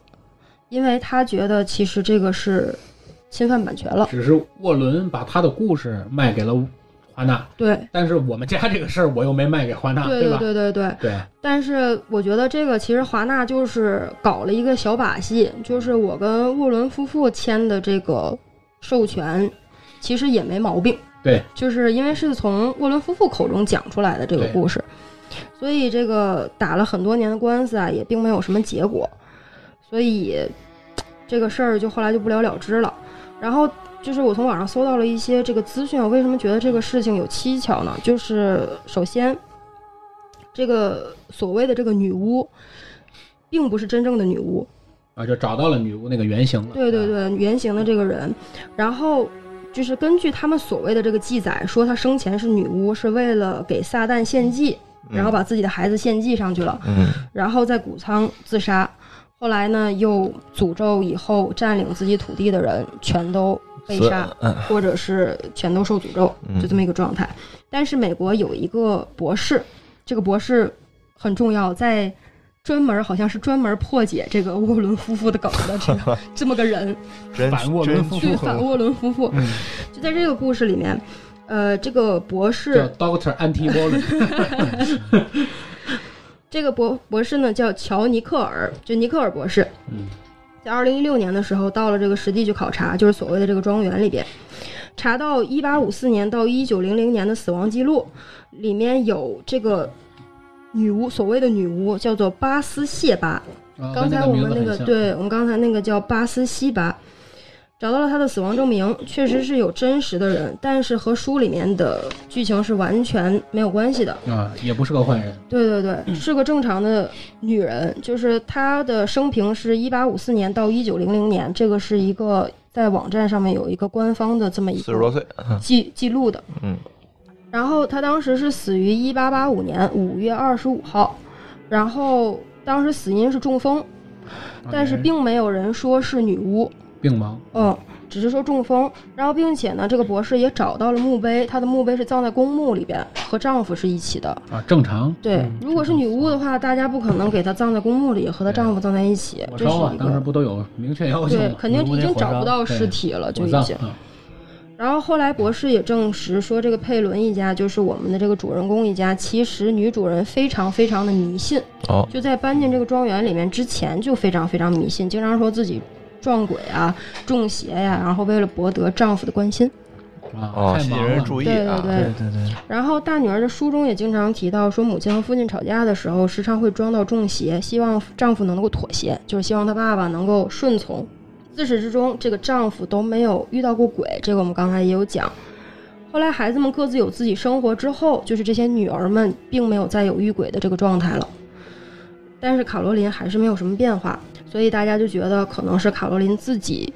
因为她觉得其实这个是侵犯版权了。
只是沃伦把他的故事卖给了华纳，
对，
但是我们家这个事儿我又没卖给华纳，
对对
啊吧？
对对对。
对，
但是我觉得这个其实华纳就是搞了一个小把戏，就是我跟沃伦夫妇签的这个授权，其实也没毛病。
对，
就是因为是从沃伦夫妇口中讲出来的这个
对
故事，所以这个打了很多年的官司啊，也并没有什么结果，所以这个事儿就后来就不了了之了。然后就是我从网上搜到了一些这个资讯，我为什么觉得这个事情有蹊跷呢？就是首先，这个所谓的这个女巫，并不是真正的女巫，
啊，就找到了女巫那个原型了。
对对
啊，
对，原型的这个人，然后就是根据他们所谓的这个记载，说她生前是女巫，是为了给撒旦献祭，然后把自己的孩子献祭上去了，
嗯
然后在谷仓自杀。后来呢，又诅咒以后占领自己土地的人全都被
死
杀，
嗯
或者是全都受诅咒，
嗯
就这么一个状态。但是美国有一个博士，这个博士很重要，在专门好像是专门破解这个沃伦夫妇的梗的这 个这么个人，
真
反沃伦夫妇
对 反沃伦夫妇，
哦嗯，
就在这个故事里面，呃，这个博
叫
士，
Doctor Anti Wallen，
这个博博士呢叫乔尼克尔，就尼克尔博士，
嗯，
在二零一六年的时候到了这个实地去考察，就是所谓的这个庄园里边，查到一八五四年到一九零零年的死亡记录，里面有这个女巫，所谓的女巫叫做巴斯谢巴，
啊跟
刚才
那
我
名
们
字
那
很
个，
像，
对我们刚才那个叫巴斯西巴，找到了他的死亡证明，确实是有真实的人，但是和书里面的剧情是完全没有关系的。
啊，也不是个坏人，
对对对，是个正常的女人，就是她的生平是一八五四年到一九零零年，这个是一个在网站上面有一个官方的这么一
四十多
个
岁，
记记录的。
嗯，
然后他当时是死于一八八五年五月二十五号，然后当时死因是中风，但是
啊
并没有人说是女巫，
病盲，
嗯，只是说中风。然后并且呢，这个博士也找到了墓碑，她的墓碑是葬在公墓里边，和丈夫是一起的。
啊，正常，
对
嗯，
如果是女巫的话，大家不可能给她葬在公墓里，和她丈夫葬在一起，
啊火
这是
烧啊
一，
当时
个
不都有明确要求
对
吗，？
肯定
女巫
已
得
经
火
找
烧
不到
对
尸体了，就
火
已
葬
经。
啊，
然后后来博士也证实说，这个佩伦一家就是我们的这个主人公一家，其实女主人非常非常的迷信，
哦，
就在搬进这个庄园里面之前就非常非常迷信，经常说自己撞鬼啊、中邪呀、然后为了博得丈夫的关心。
啊，
哦，
太
吸引
忙了
人，注意
对
啊，
对
对对，
然后大女儿的书中也经常提到说，母亲和父亲吵架的时候，时常会装到中邪，希望丈夫能够妥协，就是希望她爸爸能够顺从。自始至终，这个丈夫都没有遇到过鬼，这个我们刚才也有讲。后来孩子们各自有自己生活之后，就是这些女儿们并没有再有遇鬼的这个状态了。但是卡罗琳还是没有什么变化，所以大家就觉得可能是卡罗琳自己，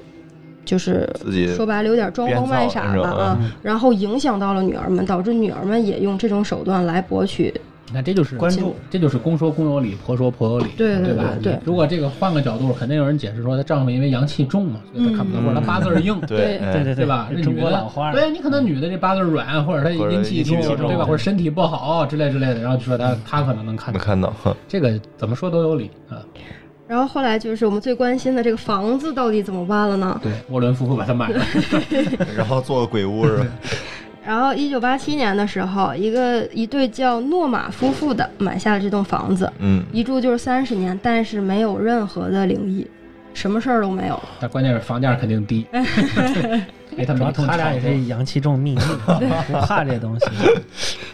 就是
自己
说白了有点装疯卖傻
编
吧
造的那
啊
种嗯，
然后影响到了女儿们，导致女儿们也用这种手段来博取。
你看这就是
关注，
这就是公说公有理，婆说婆有理，
对
对
对
吧？
对
如果这个换个角度，肯定有人解释说，她丈夫因为阳气重嘛，所以她看不到，
嗯
或者她八字儿 硬，
对
哎
对对
对吧？那
中
女
国
的
老花儿
对你可能女的这八字儿软，或者她
或者
阴气
阴气
重，
重
对吧？
对
或者身体不 好之类之类的，然后就说她她可能能看
能
到，
看到，哼
这个怎么说都有理啊。
然后后来就是我们最关心的这个房子到底怎么办了呢？
对，沃伦夫妇把它买了。
然后做个鬼屋是吧？
然后，一九八七年的时候，一个一对叫诺马夫妇的买下了这栋房子，
嗯，
一住就是三十年，但是没有任何的灵异，什么事儿都没有。
但关键是房价肯定低，给他们
主要
一通
他俩
炒
也
作
是阳气重命硬，不怕这东西。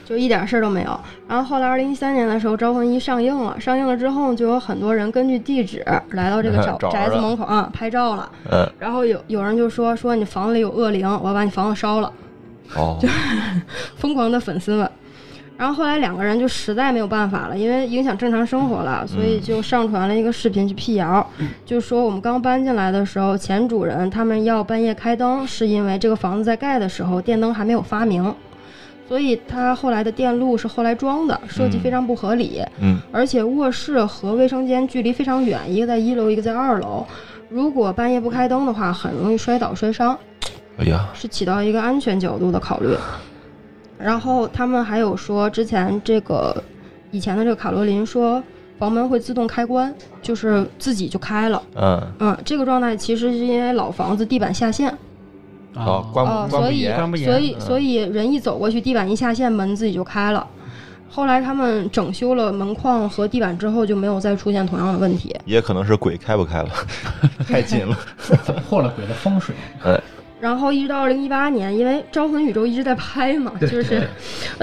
就一点事儿都没有。然后后来二零一三年的时候，《招魂一》上映了，上映了之后就有很多人根据地址来到这个
嗯找
宅
着
宅子
了
门口啊、拍照了。
嗯，
然后有有人就说说你房子里有恶灵，我要把你房子烧了，
哦，
疯狂的粉丝们。然后后来两个人就实在没有办法了，因为影响正常生活了，所以就上传了一个视频去辟谣，就说我们刚搬进来的时候，前主人他们要半夜开灯，是因为这个房子在盖的时候电灯还没有发明，所以他后来的电路是后来装的，设计非常不合理。
嗯，
而且卧室和卫生间距离非常远，一个在一楼，一个在二楼。如果半夜不开灯的话，很容易摔倒摔伤，
哎呀，
是起到一个安全角度的考虑。然后他们还有说，之前这个以前的这个卡罗琳说，房门会自动开关，就是自己就开了。
嗯，
嗯，这个状态其实是因为老房子地板下陷，
啊
好，关
哦
不关
所
不
以
严，嗯
关不严，
所以所以人一走过去，地板一下陷，门自己就开了。后来他们整修了门框和地板之后，就没有再出现同样的问题。
也可能是鬼开不开了， 太近 了，
打破了鬼的风水。
哎
然后一直到二零一八年，因为《招魂宇宙》一直在拍嘛，就是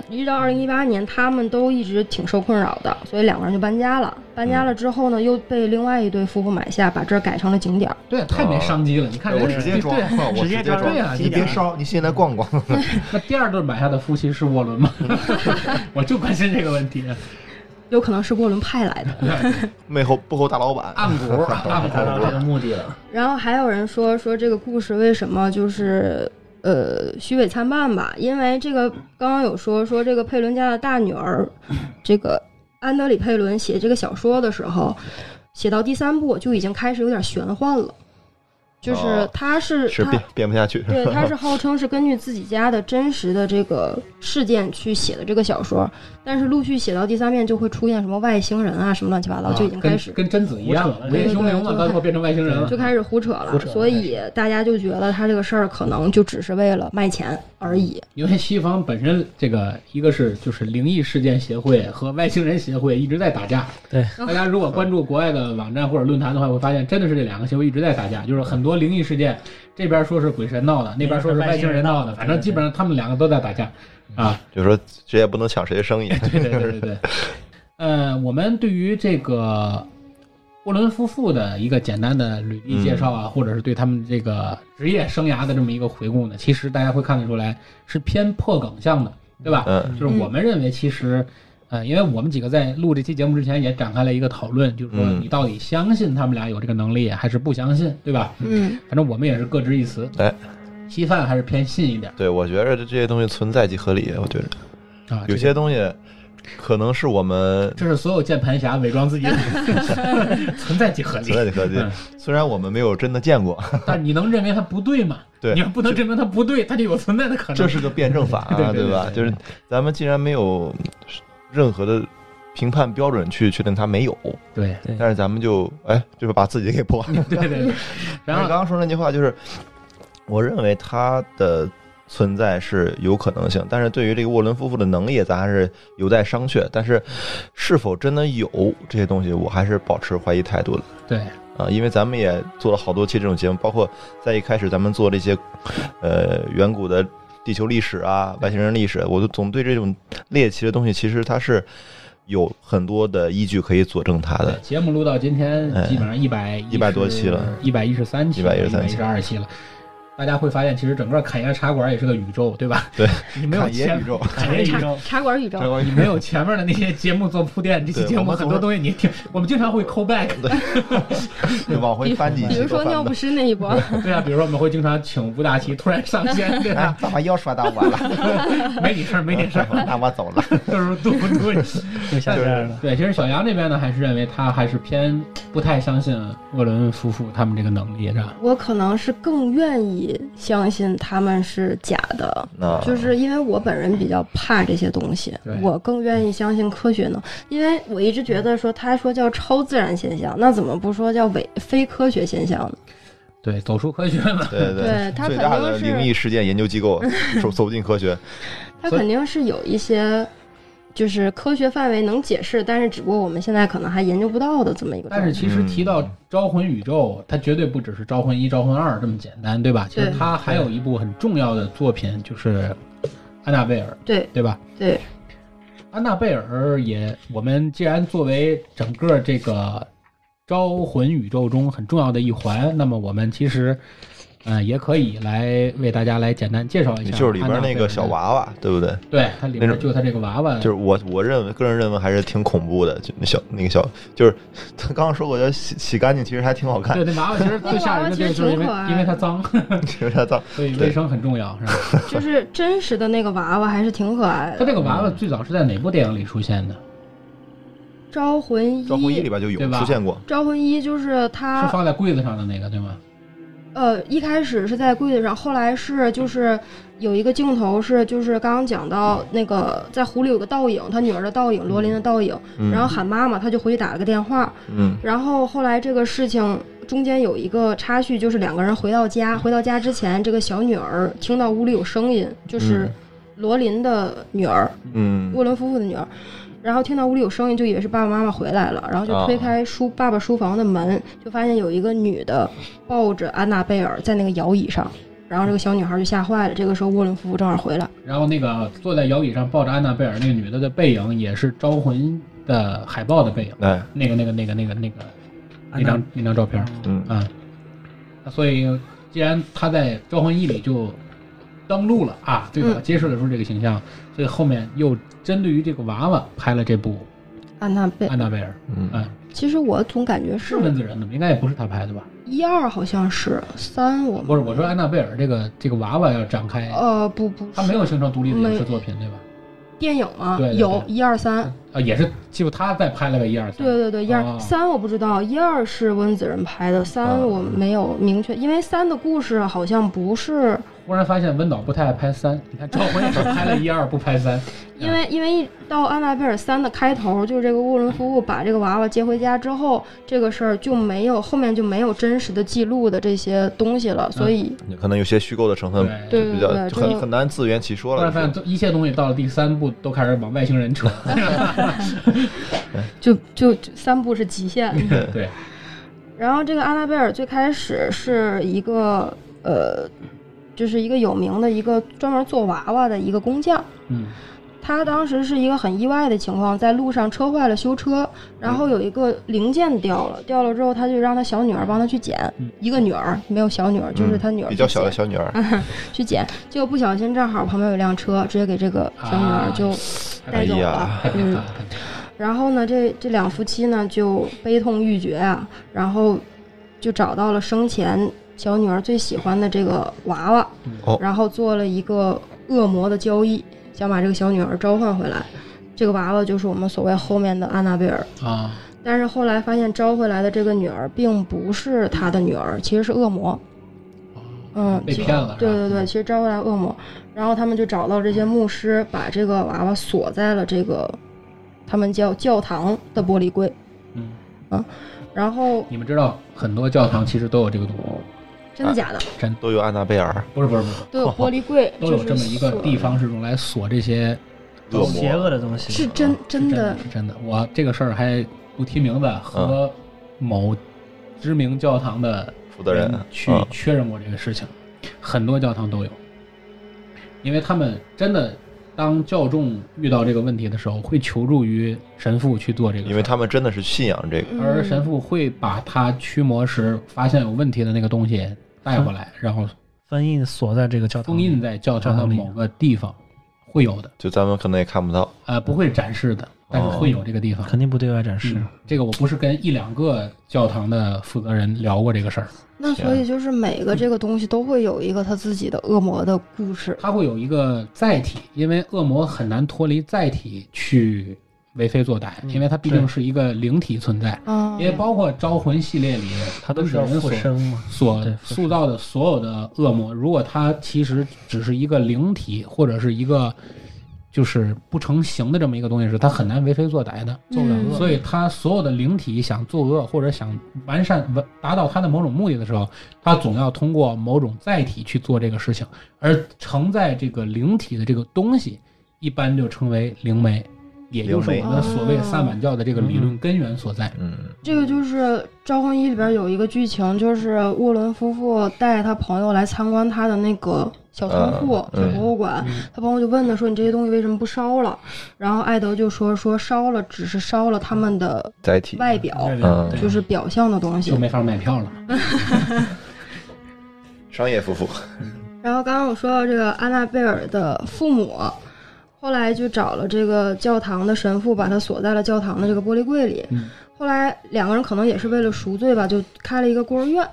一直到二零一八年，他们都一直挺受困扰的，所以两个人就搬家了。搬家
嗯
了之后呢，又被另外一对夫妇买下，把这儿改成了景点儿。
对，太没商机了。你看，
哎我
人
直
对
接装，
对
我
直接
装
装，
对啊
你别烧，你先来逛逛，
那第二对买下的夫妻是沃伦 吗？我就关心这个问题。啊
有可能是沃伦派来的。
背后背后大老板，
暗股， 暗
达到这
股。
个目的了。
然后还有人说说这个故事为什么就是呃虚伪参半吧？因为这个刚刚有说说这个佩伦家的大女儿，这个安德里佩伦写这个小说的时候，写到第三部就已经开始有点玄幻了，就是
哦
他 是、
是
他
编编不下去，
对，他是号称是根据自己家的真实的这个事件去写的这个小说，但是陆续写到第三面就会出现什么外星人啊什么乱七八糟，就已经开始
跟跟贞子一样了，维凶灵嘛，到最后变成外星人了
就。开始胡扯
胡
了，
扯了
所以大家就觉得他这个事儿可能就只是为了卖钱而已。
因为西方本身这个一个是就是灵异事件协会和外星人协会一直在打架。
对，
大家如果关注国外的网站或者论坛的话，会发现真的是这两个协会一直在打架，就是很多灵异事件，这边说是鬼神闹的，那边说是外星人闹的，反正基本上他们两个都在打架啊。
就说这也不能抢谁的 生意，
对对对对对。呃，我们对于这个沃伦夫妇的一个简单的履历介绍啊，
嗯
或者是对他们这个职业生涯的这么一个回顾呢，其实大家会看得出来是偏破梗向的，对吧？
嗯
就是我们认为，其实，呃，因为我们几个在录这期节目之前也展开了一个讨论，就是说
嗯
你到底相信他们俩有这个能力，还是不相信，对吧？
嗯，
反正我们也是各执一词。
哎，
稀饭还是偏信一点
对我觉着这这些东西存在即合理，我觉着
啊。这
有
嗯
些东西可能是我们
这是所有键盘侠伪装 自己的存在即合理
存。在即合理
嗯，
虽然我们没有真的 见过，
但你能认为它不对吗？
对
你要不能证明它不对，它就有存在的可能。
这是个辩证法
对对
啊，
对
吧？就是咱们既然没有任何的评判标准去确定它没有，
对
对
但是咱们就哎，就是把自己给破。
对对对。
然
然
后
后
哎刚刚说那句话就是，我认为它的存在是有可能性，但是对于这个沃伦夫妇的能力，咱还是有待商榷。但是是否真的有这些东西，我还是保持怀疑态度的。
对
啊，因为咱们也做了好多期这种节目，包括在一开始咱们做这些，呃，远古的地球历史啊、外星人历史，我就总对这种猎奇的东西，其实它是有很多的依据可以佐证它
对
的。
节目录到今天，
哎
基本上一百
100多期了，
一百一十三期，
113
一十二期了。大家会发现，其实整个侃爷茶馆也是个宇宙，对吧？
对，
你没有
侃爷
前
宇宙
侃爷宇
茶
宙。
茶馆宇宙，
你没有前面的那些节目做铺垫，这期
对
节
我
目
们
很多
总
东
是
西你听，我们经常会 call back，
往回翻几
比
期
如
都
说
翻
尿
不
不
到。
湿那一波，
对啊，比如说我们会经常请吴大奇突然上线，对
哎
吧？，
咋把又说到我了？
没你事儿，没你事儿，
那我走了。
就是嘟嘟。
又下线了。
对，其实小杨这边呢，还是认为他还是偏不太相信沃伦夫妇他们这个能力，是吧？
我可能是更愿意相信他们是假的，
那
就是因为我本人比较怕这些东西
对，
我更愿意相信科学呢。因为我一直觉得说，他说叫超自然现象，那怎么不说叫伪非科学现象呢？
对，走出科学 嘛。
对
对他
最
肯
大
定
的
是
灵异事件研究机构走走不进科 学，
它
所以
肯定是有一些。就是科学范围能解释，但是只不过我们现在可能还研究不到的这么一个
但
状态。
是其实提到
嗯
招魂宇宙，它绝对不只是招魂一、招魂二这么简单，对吧？其实
对
它还有一部很重要的作品，就是安娜贝尔，
对
对吧？
对，
安娜贝尔也，我们既然作为整个这个招魂宇宙中很重要的一环，那么我们其实，呃，也可以来为大家来简单介绍一下，
就是里边那个小，娃娃，对不对？
对，它里
那
边
种
就它这个娃娃，
就是我我认为个人认为还是挺恐怖的，就那小那个小就是他刚刚说过要洗洗干净，其实还挺好看，
对，那娃娃其 实最吓人的地儿就是因为
那娃娃其实挺可爱的
因为它 脏，
其实他脏，
所以
对
卫生很重要，是吧？
就是真实的那个娃娃还是挺可爱
它
的。
这个娃娃最早是在哪部电影里出现的？
招魂一，
招魂一里边就有
对吧
出现过，
招魂一就是他
是放在柜子上的那个，对吗？
呃，一开始是在柜子上，后来是就是有一个镜头是就是刚刚讲到那个在湖里有个倒影，他女儿的倒影，罗琳的倒影，
嗯
然后喊妈妈，他就回去打了个电话，
嗯
然后后来这个事情中间有一个插叙，就是两个人回到家，回到家之前，这个小女儿听到屋里有声音，就是
嗯
罗琳的女儿，
嗯
沃伦夫妇的女儿。然后听到屋里有声音，就以为是爸爸妈妈回来了，然后就推开书、爸爸书房的门，就发现有一个女的抱着安娜贝尔在那个摇椅上，然后这个小女孩就吓坏了。这个时候沃伦夫妇正好回来，
然后那个坐在摇椅上抱着安娜贝尔那个女的的背影，也是《招魂》的海报的背影，
哎
那个、那个、那个、那个、那个那
安娜
张那张照片
嗯
啊。那所以，既然他在《招魂一》里就登陆了啊，最早
嗯
揭示了说这个形象，所以后面又针对于这个娃娃拍了这部
安娜贝
《安娜贝尔》
嗯，
啊，
其实我总感觉
是
是
温子仁的吗，应该也不是他拍的吧？
一二好像是三我
不是，我说安娜贝尔这个这个娃娃要展开，
呃不不是，
他没有形成独立的影
没
视作品，对吧？
电影啊，
对对
有
对
一二三，
啊，也是，就他再拍了个一二三，
对对对，一
哦
二三我不知道，一二是温子仁拍的，三
啊
我没有明确，因为三的故事好像不是。
忽然发现温导不太爱拍三，你看赵辉只拍了一二，不拍三，
因
啊
为因为一到安娜贝尔三的开头，就是这个沃伦夫妇把这个娃娃接回家之后，这个事儿就没有后面就没有真实的记录的这些东西
啊
了，所以、
可能有些虚构的成分
对。
对
比
对
较
对，
就
这
很
个
很难自圆其说
忽然
了
发，现，一切东西到了第三部都开始往外星人扯。
就就就三部是极限。
对，
然后这个安娜贝尔最开始是一个呃，就是一个有名的一个专门做娃娃的一个工匠。
嗯，
他当时是一个很意外的情况，在路上车坏了修车，然后有一个零件掉
嗯
了，掉了之后他就让他小女儿帮他去捡，
嗯
一个女儿没有小女儿，就是他女儿
嗯
嗯
比
去
较
捡、
小的小女儿，
去捡，结果不小心正好旁边有辆车，直接给这个小女儿就
哎
带走了。
呀，
太可
嗯
怕了。
然后呢，这这两夫妻呢就悲痛欲绝啊，然后就找到了生前小女儿最喜欢的这个娃娃，
哦
然后做了一个恶魔的交易，想把这个小女儿召唤回来。这个娃娃就是我们所谓后面的安娜贝尔。
啊，
但是后来发现招回来的这个女儿并不是他的女儿，其实是恶魔。嗯，
被
其实
骗了是吧
对对对，其实招回来恶魔，然后他们就找到这些牧师，把这个娃娃锁在了这个他们叫教堂的玻璃柜。
嗯，
然后
你们知道很多教堂其实都有这个东西，
真
哎
的假的？
都有安娜贝尔
不是不是不是，
都有玻璃柜，
都有
就是
这么一个
锁
地方是用来锁这些
恶
邪恶
魔，
的东西
是真真的
啊是真的。我这个事儿还不提名字，
嗯
和某知名教堂的
负责人
去
嗯
确认过这个事情，很多教堂都有，因为他们真的当教众遇到这个问题的时候，会求助于神父去做这个事儿，
因为他们真的是信仰这个，
嗯
而神父会把他驱魔时发现有问题的那个东西带回来，然后
封印锁在这个教堂
封
里，
印在教堂的某个地方，会有的，
就咱们可能也看不到，
呃，不会展示的，但是会有这个地方。
啊肯定不对外展示
嗯。，这个我不是跟一两个教堂的负责人聊过这个事儿，
那所以就是每个这个东西都会有一个他自己的恶魔的故事。
它会有一个载体，因为恶魔很难脱离载体去为非作歹，
嗯
因为它毕竟是一个灵体存在。
啊
因为包括招魂系列里，
他都是要
人
附
所
身嘛。
所
对
塑造的所有的恶魔，如果它其实只是一个灵体或者是一个就是不成形的这么一个东西时，它很难为非作歹的。
做不了恶
嗯所以，它所有的灵体想作恶或者想完善、完达到它的某种目的的时候，它总要通过某种载体去做这个事情，而承载这个灵体的这个东西，一般就称为灵媒，也就是我
灵媒
们所谓萨满教的这个理论根源所在。
嗯，
这个就是《招魂一》里边有一个剧情，就是沃伦夫妇带他朋友来参观他的那个小
啊
仓库、
嗯嗯
小博物馆，他朋友就问他说：“你这些东西为什么不烧了？”然后艾德就说：“说烧了只是烧了他们的
载体
外表，
嗯
对
就是表象的东西
就。没法卖票了。
商业夫妇，”
然后刚刚我说到这个安娜贝尔的父母，后来就找了这个教堂的神父，把他锁在了教堂的这个玻璃柜里。
嗯
后来两个人可能也是为了赎罪吧，就开了一个孤儿院，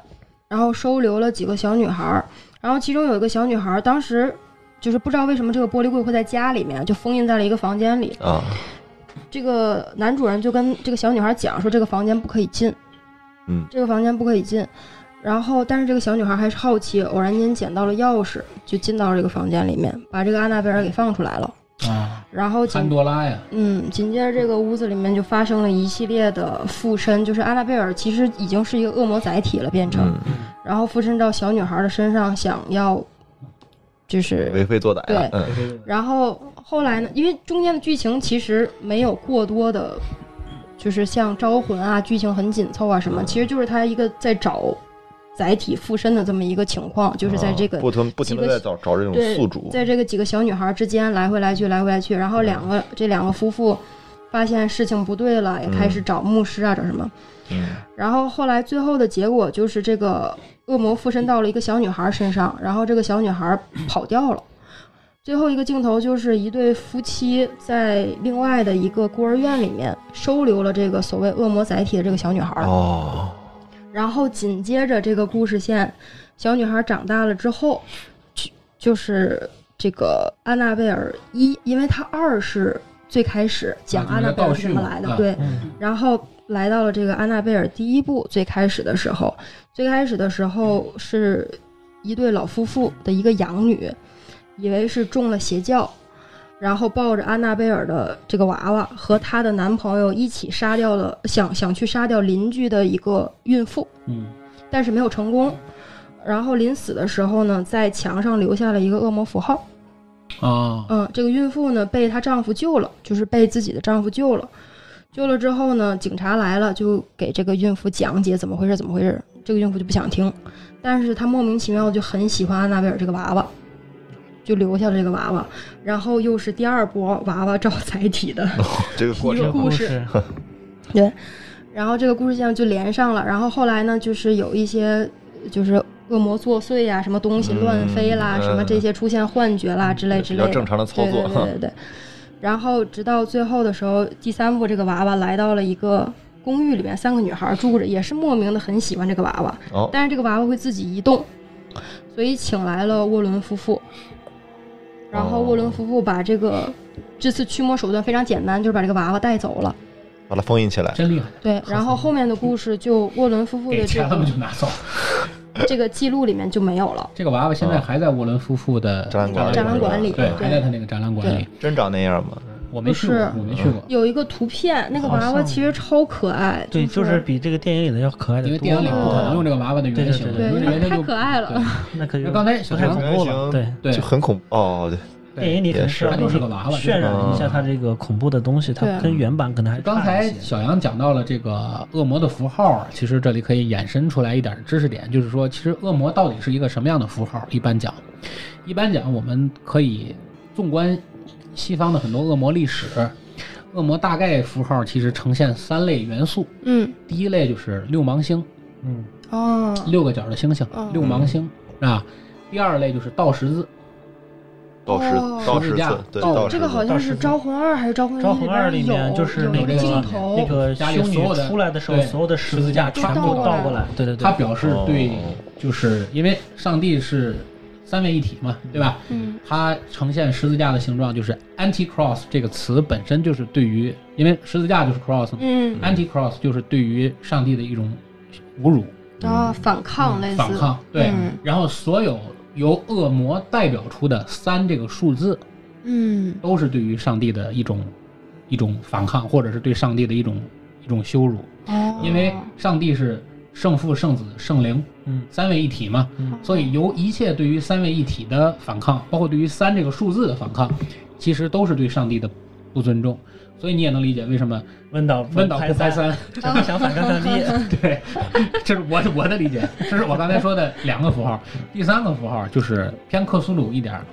然后收留了几个小女孩儿。然后其中有一个小女孩儿，当时就是不知道为什么这个玻璃柜会在家里面，就封印在了一个房间里。
啊，
这个男主人就跟这个小女孩讲说，这个房间不可以进，
嗯，
这个房间不可以进。然后，但是这个小女孩还是好奇，偶然间捡到了钥匙，就进到了这个房间里面，把这个安娜贝尔给放出来了。
啊，
然后
潘
紧
多拉呀，
嗯，紧接着这个屋子里面就发生了一系列的附身，就是安娜贝尔其实已经是一个恶魔载体了，变成，
嗯，
然后附身到小女孩的身上，想要就是
为非作歹了，
对
嗯
对对对
然后后来呢？因为中间的剧情其实没有过多的，就是像招魂啊，剧情很紧凑啊什么，
嗯
其实就是他一个在找载体附身的这么一个情况，就是在这个、
啊不停不停的在找找这种
对
宿主，
在这个几个小女孩之间来回来去，来回来去，然后两
嗯
个、这两个夫妇发现事情不对了，也开始找牧师啊，找什么。
嗯
然后后来最后的结果就是这个恶魔附身到了一个小女孩身上，然后这个小 女孩跑掉了。最后一个镜头就是一对夫妻在另外的一个孤儿院里面收留了这个所谓恶魔载体的这个小女孩，
哦，
然后紧接着这个故事线，小女孩长大了之后，去就是这个安娜贝尔一，因为她二是最开始讲安娜贝尔是怎么来的，
啊就是倒叙嘛
对，
嗯
然后来到了这个安娜贝尔第一部最开始的时候，最开始的时候是一对老夫妇的一个养女，以为是中了邪教，然后抱着安娜贝尔的这个娃娃和她的男朋友一起杀掉了想想去杀掉邻居的一个孕妇，
嗯，
但是没有成功。然后临死的时候呢，在墙上留下了一个恶魔符号。
啊，
嗯，这个孕妇呢被她丈夫救了，就是被自己的丈夫救了。救了之后呢，警察来了，就给这个孕妇讲解怎么回事，怎么回事。这个孕妇就不想听，但是她莫名其妙就很喜欢安娜贝尔这个娃娃，就留下了这个娃娃。然后又是第二波娃娃 照载体的，
这个过
一个
程
故事然后这个故事线就连上了。然后后来呢，就是有一些就是恶魔作祟呀、什么东西乱飞啦，
嗯
什么这些出现幻觉啦之类之
比
类
较
的。
正常的操
对
作
对，对对对。然后直到最后的时候，第三部这个娃娃来到了一个公寓里面，三个女孩住着，也是莫名的很喜欢这个娃娃，
哦，
但是这个娃娃会自己移动，所以请来了沃伦夫妇。然
哦
后沃伦夫妇把这个这次驱魔手段非常简单，就是把这个娃娃带走了。
把它封印起来，
真厉害，
对，然后后面的故事就沃伦夫妇
给
的这
钱他们
个
就拿走了。
这个记录里面就没有了。
这个娃娃现在还在沃伦夫妇的
展览馆
展览馆里
对，
对
还在他那个展览馆里。
真长那样吗？
我没去过，
不是
我没去过，
嗯
有一个图片，那个娃
好
娃
像
其实超可爱，
对，
就
就是比这个电影里的要可爱的
因
多
为
了。
电影里不可能用这个娃娃的原型，
对
对，
因为原
就是
型
太
就
可爱了。
那可
对
就
那刚才小
不太
强
恐怖了。对，
对
就很恐怖哦，对，
电影里可能是要
它就是个娃娃。
渲染一下它这个恐怖的东西，它
对
跟原版可能还
刚
差
才
一些
小杨讲到了这个恶魔的符号，其实这里可以衍生出来一点知识点，就是说，其实恶魔到底是一个什么样的符号？一般讲，一般讲，我们可以纵观西方的很多恶魔历史，恶魔大概符号其实呈现三类元素，
嗯，
第一类就是六芒星，
嗯，
哦，
六个角的星星
嗯，
六芒星啊。第二类就是倒十字，
倒十
哦
倒
十
十
字架
次，对，
倒
倒
十
十
这个
次，
好像是《招魂二》还是《招魂一》
招魂二
里
里面
有
就是
有
那
一个
个
镜
那
头，嗯
个
家里
修女
所有的
出来的时候，
对
所有的十字架
十
全
字架
部
都
倒
倒过
过
来
来，对对对
它，表示对，就是因为上帝是三位一体嘛，对吧？
嗯
它呈现十字架的形状，就是 anti cross 这个词本身就是对于，因为十字架就是 cross 嘛、
嗯，
a n t i cross 就是对于上帝的一种侮辱、
然后反抗类似
反抗，对。
嗯
然后所有由恶魔代表出的三这个数字，
嗯
都是对于上帝的一种一种反抗，或者是对上帝的一种一种羞辱，
哦，
因为上帝是圣父、圣子、圣灵
嗯
三位一体嘛，
嗯
所以由一切对于三位一体的反抗，包括对于三这个数字的反抗，其实都是对上帝的不尊重。所以你也能理解为什么
温导
温导不
拍
拍， 三，
想想反抗上嗯帝，
啊
对，这是我我的理解，这是我刚才说的两个符号。
嗯
第三个符号就是偏克苏鲁一点儿，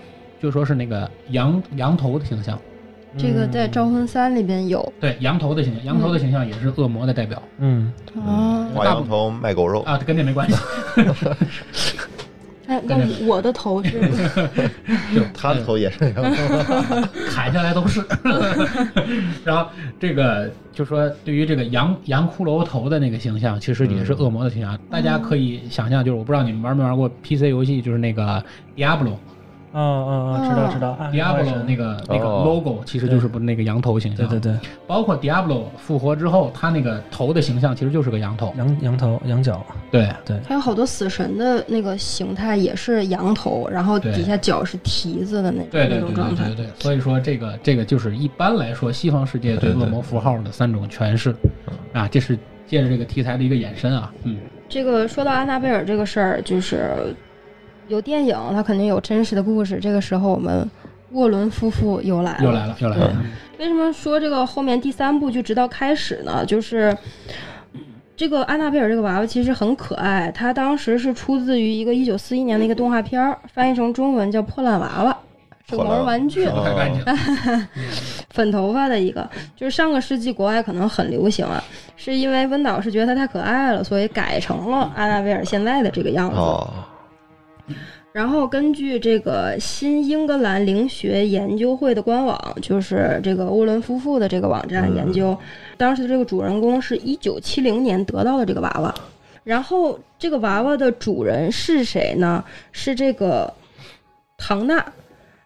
就说是那个羊羊头的形象，
这个
嗯
在《招魂三》里边有
对，羊头的形象，羊头的形象也是恶魔的代表、
嗯
哦。
挂羊头卖狗肉，
啊，跟这没关系，
哎，那我的头是
就
他头也是羊头。
砍下来都是。然后这个就说，对于这个羊羊骷髅头的那个形象，其实也是恶魔的形象。大家可以想象，就是我不知道你们玩没玩过 PC 游戏，就是那个 Diablo
啊啊啊，知道知道啊
Diablo 那个那个
哦
logo，其实就是不是那个羊头形
对
象。
对。对，
包括 Diablo 复活之后，他那个头的形象其实就是个羊头。
羊羊头羊角，
对
还有好多死神的那个形态也是羊头，然后
对
底下脚是蹄子的那
对
那
对对
种
对
状
对
态
对。对。所以说这个这个就是一般来说西方世界对恶魔符号的三种诠释
嗯
啊，这是借着这个题材的一个延伸啊。嗯。
这个说到安娜贝尔这个事儿，就是有电影，它肯定有真实的故事。这个时候，我们沃伦夫妇又来了。
又来了，嗯又来了。
为什么说这个后面第三部就直到开始呢？就是这个安娜贝尔这个娃娃其实很可爱，它当时是出自于一个一九四一年的一个动画片儿，翻译成中文叫《破烂娃娃》，是个毛绒玩具。
破烂娃娃
太干净了，
粉头发的一个，就是上个世纪国外可能很流行啊，是因为温导是觉得它太可爱了，所以改成了安娜贝尔现在的这个样子。
哦，
然后根据这个新英格兰灵学研究会的官网，就是这个沃伦夫妇的这个网站研究，当时的这个主人公是一九七零年得到的这个娃娃，然后这个娃娃的主人是谁呢？是这个唐娜。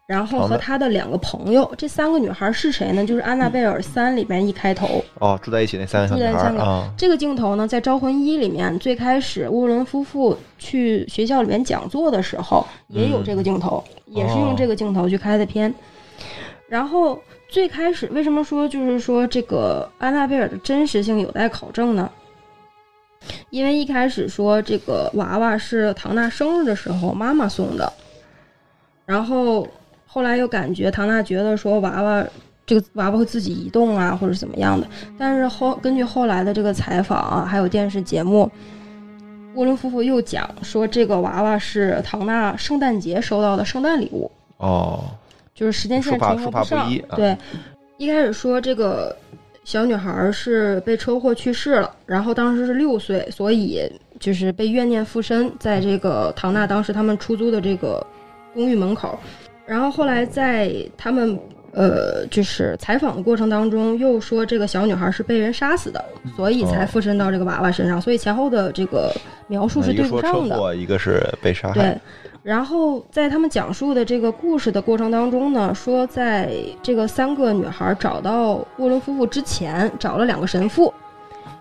然后
唐娜
和她的两个朋友，这三个女孩是谁呢？就是《安娜贝尔三》里面一开头，
哦，住在一起那三个小女孩
住在一
儿
起
啊，
这个镜头呢，在《招魂一》里面，最开始沃伦夫妇去学校里面讲座的时候，也有这个镜头，也是用这个镜头去开的片。然后最开始为什么说就是说这个安娜贝尔的真实性有待考证呢？因为一开始说这个娃娃是唐娜生日的时候妈妈送的，然后后来又感觉唐娜觉得说娃娃这个娃娃会自己移动啊，或者怎么样的。但是后根据后来的这个采访啊，还有电视节目，沃伦夫妇又讲说这个娃娃是唐娜圣诞节收到的圣诞礼物，
哦，
就是时间线
说法
重合
说法不
上。
一啊
对，一开始说这个小女孩是被车祸去世了，然后当时是六岁，所以就是被怨念附身在这个唐娜当时他们出租的这个公寓门口。然后后来在他们呃就是采访的过程当中，又说这个小女孩是被人杀死的，所以才
哦
附身到这个娃娃身上，所以前后的这个描述
那
是
一个
对
说
不
车
上的。
祸，一个是被杀害，
对，然后在他们讲述的这个故事的过程当中呢，说在这个三个女孩找到沃伦夫妇之前，找了两个神父，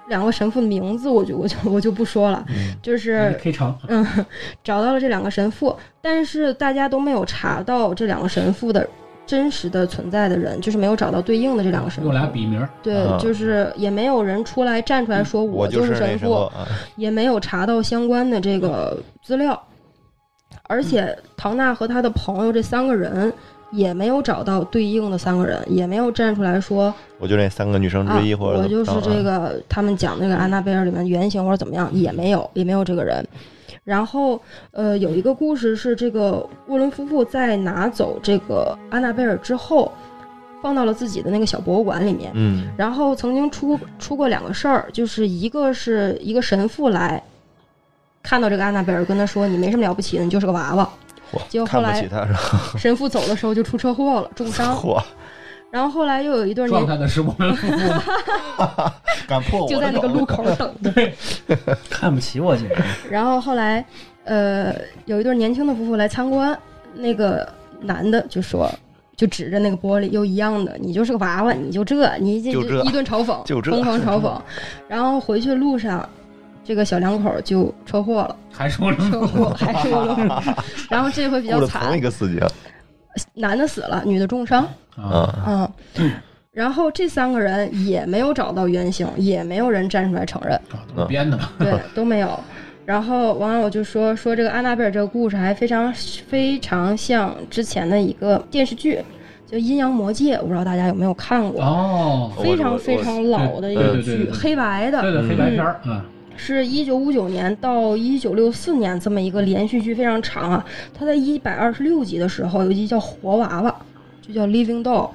两个神父的名字我就我就我就不说了，
嗯
就是嗯
可以长。
找到了这两个神父，但是大家都没有查到这两个神父的真实的存在的人，就是没有找到对应的这两个神
用
父。
俩笔名儿，
对，
啊嗯
就是也没有人出来站出来说
我
就是神
那
父，
什么啊，
也没有查到相关的这
嗯
个资料，而且唐娜和她的朋友这三个人也没有找到对应的三个人，也没有站出来说
我就那三个女生
啊
之一，，或者怎
我
么
就是
着
这
啊
个他们讲那个安娜贝尔里面原型或者怎么样，也没有，也没有这个人。然后，呃，有一个故事是这个沃伦夫妇在拿走这个安娜贝尔之后，放到了自己的那个小博物馆里面。
嗯，
然后曾经出出过两个事儿，就是一个是一个神父来看到这个安娜贝尔，跟他说：“你没什么了不起的，你就是个娃娃。
我
结果后
看不
来
起她是吧？”
神父走的时候就出车祸了，重 伤。
嚯，
然后后来又有一对儿
撞
年
他的是我们夫妇，
敢破我
就在那个
的狗
路口等着，
看不起我，简直
然后后来，呃，有一对年轻的夫妇来参观，那个男的就说，就指着那个玻璃，又一样的，你就是个娃娃，你就这，你
就这
一顿嘲 讽，
就这
疯狂嘲讽。然后回去路上，这个小两口就车祸 了，
还说了
车祸还是我冷漠然后这回比
雇
较
了同
惨
一，个司机
男的死了，女的 重伤，
啊，
啊，
嗯。然后这三个人也没有找到原型，也没有人站出来承认，
啊都是编的嘛。
对，都没有。然后网友就说说这个安娜贝尔这个故事还非常非常像之前的一个电视剧，就《阴阳魔界》，我不知道大家有没有看过，
哦，
我
非
我
常
我
非常老的一个
对对对
剧
对，对
黑白的，
对对，黑白片儿啊，
是一九五九年到一九六四年这么一个连续剧，非常长啊。它在一百二十六集的时候，有一集叫《活娃娃》，就叫《Living Doll》，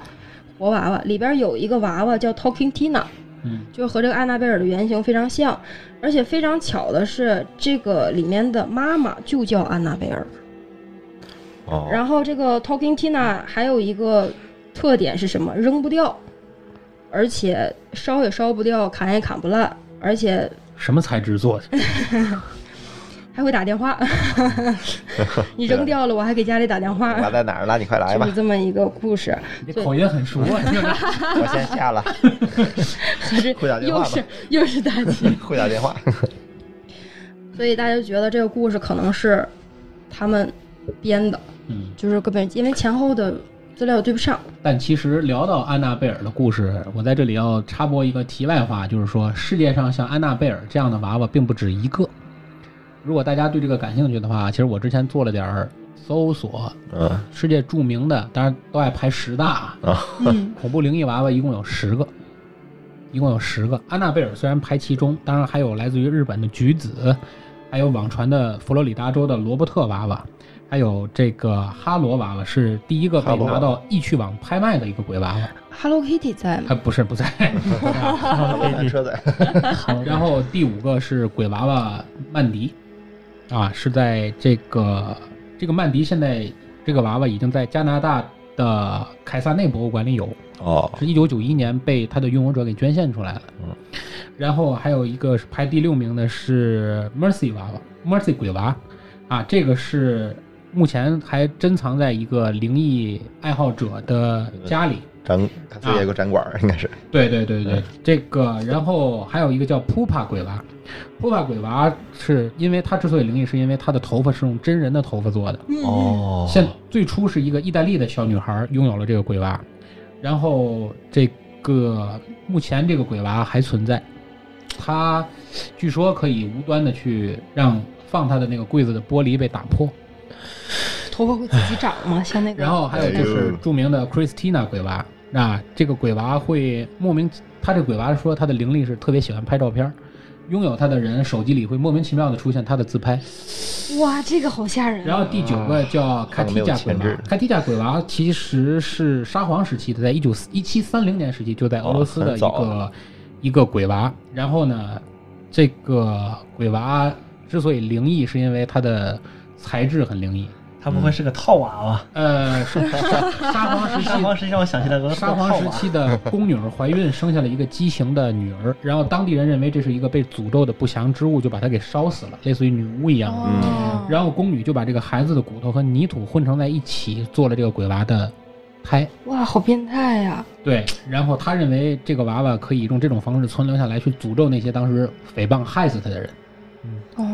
活娃娃里边有一个娃娃叫 Talking Tina，
嗯，
就是和这个安娜贝尔的原型非常像，而且非常巧的是，这个里面的妈妈就叫安娜贝尔。
哦，
然后这个 Talking Tina 还有一个特点是什么？扔不掉，而且烧也烧不掉，砍也砍不烂，而且
什么材质做的？
还会打电话， 你扔掉了，我还给家里打电话
我，在哪儿了？你快啊来
就
吧
是，这么一个故事，
你口音很熟啊，听着
我先下了，
可是
会打电话
又
吧
是又是大吉，
会打电话。
所以大家就觉得这个故事可能是他们编的，
嗯，
就是根本因为前后的资料对不上，
但其实聊到安娜贝尔的故事，我在这里要插播一个题外话，就是说世界上像安娜贝尔这样的娃娃并不止一个。如果大家对这个感兴趣的话，其实我之前做了点儿搜索，
嗯
世界著名的，当然都爱排十大啊，
啊，
嗯，
恐怖灵异娃娃一共有十个，一共有十个。安娜贝尔虽然排其中，当然还有来自于日本的橘子，还有网传的佛罗里达州的罗伯特娃娃，还有这个哈罗娃娃是第一个
哈
被
罗娃娃
拿到易趣网拍卖的一个鬼娃娃，
Hello Kitty 在吗？
还不是不在。
缆车 在，
然后第五个是鬼娃娃曼迪，啊，是在这个这个曼迪现在这个娃娃已经在加拿大的凯撒内博物馆里有，
哦，
是一九九一年被它的拥有者给捐献出来了。
嗯，
然后还有一个是排第六名的是 Mercy 娃娃，Mercy 鬼娃，啊，这个是目前还珍藏在一个灵异爱好者的家里。
展他自己有个展馆儿，应该是
对对对对
嗯，
这个，然后还有一个叫 Pupa 鬼娃，Pupa 鬼娃是因为它之所以灵异，是因为它的头发是用真人的头发做的。
嗯，
哦
现最初是一个意大利的小女孩拥有了这个鬼娃，然后这个目前这个鬼娃还存在，它据说可以无端的去让放它的那个柜子的玻璃被打破，
头发会自己长吗？像那个，
然后还有就
哎
是
呦
著名的 Christina 鬼娃，那这个鬼娃会莫名，他这鬼娃说他的灵力是特别喜欢拍照片儿，拥有他的人手机里会莫名其妙的出现他的自拍。
哇，这个好吓人
然后第九个叫卡提加鬼
嗯没有前置
娃，卡提加鬼娃其实是沙皇时期的，在一九一七三零年时期就在俄罗斯
哦
的
很
一
早
个一个鬼娃。然后呢，这个鬼娃之所以灵异，是因为它的材质很灵异。
他不会
嗯
是个套娃娃？
呃，是沙沙皇时期
沙皇时期让我想起来俄罗斯
沙
的
皇
套
时
娃，
期的宫女儿怀孕生下了一个畸形的女儿，然后当地人认为这是一个被诅咒的不祥之物，就把她给烧死了，类似于女巫一样的。
哦，
然后宫女就把这个孩子的骨头和泥土混成在一起，做了这个鬼娃的胎。
哇，好变态啊呀！
对，然后她认为这个娃娃可以用这种方式存留下来，去诅咒那些当时诽谤害死她的人。
哦，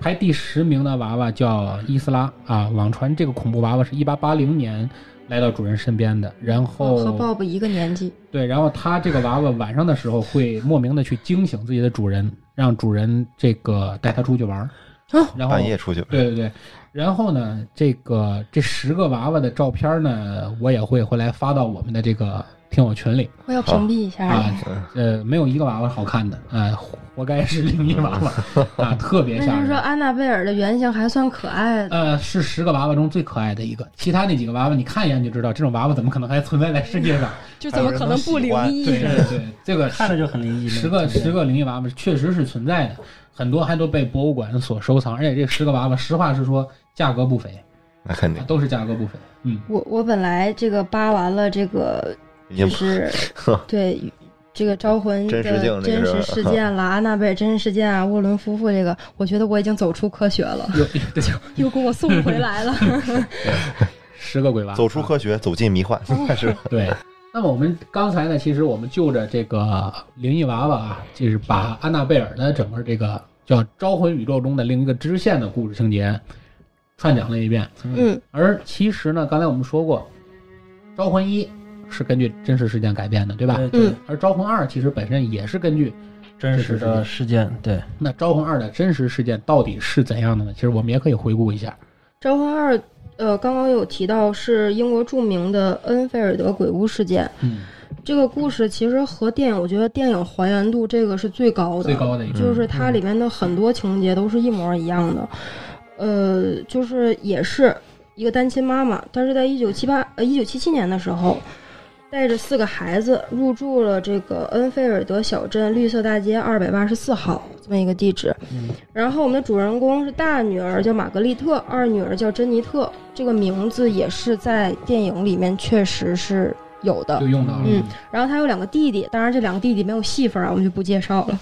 排第十名的娃娃叫伊斯拉啊，网传这个恐怖娃娃是一八八零年来到主人身边的，然后
和 Bob 一个年纪，
对，然后它这个娃娃晚上的时候会莫名的去惊醒自己的主人，让主人这个带它出去玩儿
哦。
然后
半夜出去，
对对对，然后呢，这个这十个娃娃的照片呢，我也会回来发到我们的这个听友群里
我要屏蔽一
哎
下。
啊。呃，没有一个娃娃好看的，呃，活该是灵异娃 娃啊，特别
那
吓
就是说，
人。
安娜贝尔的原型还算可爱的。
呃，是十个娃娃中最可爱的一个，其他那几个娃娃你看一眼就知道，这种娃娃怎么可能还存在在世 界上？
就
怎么可能不灵异
对对对，这个
看着就很灵异。
十个
那种
十个灵异娃娃确实是存在的，很多还都被博物馆所收藏，而且这十个娃娃，实话实说，价格不菲，
那肯定
啊都是价格不菲。嗯，
我我本来这个扒完了这个
已
就
经
是对这个招魂
真
的
实性这个
真
是吧
实事件 啦，安娜贝尔真实事件啊，沃伦夫妇这个，我觉得我已经走出科学了，
有 对，
又给我送回来了。
十个鬼娃 啊
走出科学，走进迷幻，
哦
是
对。那么我们刚才呢，其实我们就着这个灵异娃娃啊，就是把安娜贝尔的整个这个叫招魂宇宙中的另一个支线的故事情节串讲了一遍。
嗯
而其实呢，刚才我们说过，《招魂一》是根据真实事件改编的，对吧？
对
嗯
对，
而《招魂二》其实本身也是根据
真实的事件，对，
那《招魂二》的真实事件到底是怎样的呢？其实我们也可以回顾一下。
招魂二，呃，刚刚有提到是英国著名的恩菲尔德鬼屋事件，
嗯，
这个故事其实和电影，我觉得电影还原度这个是最高的，
最高的一个，
就是它里面的很多情节都是一模一样的，呃，就是也是一个单亲妈妈，但是在一九七八呃一九七七年的时候，带着四个孩子入住了这个恩菲尔德小镇绿色大街二百八十四号这么一个地址，然后我们的主人公是大女儿叫玛格丽特，二女儿叫珍妮特，这个名字也是在电影里面确实是有的，
就用到了。
嗯然后他有两个弟弟，当然这两个弟弟没有戏份啊，我们就不介绍了。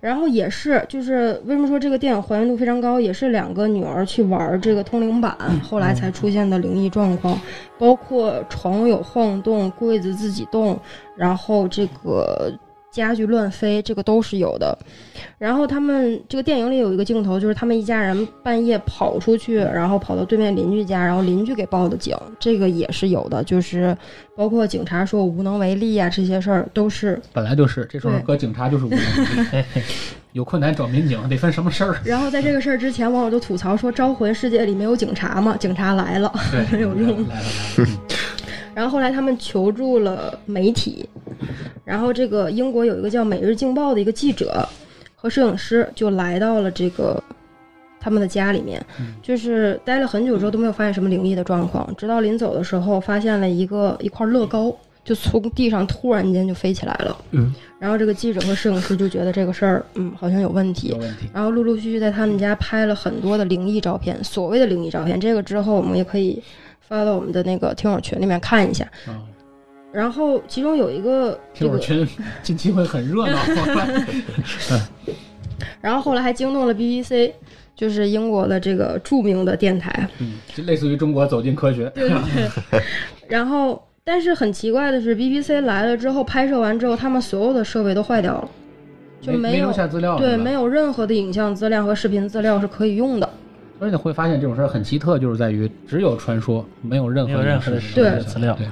然后也是，就是为什么说这个电影还原度非常高，也是两个女儿去玩这个通灵板，后来才出现的灵异状况，包括床有晃动、柜子自己动，然后这个家具乱飞，这个都是有的。然后他们这个电影里有一个镜头，就是他们一家人半夜跑出去，然后跑到对面邻居家，然后邻居给报的警，这个也是有的，就是包括警察说我无能为力啊，这些事儿都是。
本来就是，这时候
对
搁警察就是无能为力， 有困难找民警，得分什么事儿。
然后在这个事儿之前，网友就吐槽说《招魂》世界里没有警察嘛，警察来了。
对，
没有用
来了来了，
然后后来他们求助了媒体，然后这个英国有一个叫《每日镜报》的一个记者和摄影师就来到了这个他们的家里面，就是待了很久之后都没有发现什么灵异的状况，直到临走的时候发现了一个一块乐高，就从地上突然间就飞起来了。
嗯，
然后这个记者和摄影师就觉得这个事儿，嗯，好像有问题
有。问题。
然后陆陆续续在他们家拍了很多的灵异照片，所谓的灵异照片，这个之后我们也可以发到我们的那个听友群里面看一下。
嗯
啊，
然后其中有一个
听
这
友
个，
群近期会很热 闹。
然后后来还惊动了 BBC，就是英国的这个著名的 电台。
嗯，就类似于中国走进科学。
对对对。 然后，但是很奇怪的是，BBC 来了之后，拍摄完之后，他们所有的设备都坏掉了，就
没
没
没
有
留下资料，
对，
是吧
没。有任何的影像资料和视频资料是可以用的。
所以你会发现这种事儿很奇特，就是在于只有传说，没有任何
没有任何的
事
实
实
际资料
对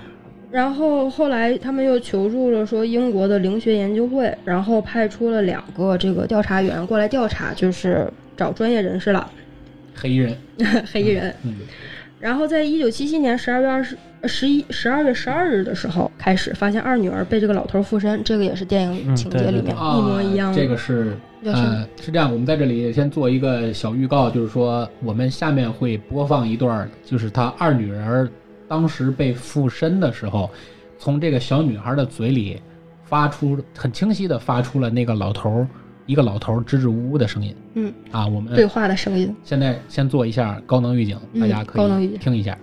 然后后来他们又求助了说英国的灵学研究会，然后派出了两个这个调查员过来调查，就是找专业人士了，
黑衣人，
黑衣人。
嗯，
然后在一九七七年十二月二十十一十二月十二日的时候开始发现二女儿被这个老头附身，这个也是电影情节里面
啊
一模一样的。
这个是
要是
呃是这样，我们在这里先做一个小预告，就是说我们下面会播放一段，就是她二女儿当时被附身的时候，从这个小女孩的嘴里发出很清晰的发出了那个老头儿一个老头儿支支吾吾的声音。
嗯，
啊，我们
对话的声音。
现在先做一下高能预警，
嗯
大家可
高能预
以
警
听一下。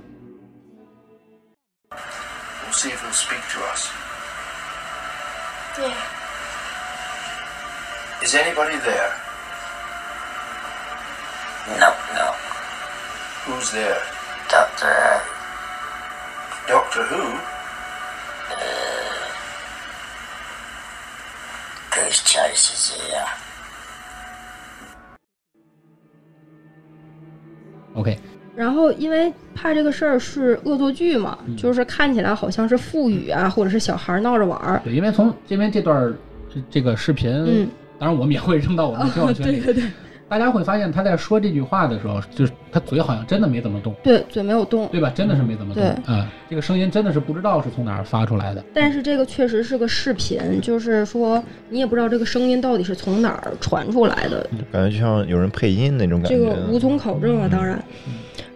We'll see if he'll speak to us.
Yeah,
Is anybody there?
no, no.
Who's there?
Doctor, uh,
Doctor Who?
uh, Goose Chase is here.
OK，
然后因为怕这个事儿是恶作剧嘛，
嗯
就是看起来好像是妇女啊，或者是小孩闹着玩儿。
对，因为从这边这段儿这这个视频，
嗯哦
当然我们也会扔到 我们的朋友圈嗯里。
对对对
大家会发现他在说这句话的时候，就是他嘴好像真的没怎么动，
对，嘴没有动。
对吧？真的是没怎么动
对
啊、这个声音真的是不知道是从哪儿发出来的。
但是这个确实是个视频，就是说你也不知道这个声音到底是从哪儿传出来的，
感觉就像有人配音那种感
这
觉。
个无从考
嗯
证了，当然。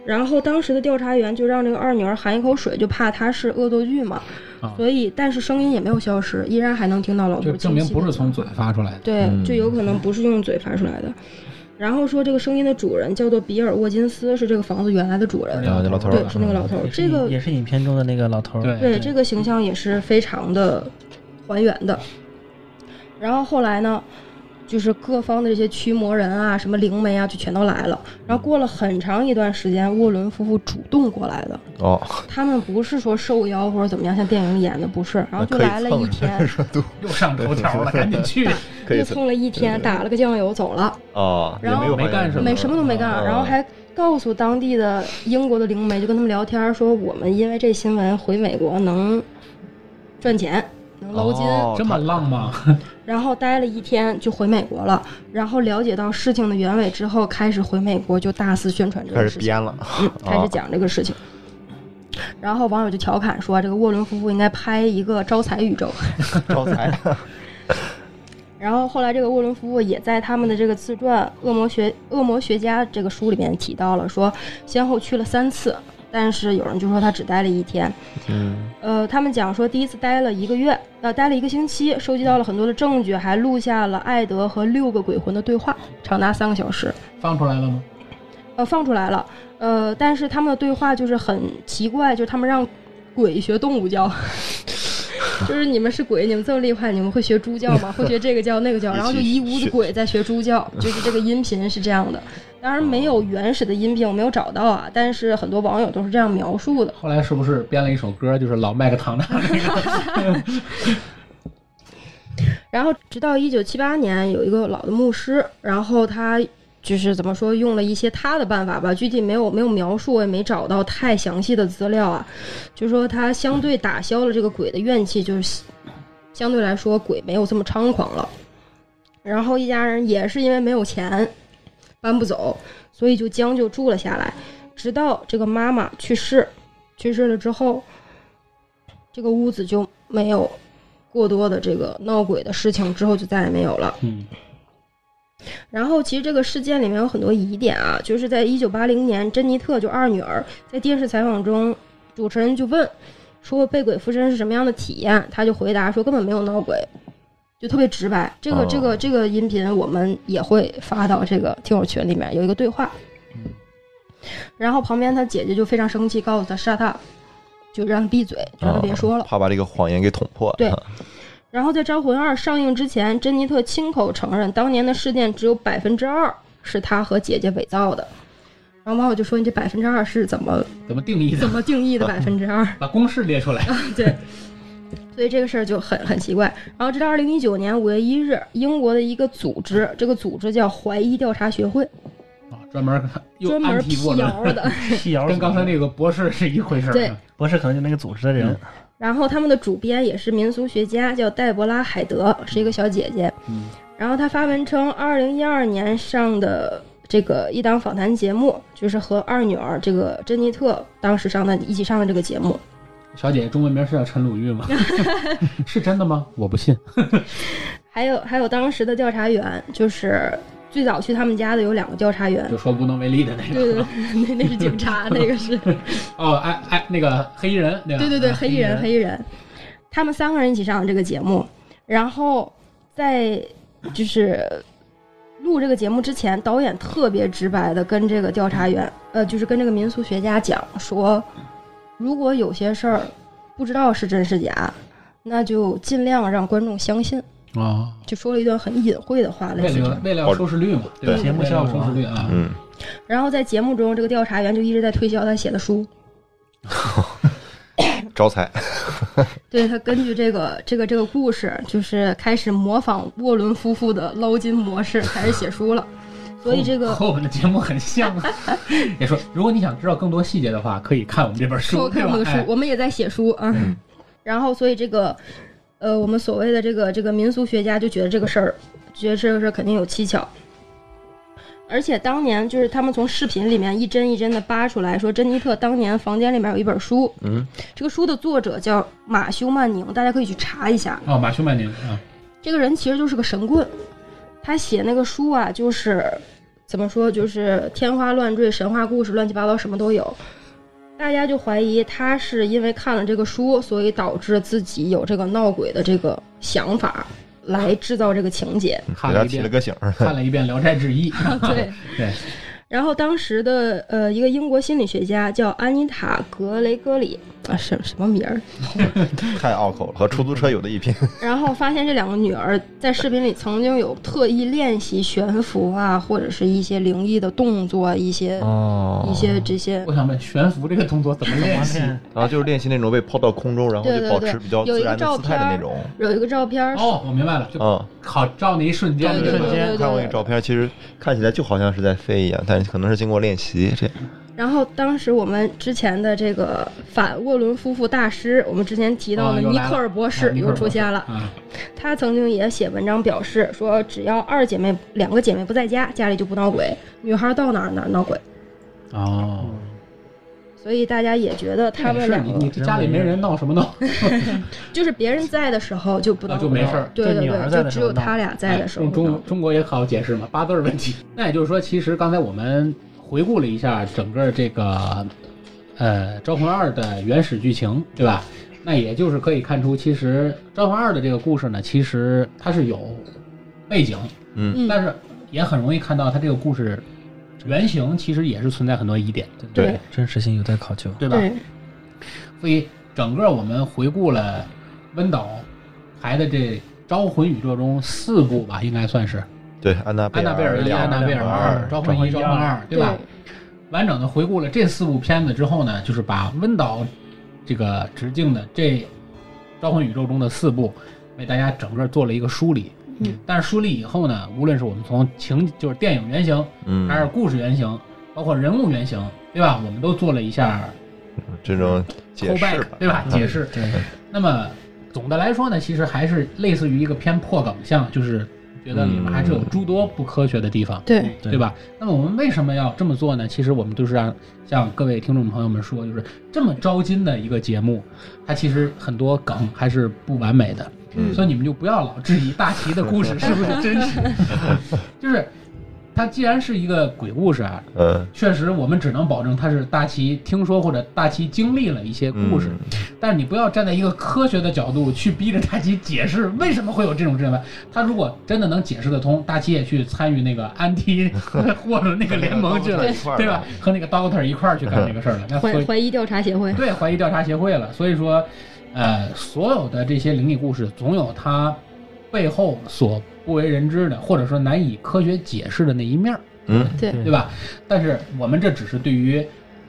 然后当时的调查员就让这个二女儿含一口水，就怕她是恶作剧嘛
啊，
所以但是声音也没有消失，依然还能听到老头
就
儿
证
清
明
晰
不
地
是从嘴发出来的。
对，
嗯
就有可能不是用嘴发出来的。然后说这个声音的主人叫做比尔沃金斯，是这个房子原来的主人
是，那
啊，那老头
对，
儿
是那个老头儿。
也是
这个
影
哎
也是影片中的那个老头儿，
对
对这个形象也是非常的还原的。然后后来呢，就是各方的这些驱魔人啊、什么灵媒啊，就全都来了。然后过了很长一段时间，沃伦夫妇主动过来 的，
哦，
他们不是说受邀或者怎么样，像电影里演的不是，然后
那
就
可以
来了一
蹭上
天，
热度，
又上头条了，赶紧去。
可以
又
蹭
蹭了一天，打了个酱油走了。
哦，也
然后
没有
没
还原
干什么
没什么都没干，
哦
然后还告诉当地的英国的灵媒，就跟他们聊天儿说，我们因为这新闻回美国能赚钱，能捞金。
哦
这么浪吗？
然后待了一天就回美国了，然后了解到事情的原委之后，开始回美国就大肆宣传这
开
个
始
事情，
编了，
嗯开始
哦
讲这个事情。然后网友就调侃说，这个沃伦夫妇应该拍一个招财宇宙。
招 财， 啊
然后后来，这个沃伦夫妇也在他们的这个自传《恶魔学恶魔学家》这个书里面提到了说，先后去了三次，但是有人就说他只待了一天。
嗯，
呃，他们讲说第一次待了一个月，呃，待了一个星期，收集到了很多的证据，还录下了艾德和六个鬼魂的对话，长达三个小时。
放出来了吗？
呃，放出来了，呃，但是他们的对话就是很奇怪，就是他们让鬼学动物叫， 就是你们是鬼，你们这么厉害，你们会学猪叫吗？会学这个叫那个叫，
一起
然后就一屋子
学
鬼在学猪叫，就是这个音频是这样的。当然没有原始的音频，我没有找到啊，但是很多网友都是这样描述的。
后来是不是编了一首歌，就是老麦克唐纳那个？
然后直到一九七八年，有一个老的牧师，然后他就是怎么说，用了一些他的办法吧，具体没有没有描述，我也没找到太详细的资料啊。就说他相对打消了这个鬼的怨气，就是相对来说鬼没有这么猖狂了。然后一家人也是因为没有钱搬不走，所以就将就住了下来，直到这个妈妈去世，去世了之后，这个屋子就没有过多的这个闹鬼的事情之后就再也没有了。
嗯，
然后其实这个事件里面有很多疑点啊，就是在一九八零年，珍妮特就二女儿在电视采访中，主持人就问说被鬼附身是什么样的体验，她就回答说根本没有闹鬼，就特别直白。这个
哦
这个这个音频我们也会发到这个听友群里面有一个对话，然后旁边她姐姐就非常生气，告诉她 shut up，就让她闭嘴，
啊
就让她别说了。
怕把这个谎言给捅破，啊
对然后在《招魂二》上映之前，珍妮特亲口承认，当年的事件只有百分之二是她和姐姐伪造的。然后网友就说：“你这百分之二是怎么
怎么定义
怎
的？
么定 义的百分之二
把公式列出来。？”
对，所以这个事儿就很很奇怪。然后直到二零一九年五月一日，英国的一个组织，这个组织叫怀疑调查学会，
啊，专门又
专门
安提
辟
沃
谣
伦，
的。
辟谣
跟刚才那个嗯博士是一回事儿。啊
对
博士可能就那个组织的人，
然后他们的主编也是民俗学家，叫黛博拉·海德，是一个小姐姐。
嗯
然后她发文称，二零一二年上的这个一档访谈节目，就是和二女儿这个珍妮特当时上的一起上的这个节目。
小姐姐中文名是叫陈鲁豫 吗？是真的吗？我不信。
还有还有当时的调查员，就是最早去他们家的有两个调查员
就，说无能为力的那
对对
个
对，，那那是 警察，那个是。
哦，哎哎，那个黑衣人，对吧？
对对对，
啊
黑衣人，黑衣人，他们三个人一起上的这个节目，然后在就是录这个节目之前，导演特别直白的跟这个调查员，呃，就是跟这个民俗学家讲说，如果有些事儿不知道是真是假，那就尽量让观众相信。
哦，
就说了一段很隐晦的话，类
为
似这样
了为了要收视率嘛，对吧
节目
为了要
效果
收视率啊，
嗯，
然后在节目中，这个调查员就一直在推销他写的书，
招财，
对他根据这个这个这个故事，就是开始模仿沃伦夫妇的捞金模式，开始写书了。所以这个
和我们的节目很像 啊。也说，如果你想知道更多细节的话，可以看我们这本书，
说
对
看我
吧
们？的书
哎，嗯
我们也在写书啊。 然后，所以这个呃，我们所谓的这个这个民俗学家就觉得这个事儿，觉得这个事儿肯定有蹊跷。而且当年就是他们从视频里面一帧一帧的扒出来说，珍妮特当年房间里面有一本书，
嗯，
这个书的作者叫马修曼宁，大家可以去查一下。
哦，马修曼宁啊，
这个人其实就是个神棍，他写那个书啊，就是怎么说，就是天花乱坠、神话故事、乱七八糟，什么都有。大家就怀疑他是因为看了这个书，所以导致自己有这个闹鬼的这个想法，来制造这个情节。
看
给
了
他
一
提了
遍，
个醒儿，
看了一遍《聊斋志异》
啊对，
啊 对，
然后当时的呃一个英国心理学家叫安妮塔·格雷戈里啊，什什么名儿？
太拗口了，和出租车有的一拼。
然后发现这两个女儿在视频里曾经有特意练习悬浮啊，或者是一些灵异的动作，一些、
哦
嗯一些这些
我。想问悬浮这个动作怎么练习？
然后就是练习那种被抛到空中，然后
对
就
对
保
对
持比较
有
自
一个
然的
照
姿态的
片
那
儿
种。
有一个照片是，
哦，我明白了，就
嗯，
好照那一瞬间
照那
就
一
是
瞬间
对对
看过那
对
个照片，其实看起来就好像是在飞一样，但可能是经过练习这。
然后当时我们之前的这个反沃伦夫妇大师，我们之前提到
啊
的
又
尼
来了
克尔博
啊
士
尼克
又
尔
出
博士
现了。
啊，
她曾经也写文章表示说，只要二姐妹两个姐妹不在家，家里就不闹鬼，女孩到哪儿哪儿闹鬼。
哦，
所以大家也觉得她
没
们
事儿，
两
哎啊你
个
你这家里没人闹什么 闹？
就是别人在的时候就不闹
啊
鬼，
就没事儿
对对
就女儿
对，
在
就
的时
只
候
有她俩在的时候
哎
闹
用中中国也好解释嘛，八字儿问题。 那也就是说，其实刚才我们回顾了一下整个这个呃《招魂二》的原始剧情，对吧？那也就是可以看出，其实《招魂二》的这个故事呢，其实它是有背景，
嗯，
嗯，
但是也很容易看到它这个故事原型其实也是存在很多疑点，
对
真实性有待考究。
对吧？
对，
所以整个我们回顾了温导拍的这《招魂》宇宙中四部吧，应该算是
对，安娜嗯
安娜贝尔一、
两
安娜贝尔二、
二
招魂一、招魂二，对吧？完整的回顾了这四部片子之后呢，就是把温导这个直径的这招魂宇宙中的四部，为大家整个做了一个梳理。
嗯，
但是梳理以后呢，无论是我们从情就是电影原型，
嗯，
还是故事原型，包括人物原型，对吧？我们都做了一下
这种解
callback，
释吧，
对吧？
嗯
解释。
对，
那么总的来说呢，其实还是类似于一个偏破梗像，就是觉得里面还是有诸多不科学的地方，
对，
对
对吧？那么我们为什么要这么做呢？其实我们就是让向各位听众朋友们说，就是这么招金的一个节目，它其实很多梗还是不完美的，
嗯
所以你们就不要老质疑大齐的故事是不是真实， 就是它既然是一个鬼故事啊，
嗯，
确实，我们只能保证他是大齐听说或者大齐经历了一些故
嗯
事，但是你不要站在一个科学的角度去逼着大齐解释为什么会有这种阵法。他如果真的能解释得通，大齐也去参与那个安提或者那个联盟去了， 对吧？和那个 Doctor 一块儿去干这个事儿了。那所
怀
以
怀疑调查协会，
对怀疑调查协会了。所以说，呃，所有的这些灵异故事总有它背后所不为人知的，或者说难以科学解释的那一面儿。
嗯，
对
对吧？但是我们这只是对于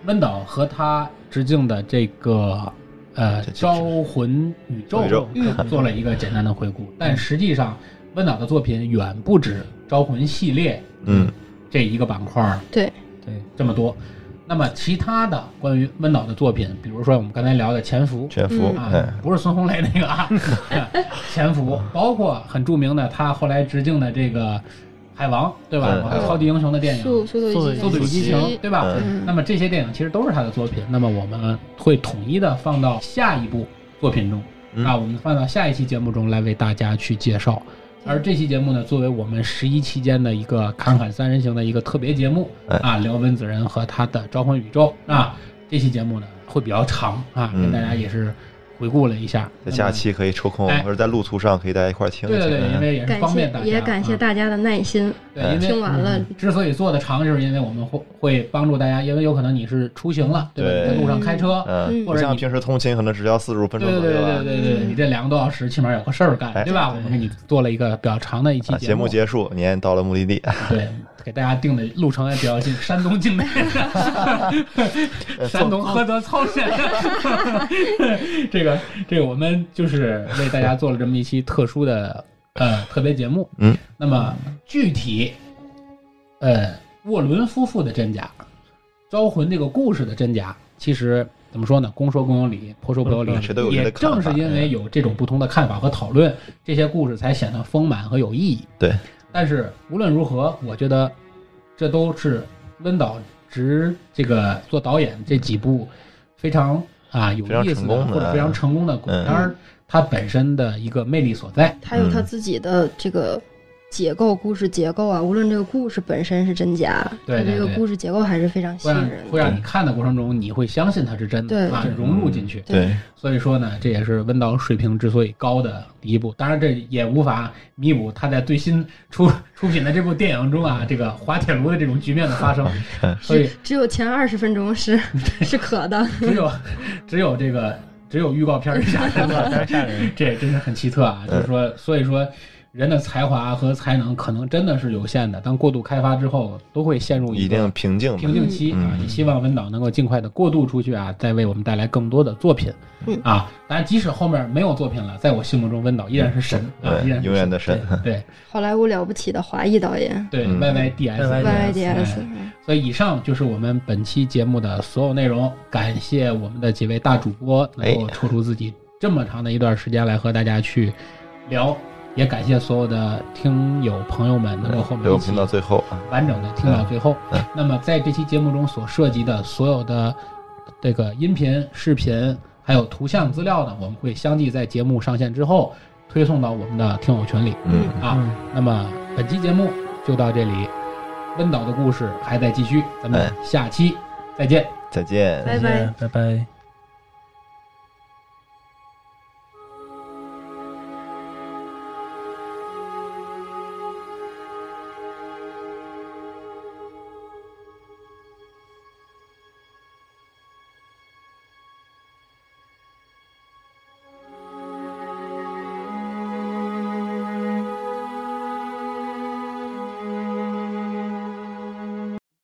温导和他直径的这个呃
这这
招魂宇宙
宇宙
做了一个简单的回顾，但实际上温导的作品远不止招魂系列
嗯，
这一个板块儿
对，
对，
这么多。那么其他的关于温导的作品，比如说我们刚才聊的《潜伏》，
全服，
啊
哎，，
不是孙红雷那个 啊，潜伏，包括很著名的他后来直径的这个海王，对吧
对？海王
超级英雄的电影，
速速度与
速度
激
与
情
激情，对吧？
嗯
那么这些电影其实都是他的作品，那么我们会统一的放到下一部作品中，
嗯
啊，我们放到下一期节目中来为大家去介绍。
嗯
而这期节目呢，作为我们十一期间的一个“侃侃三人行”的一个特别节目
哎
啊，聊温子仁和他的《招魂宇宙》啊，这期节目呢会比较长啊，
嗯
跟大家也是回顾了一下。
在
那么
假期嗯可以抽空，
哎
或者在路途上可以大家一块儿听一
对
听。
对对，因为也是
感
方便
谢
大家，
也感谢
啊
大家的耐心，
对，因为嗯
听完了
之所以做的长，就是因为我们会会帮助大家，因为有可能你是出行了，对吧？
对
你在路上开车，
嗯，不像平时通勤可能只要四十五分钟
对
左
对
右
对
吧。
对对对，你这两个多小时起码有个事儿干，
哎
对吧？我们给你做了一个比较长的一期
啊，节
目，
目结束，您到了目的地，
对，给大家定的路程也比较近，山东境内，
呃
山东菏泽曹 县。这个这个，我们就是为大家做了这么一期特殊的呃特别节目。
嗯，
那么具体呃沃伦夫妇的真假，招魂这个故事的真假，其实怎么说呢？公说公有理，婆说婆有理。
谁嗯都有谁
也
的看法哎
正是因为有这种不同的看法和讨论，这些故事才显得丰满和有意义。
对，
但是无论如何，我觉得这都是温导执这个做导演这几部非常啊有
非常
意思
成功的
或者非常成功的鬼
嗯
片儿，它本身的一个魅力所在。
他有他自己的这个结构、故事结构啊，无论这个故事本身是真假，
对对
它这
对
个故事结构还是非常吸
会
引
让
人的。
会让你看的过程中，你会相信它是真的
对
啊，融入进去。
对，
所以说呢，这也是温导水平之所以高的一部。当然，这也无法弥补他在最新出出品的这部电影中啊，这个滑铁卢的这种局面的 发生。所以
只只有前二十分钟是 是可的，
只有 只有这个只有预告片儿吓 人了，
吓人。
这也真是很奇特
嗯
啊！就是说，所以说。人的才华和才能可能真的是有限的，当过度开发之后，都会陷入
一
个
定嗯平静吧。
瓶颈期啊，也希望温导能够尽快的过渡出去啊，再为我们带来更多的作品
嗯
啊。当然，即使后面没有作品了，在我心目中，温导依然是神啊，
对
依然是
永远的神
对
好莱坞了不起的华裔导演
对对
嗯
Y Y D S
YYDS
YYDS，
哎所以以上就是我们本期节目的所有内容，感谢我们的几位大主播能够抽出自己这么长的一段时间来和大家去聊，也感谢所有的听友朋友们能够和我
被
们
我
一
们
起
听到最后啊，
完整的听到最后。那么在这期节目中所涉及的所有的这个音频、视频还有图像资料呢，我们会相继在节目上线之后推送到我们的听友群里
嗯，
啊。那么本期节目就到这里，温导的故事还在继续，咱们
哎
下期再见。
再见。
拜拜
拜拜。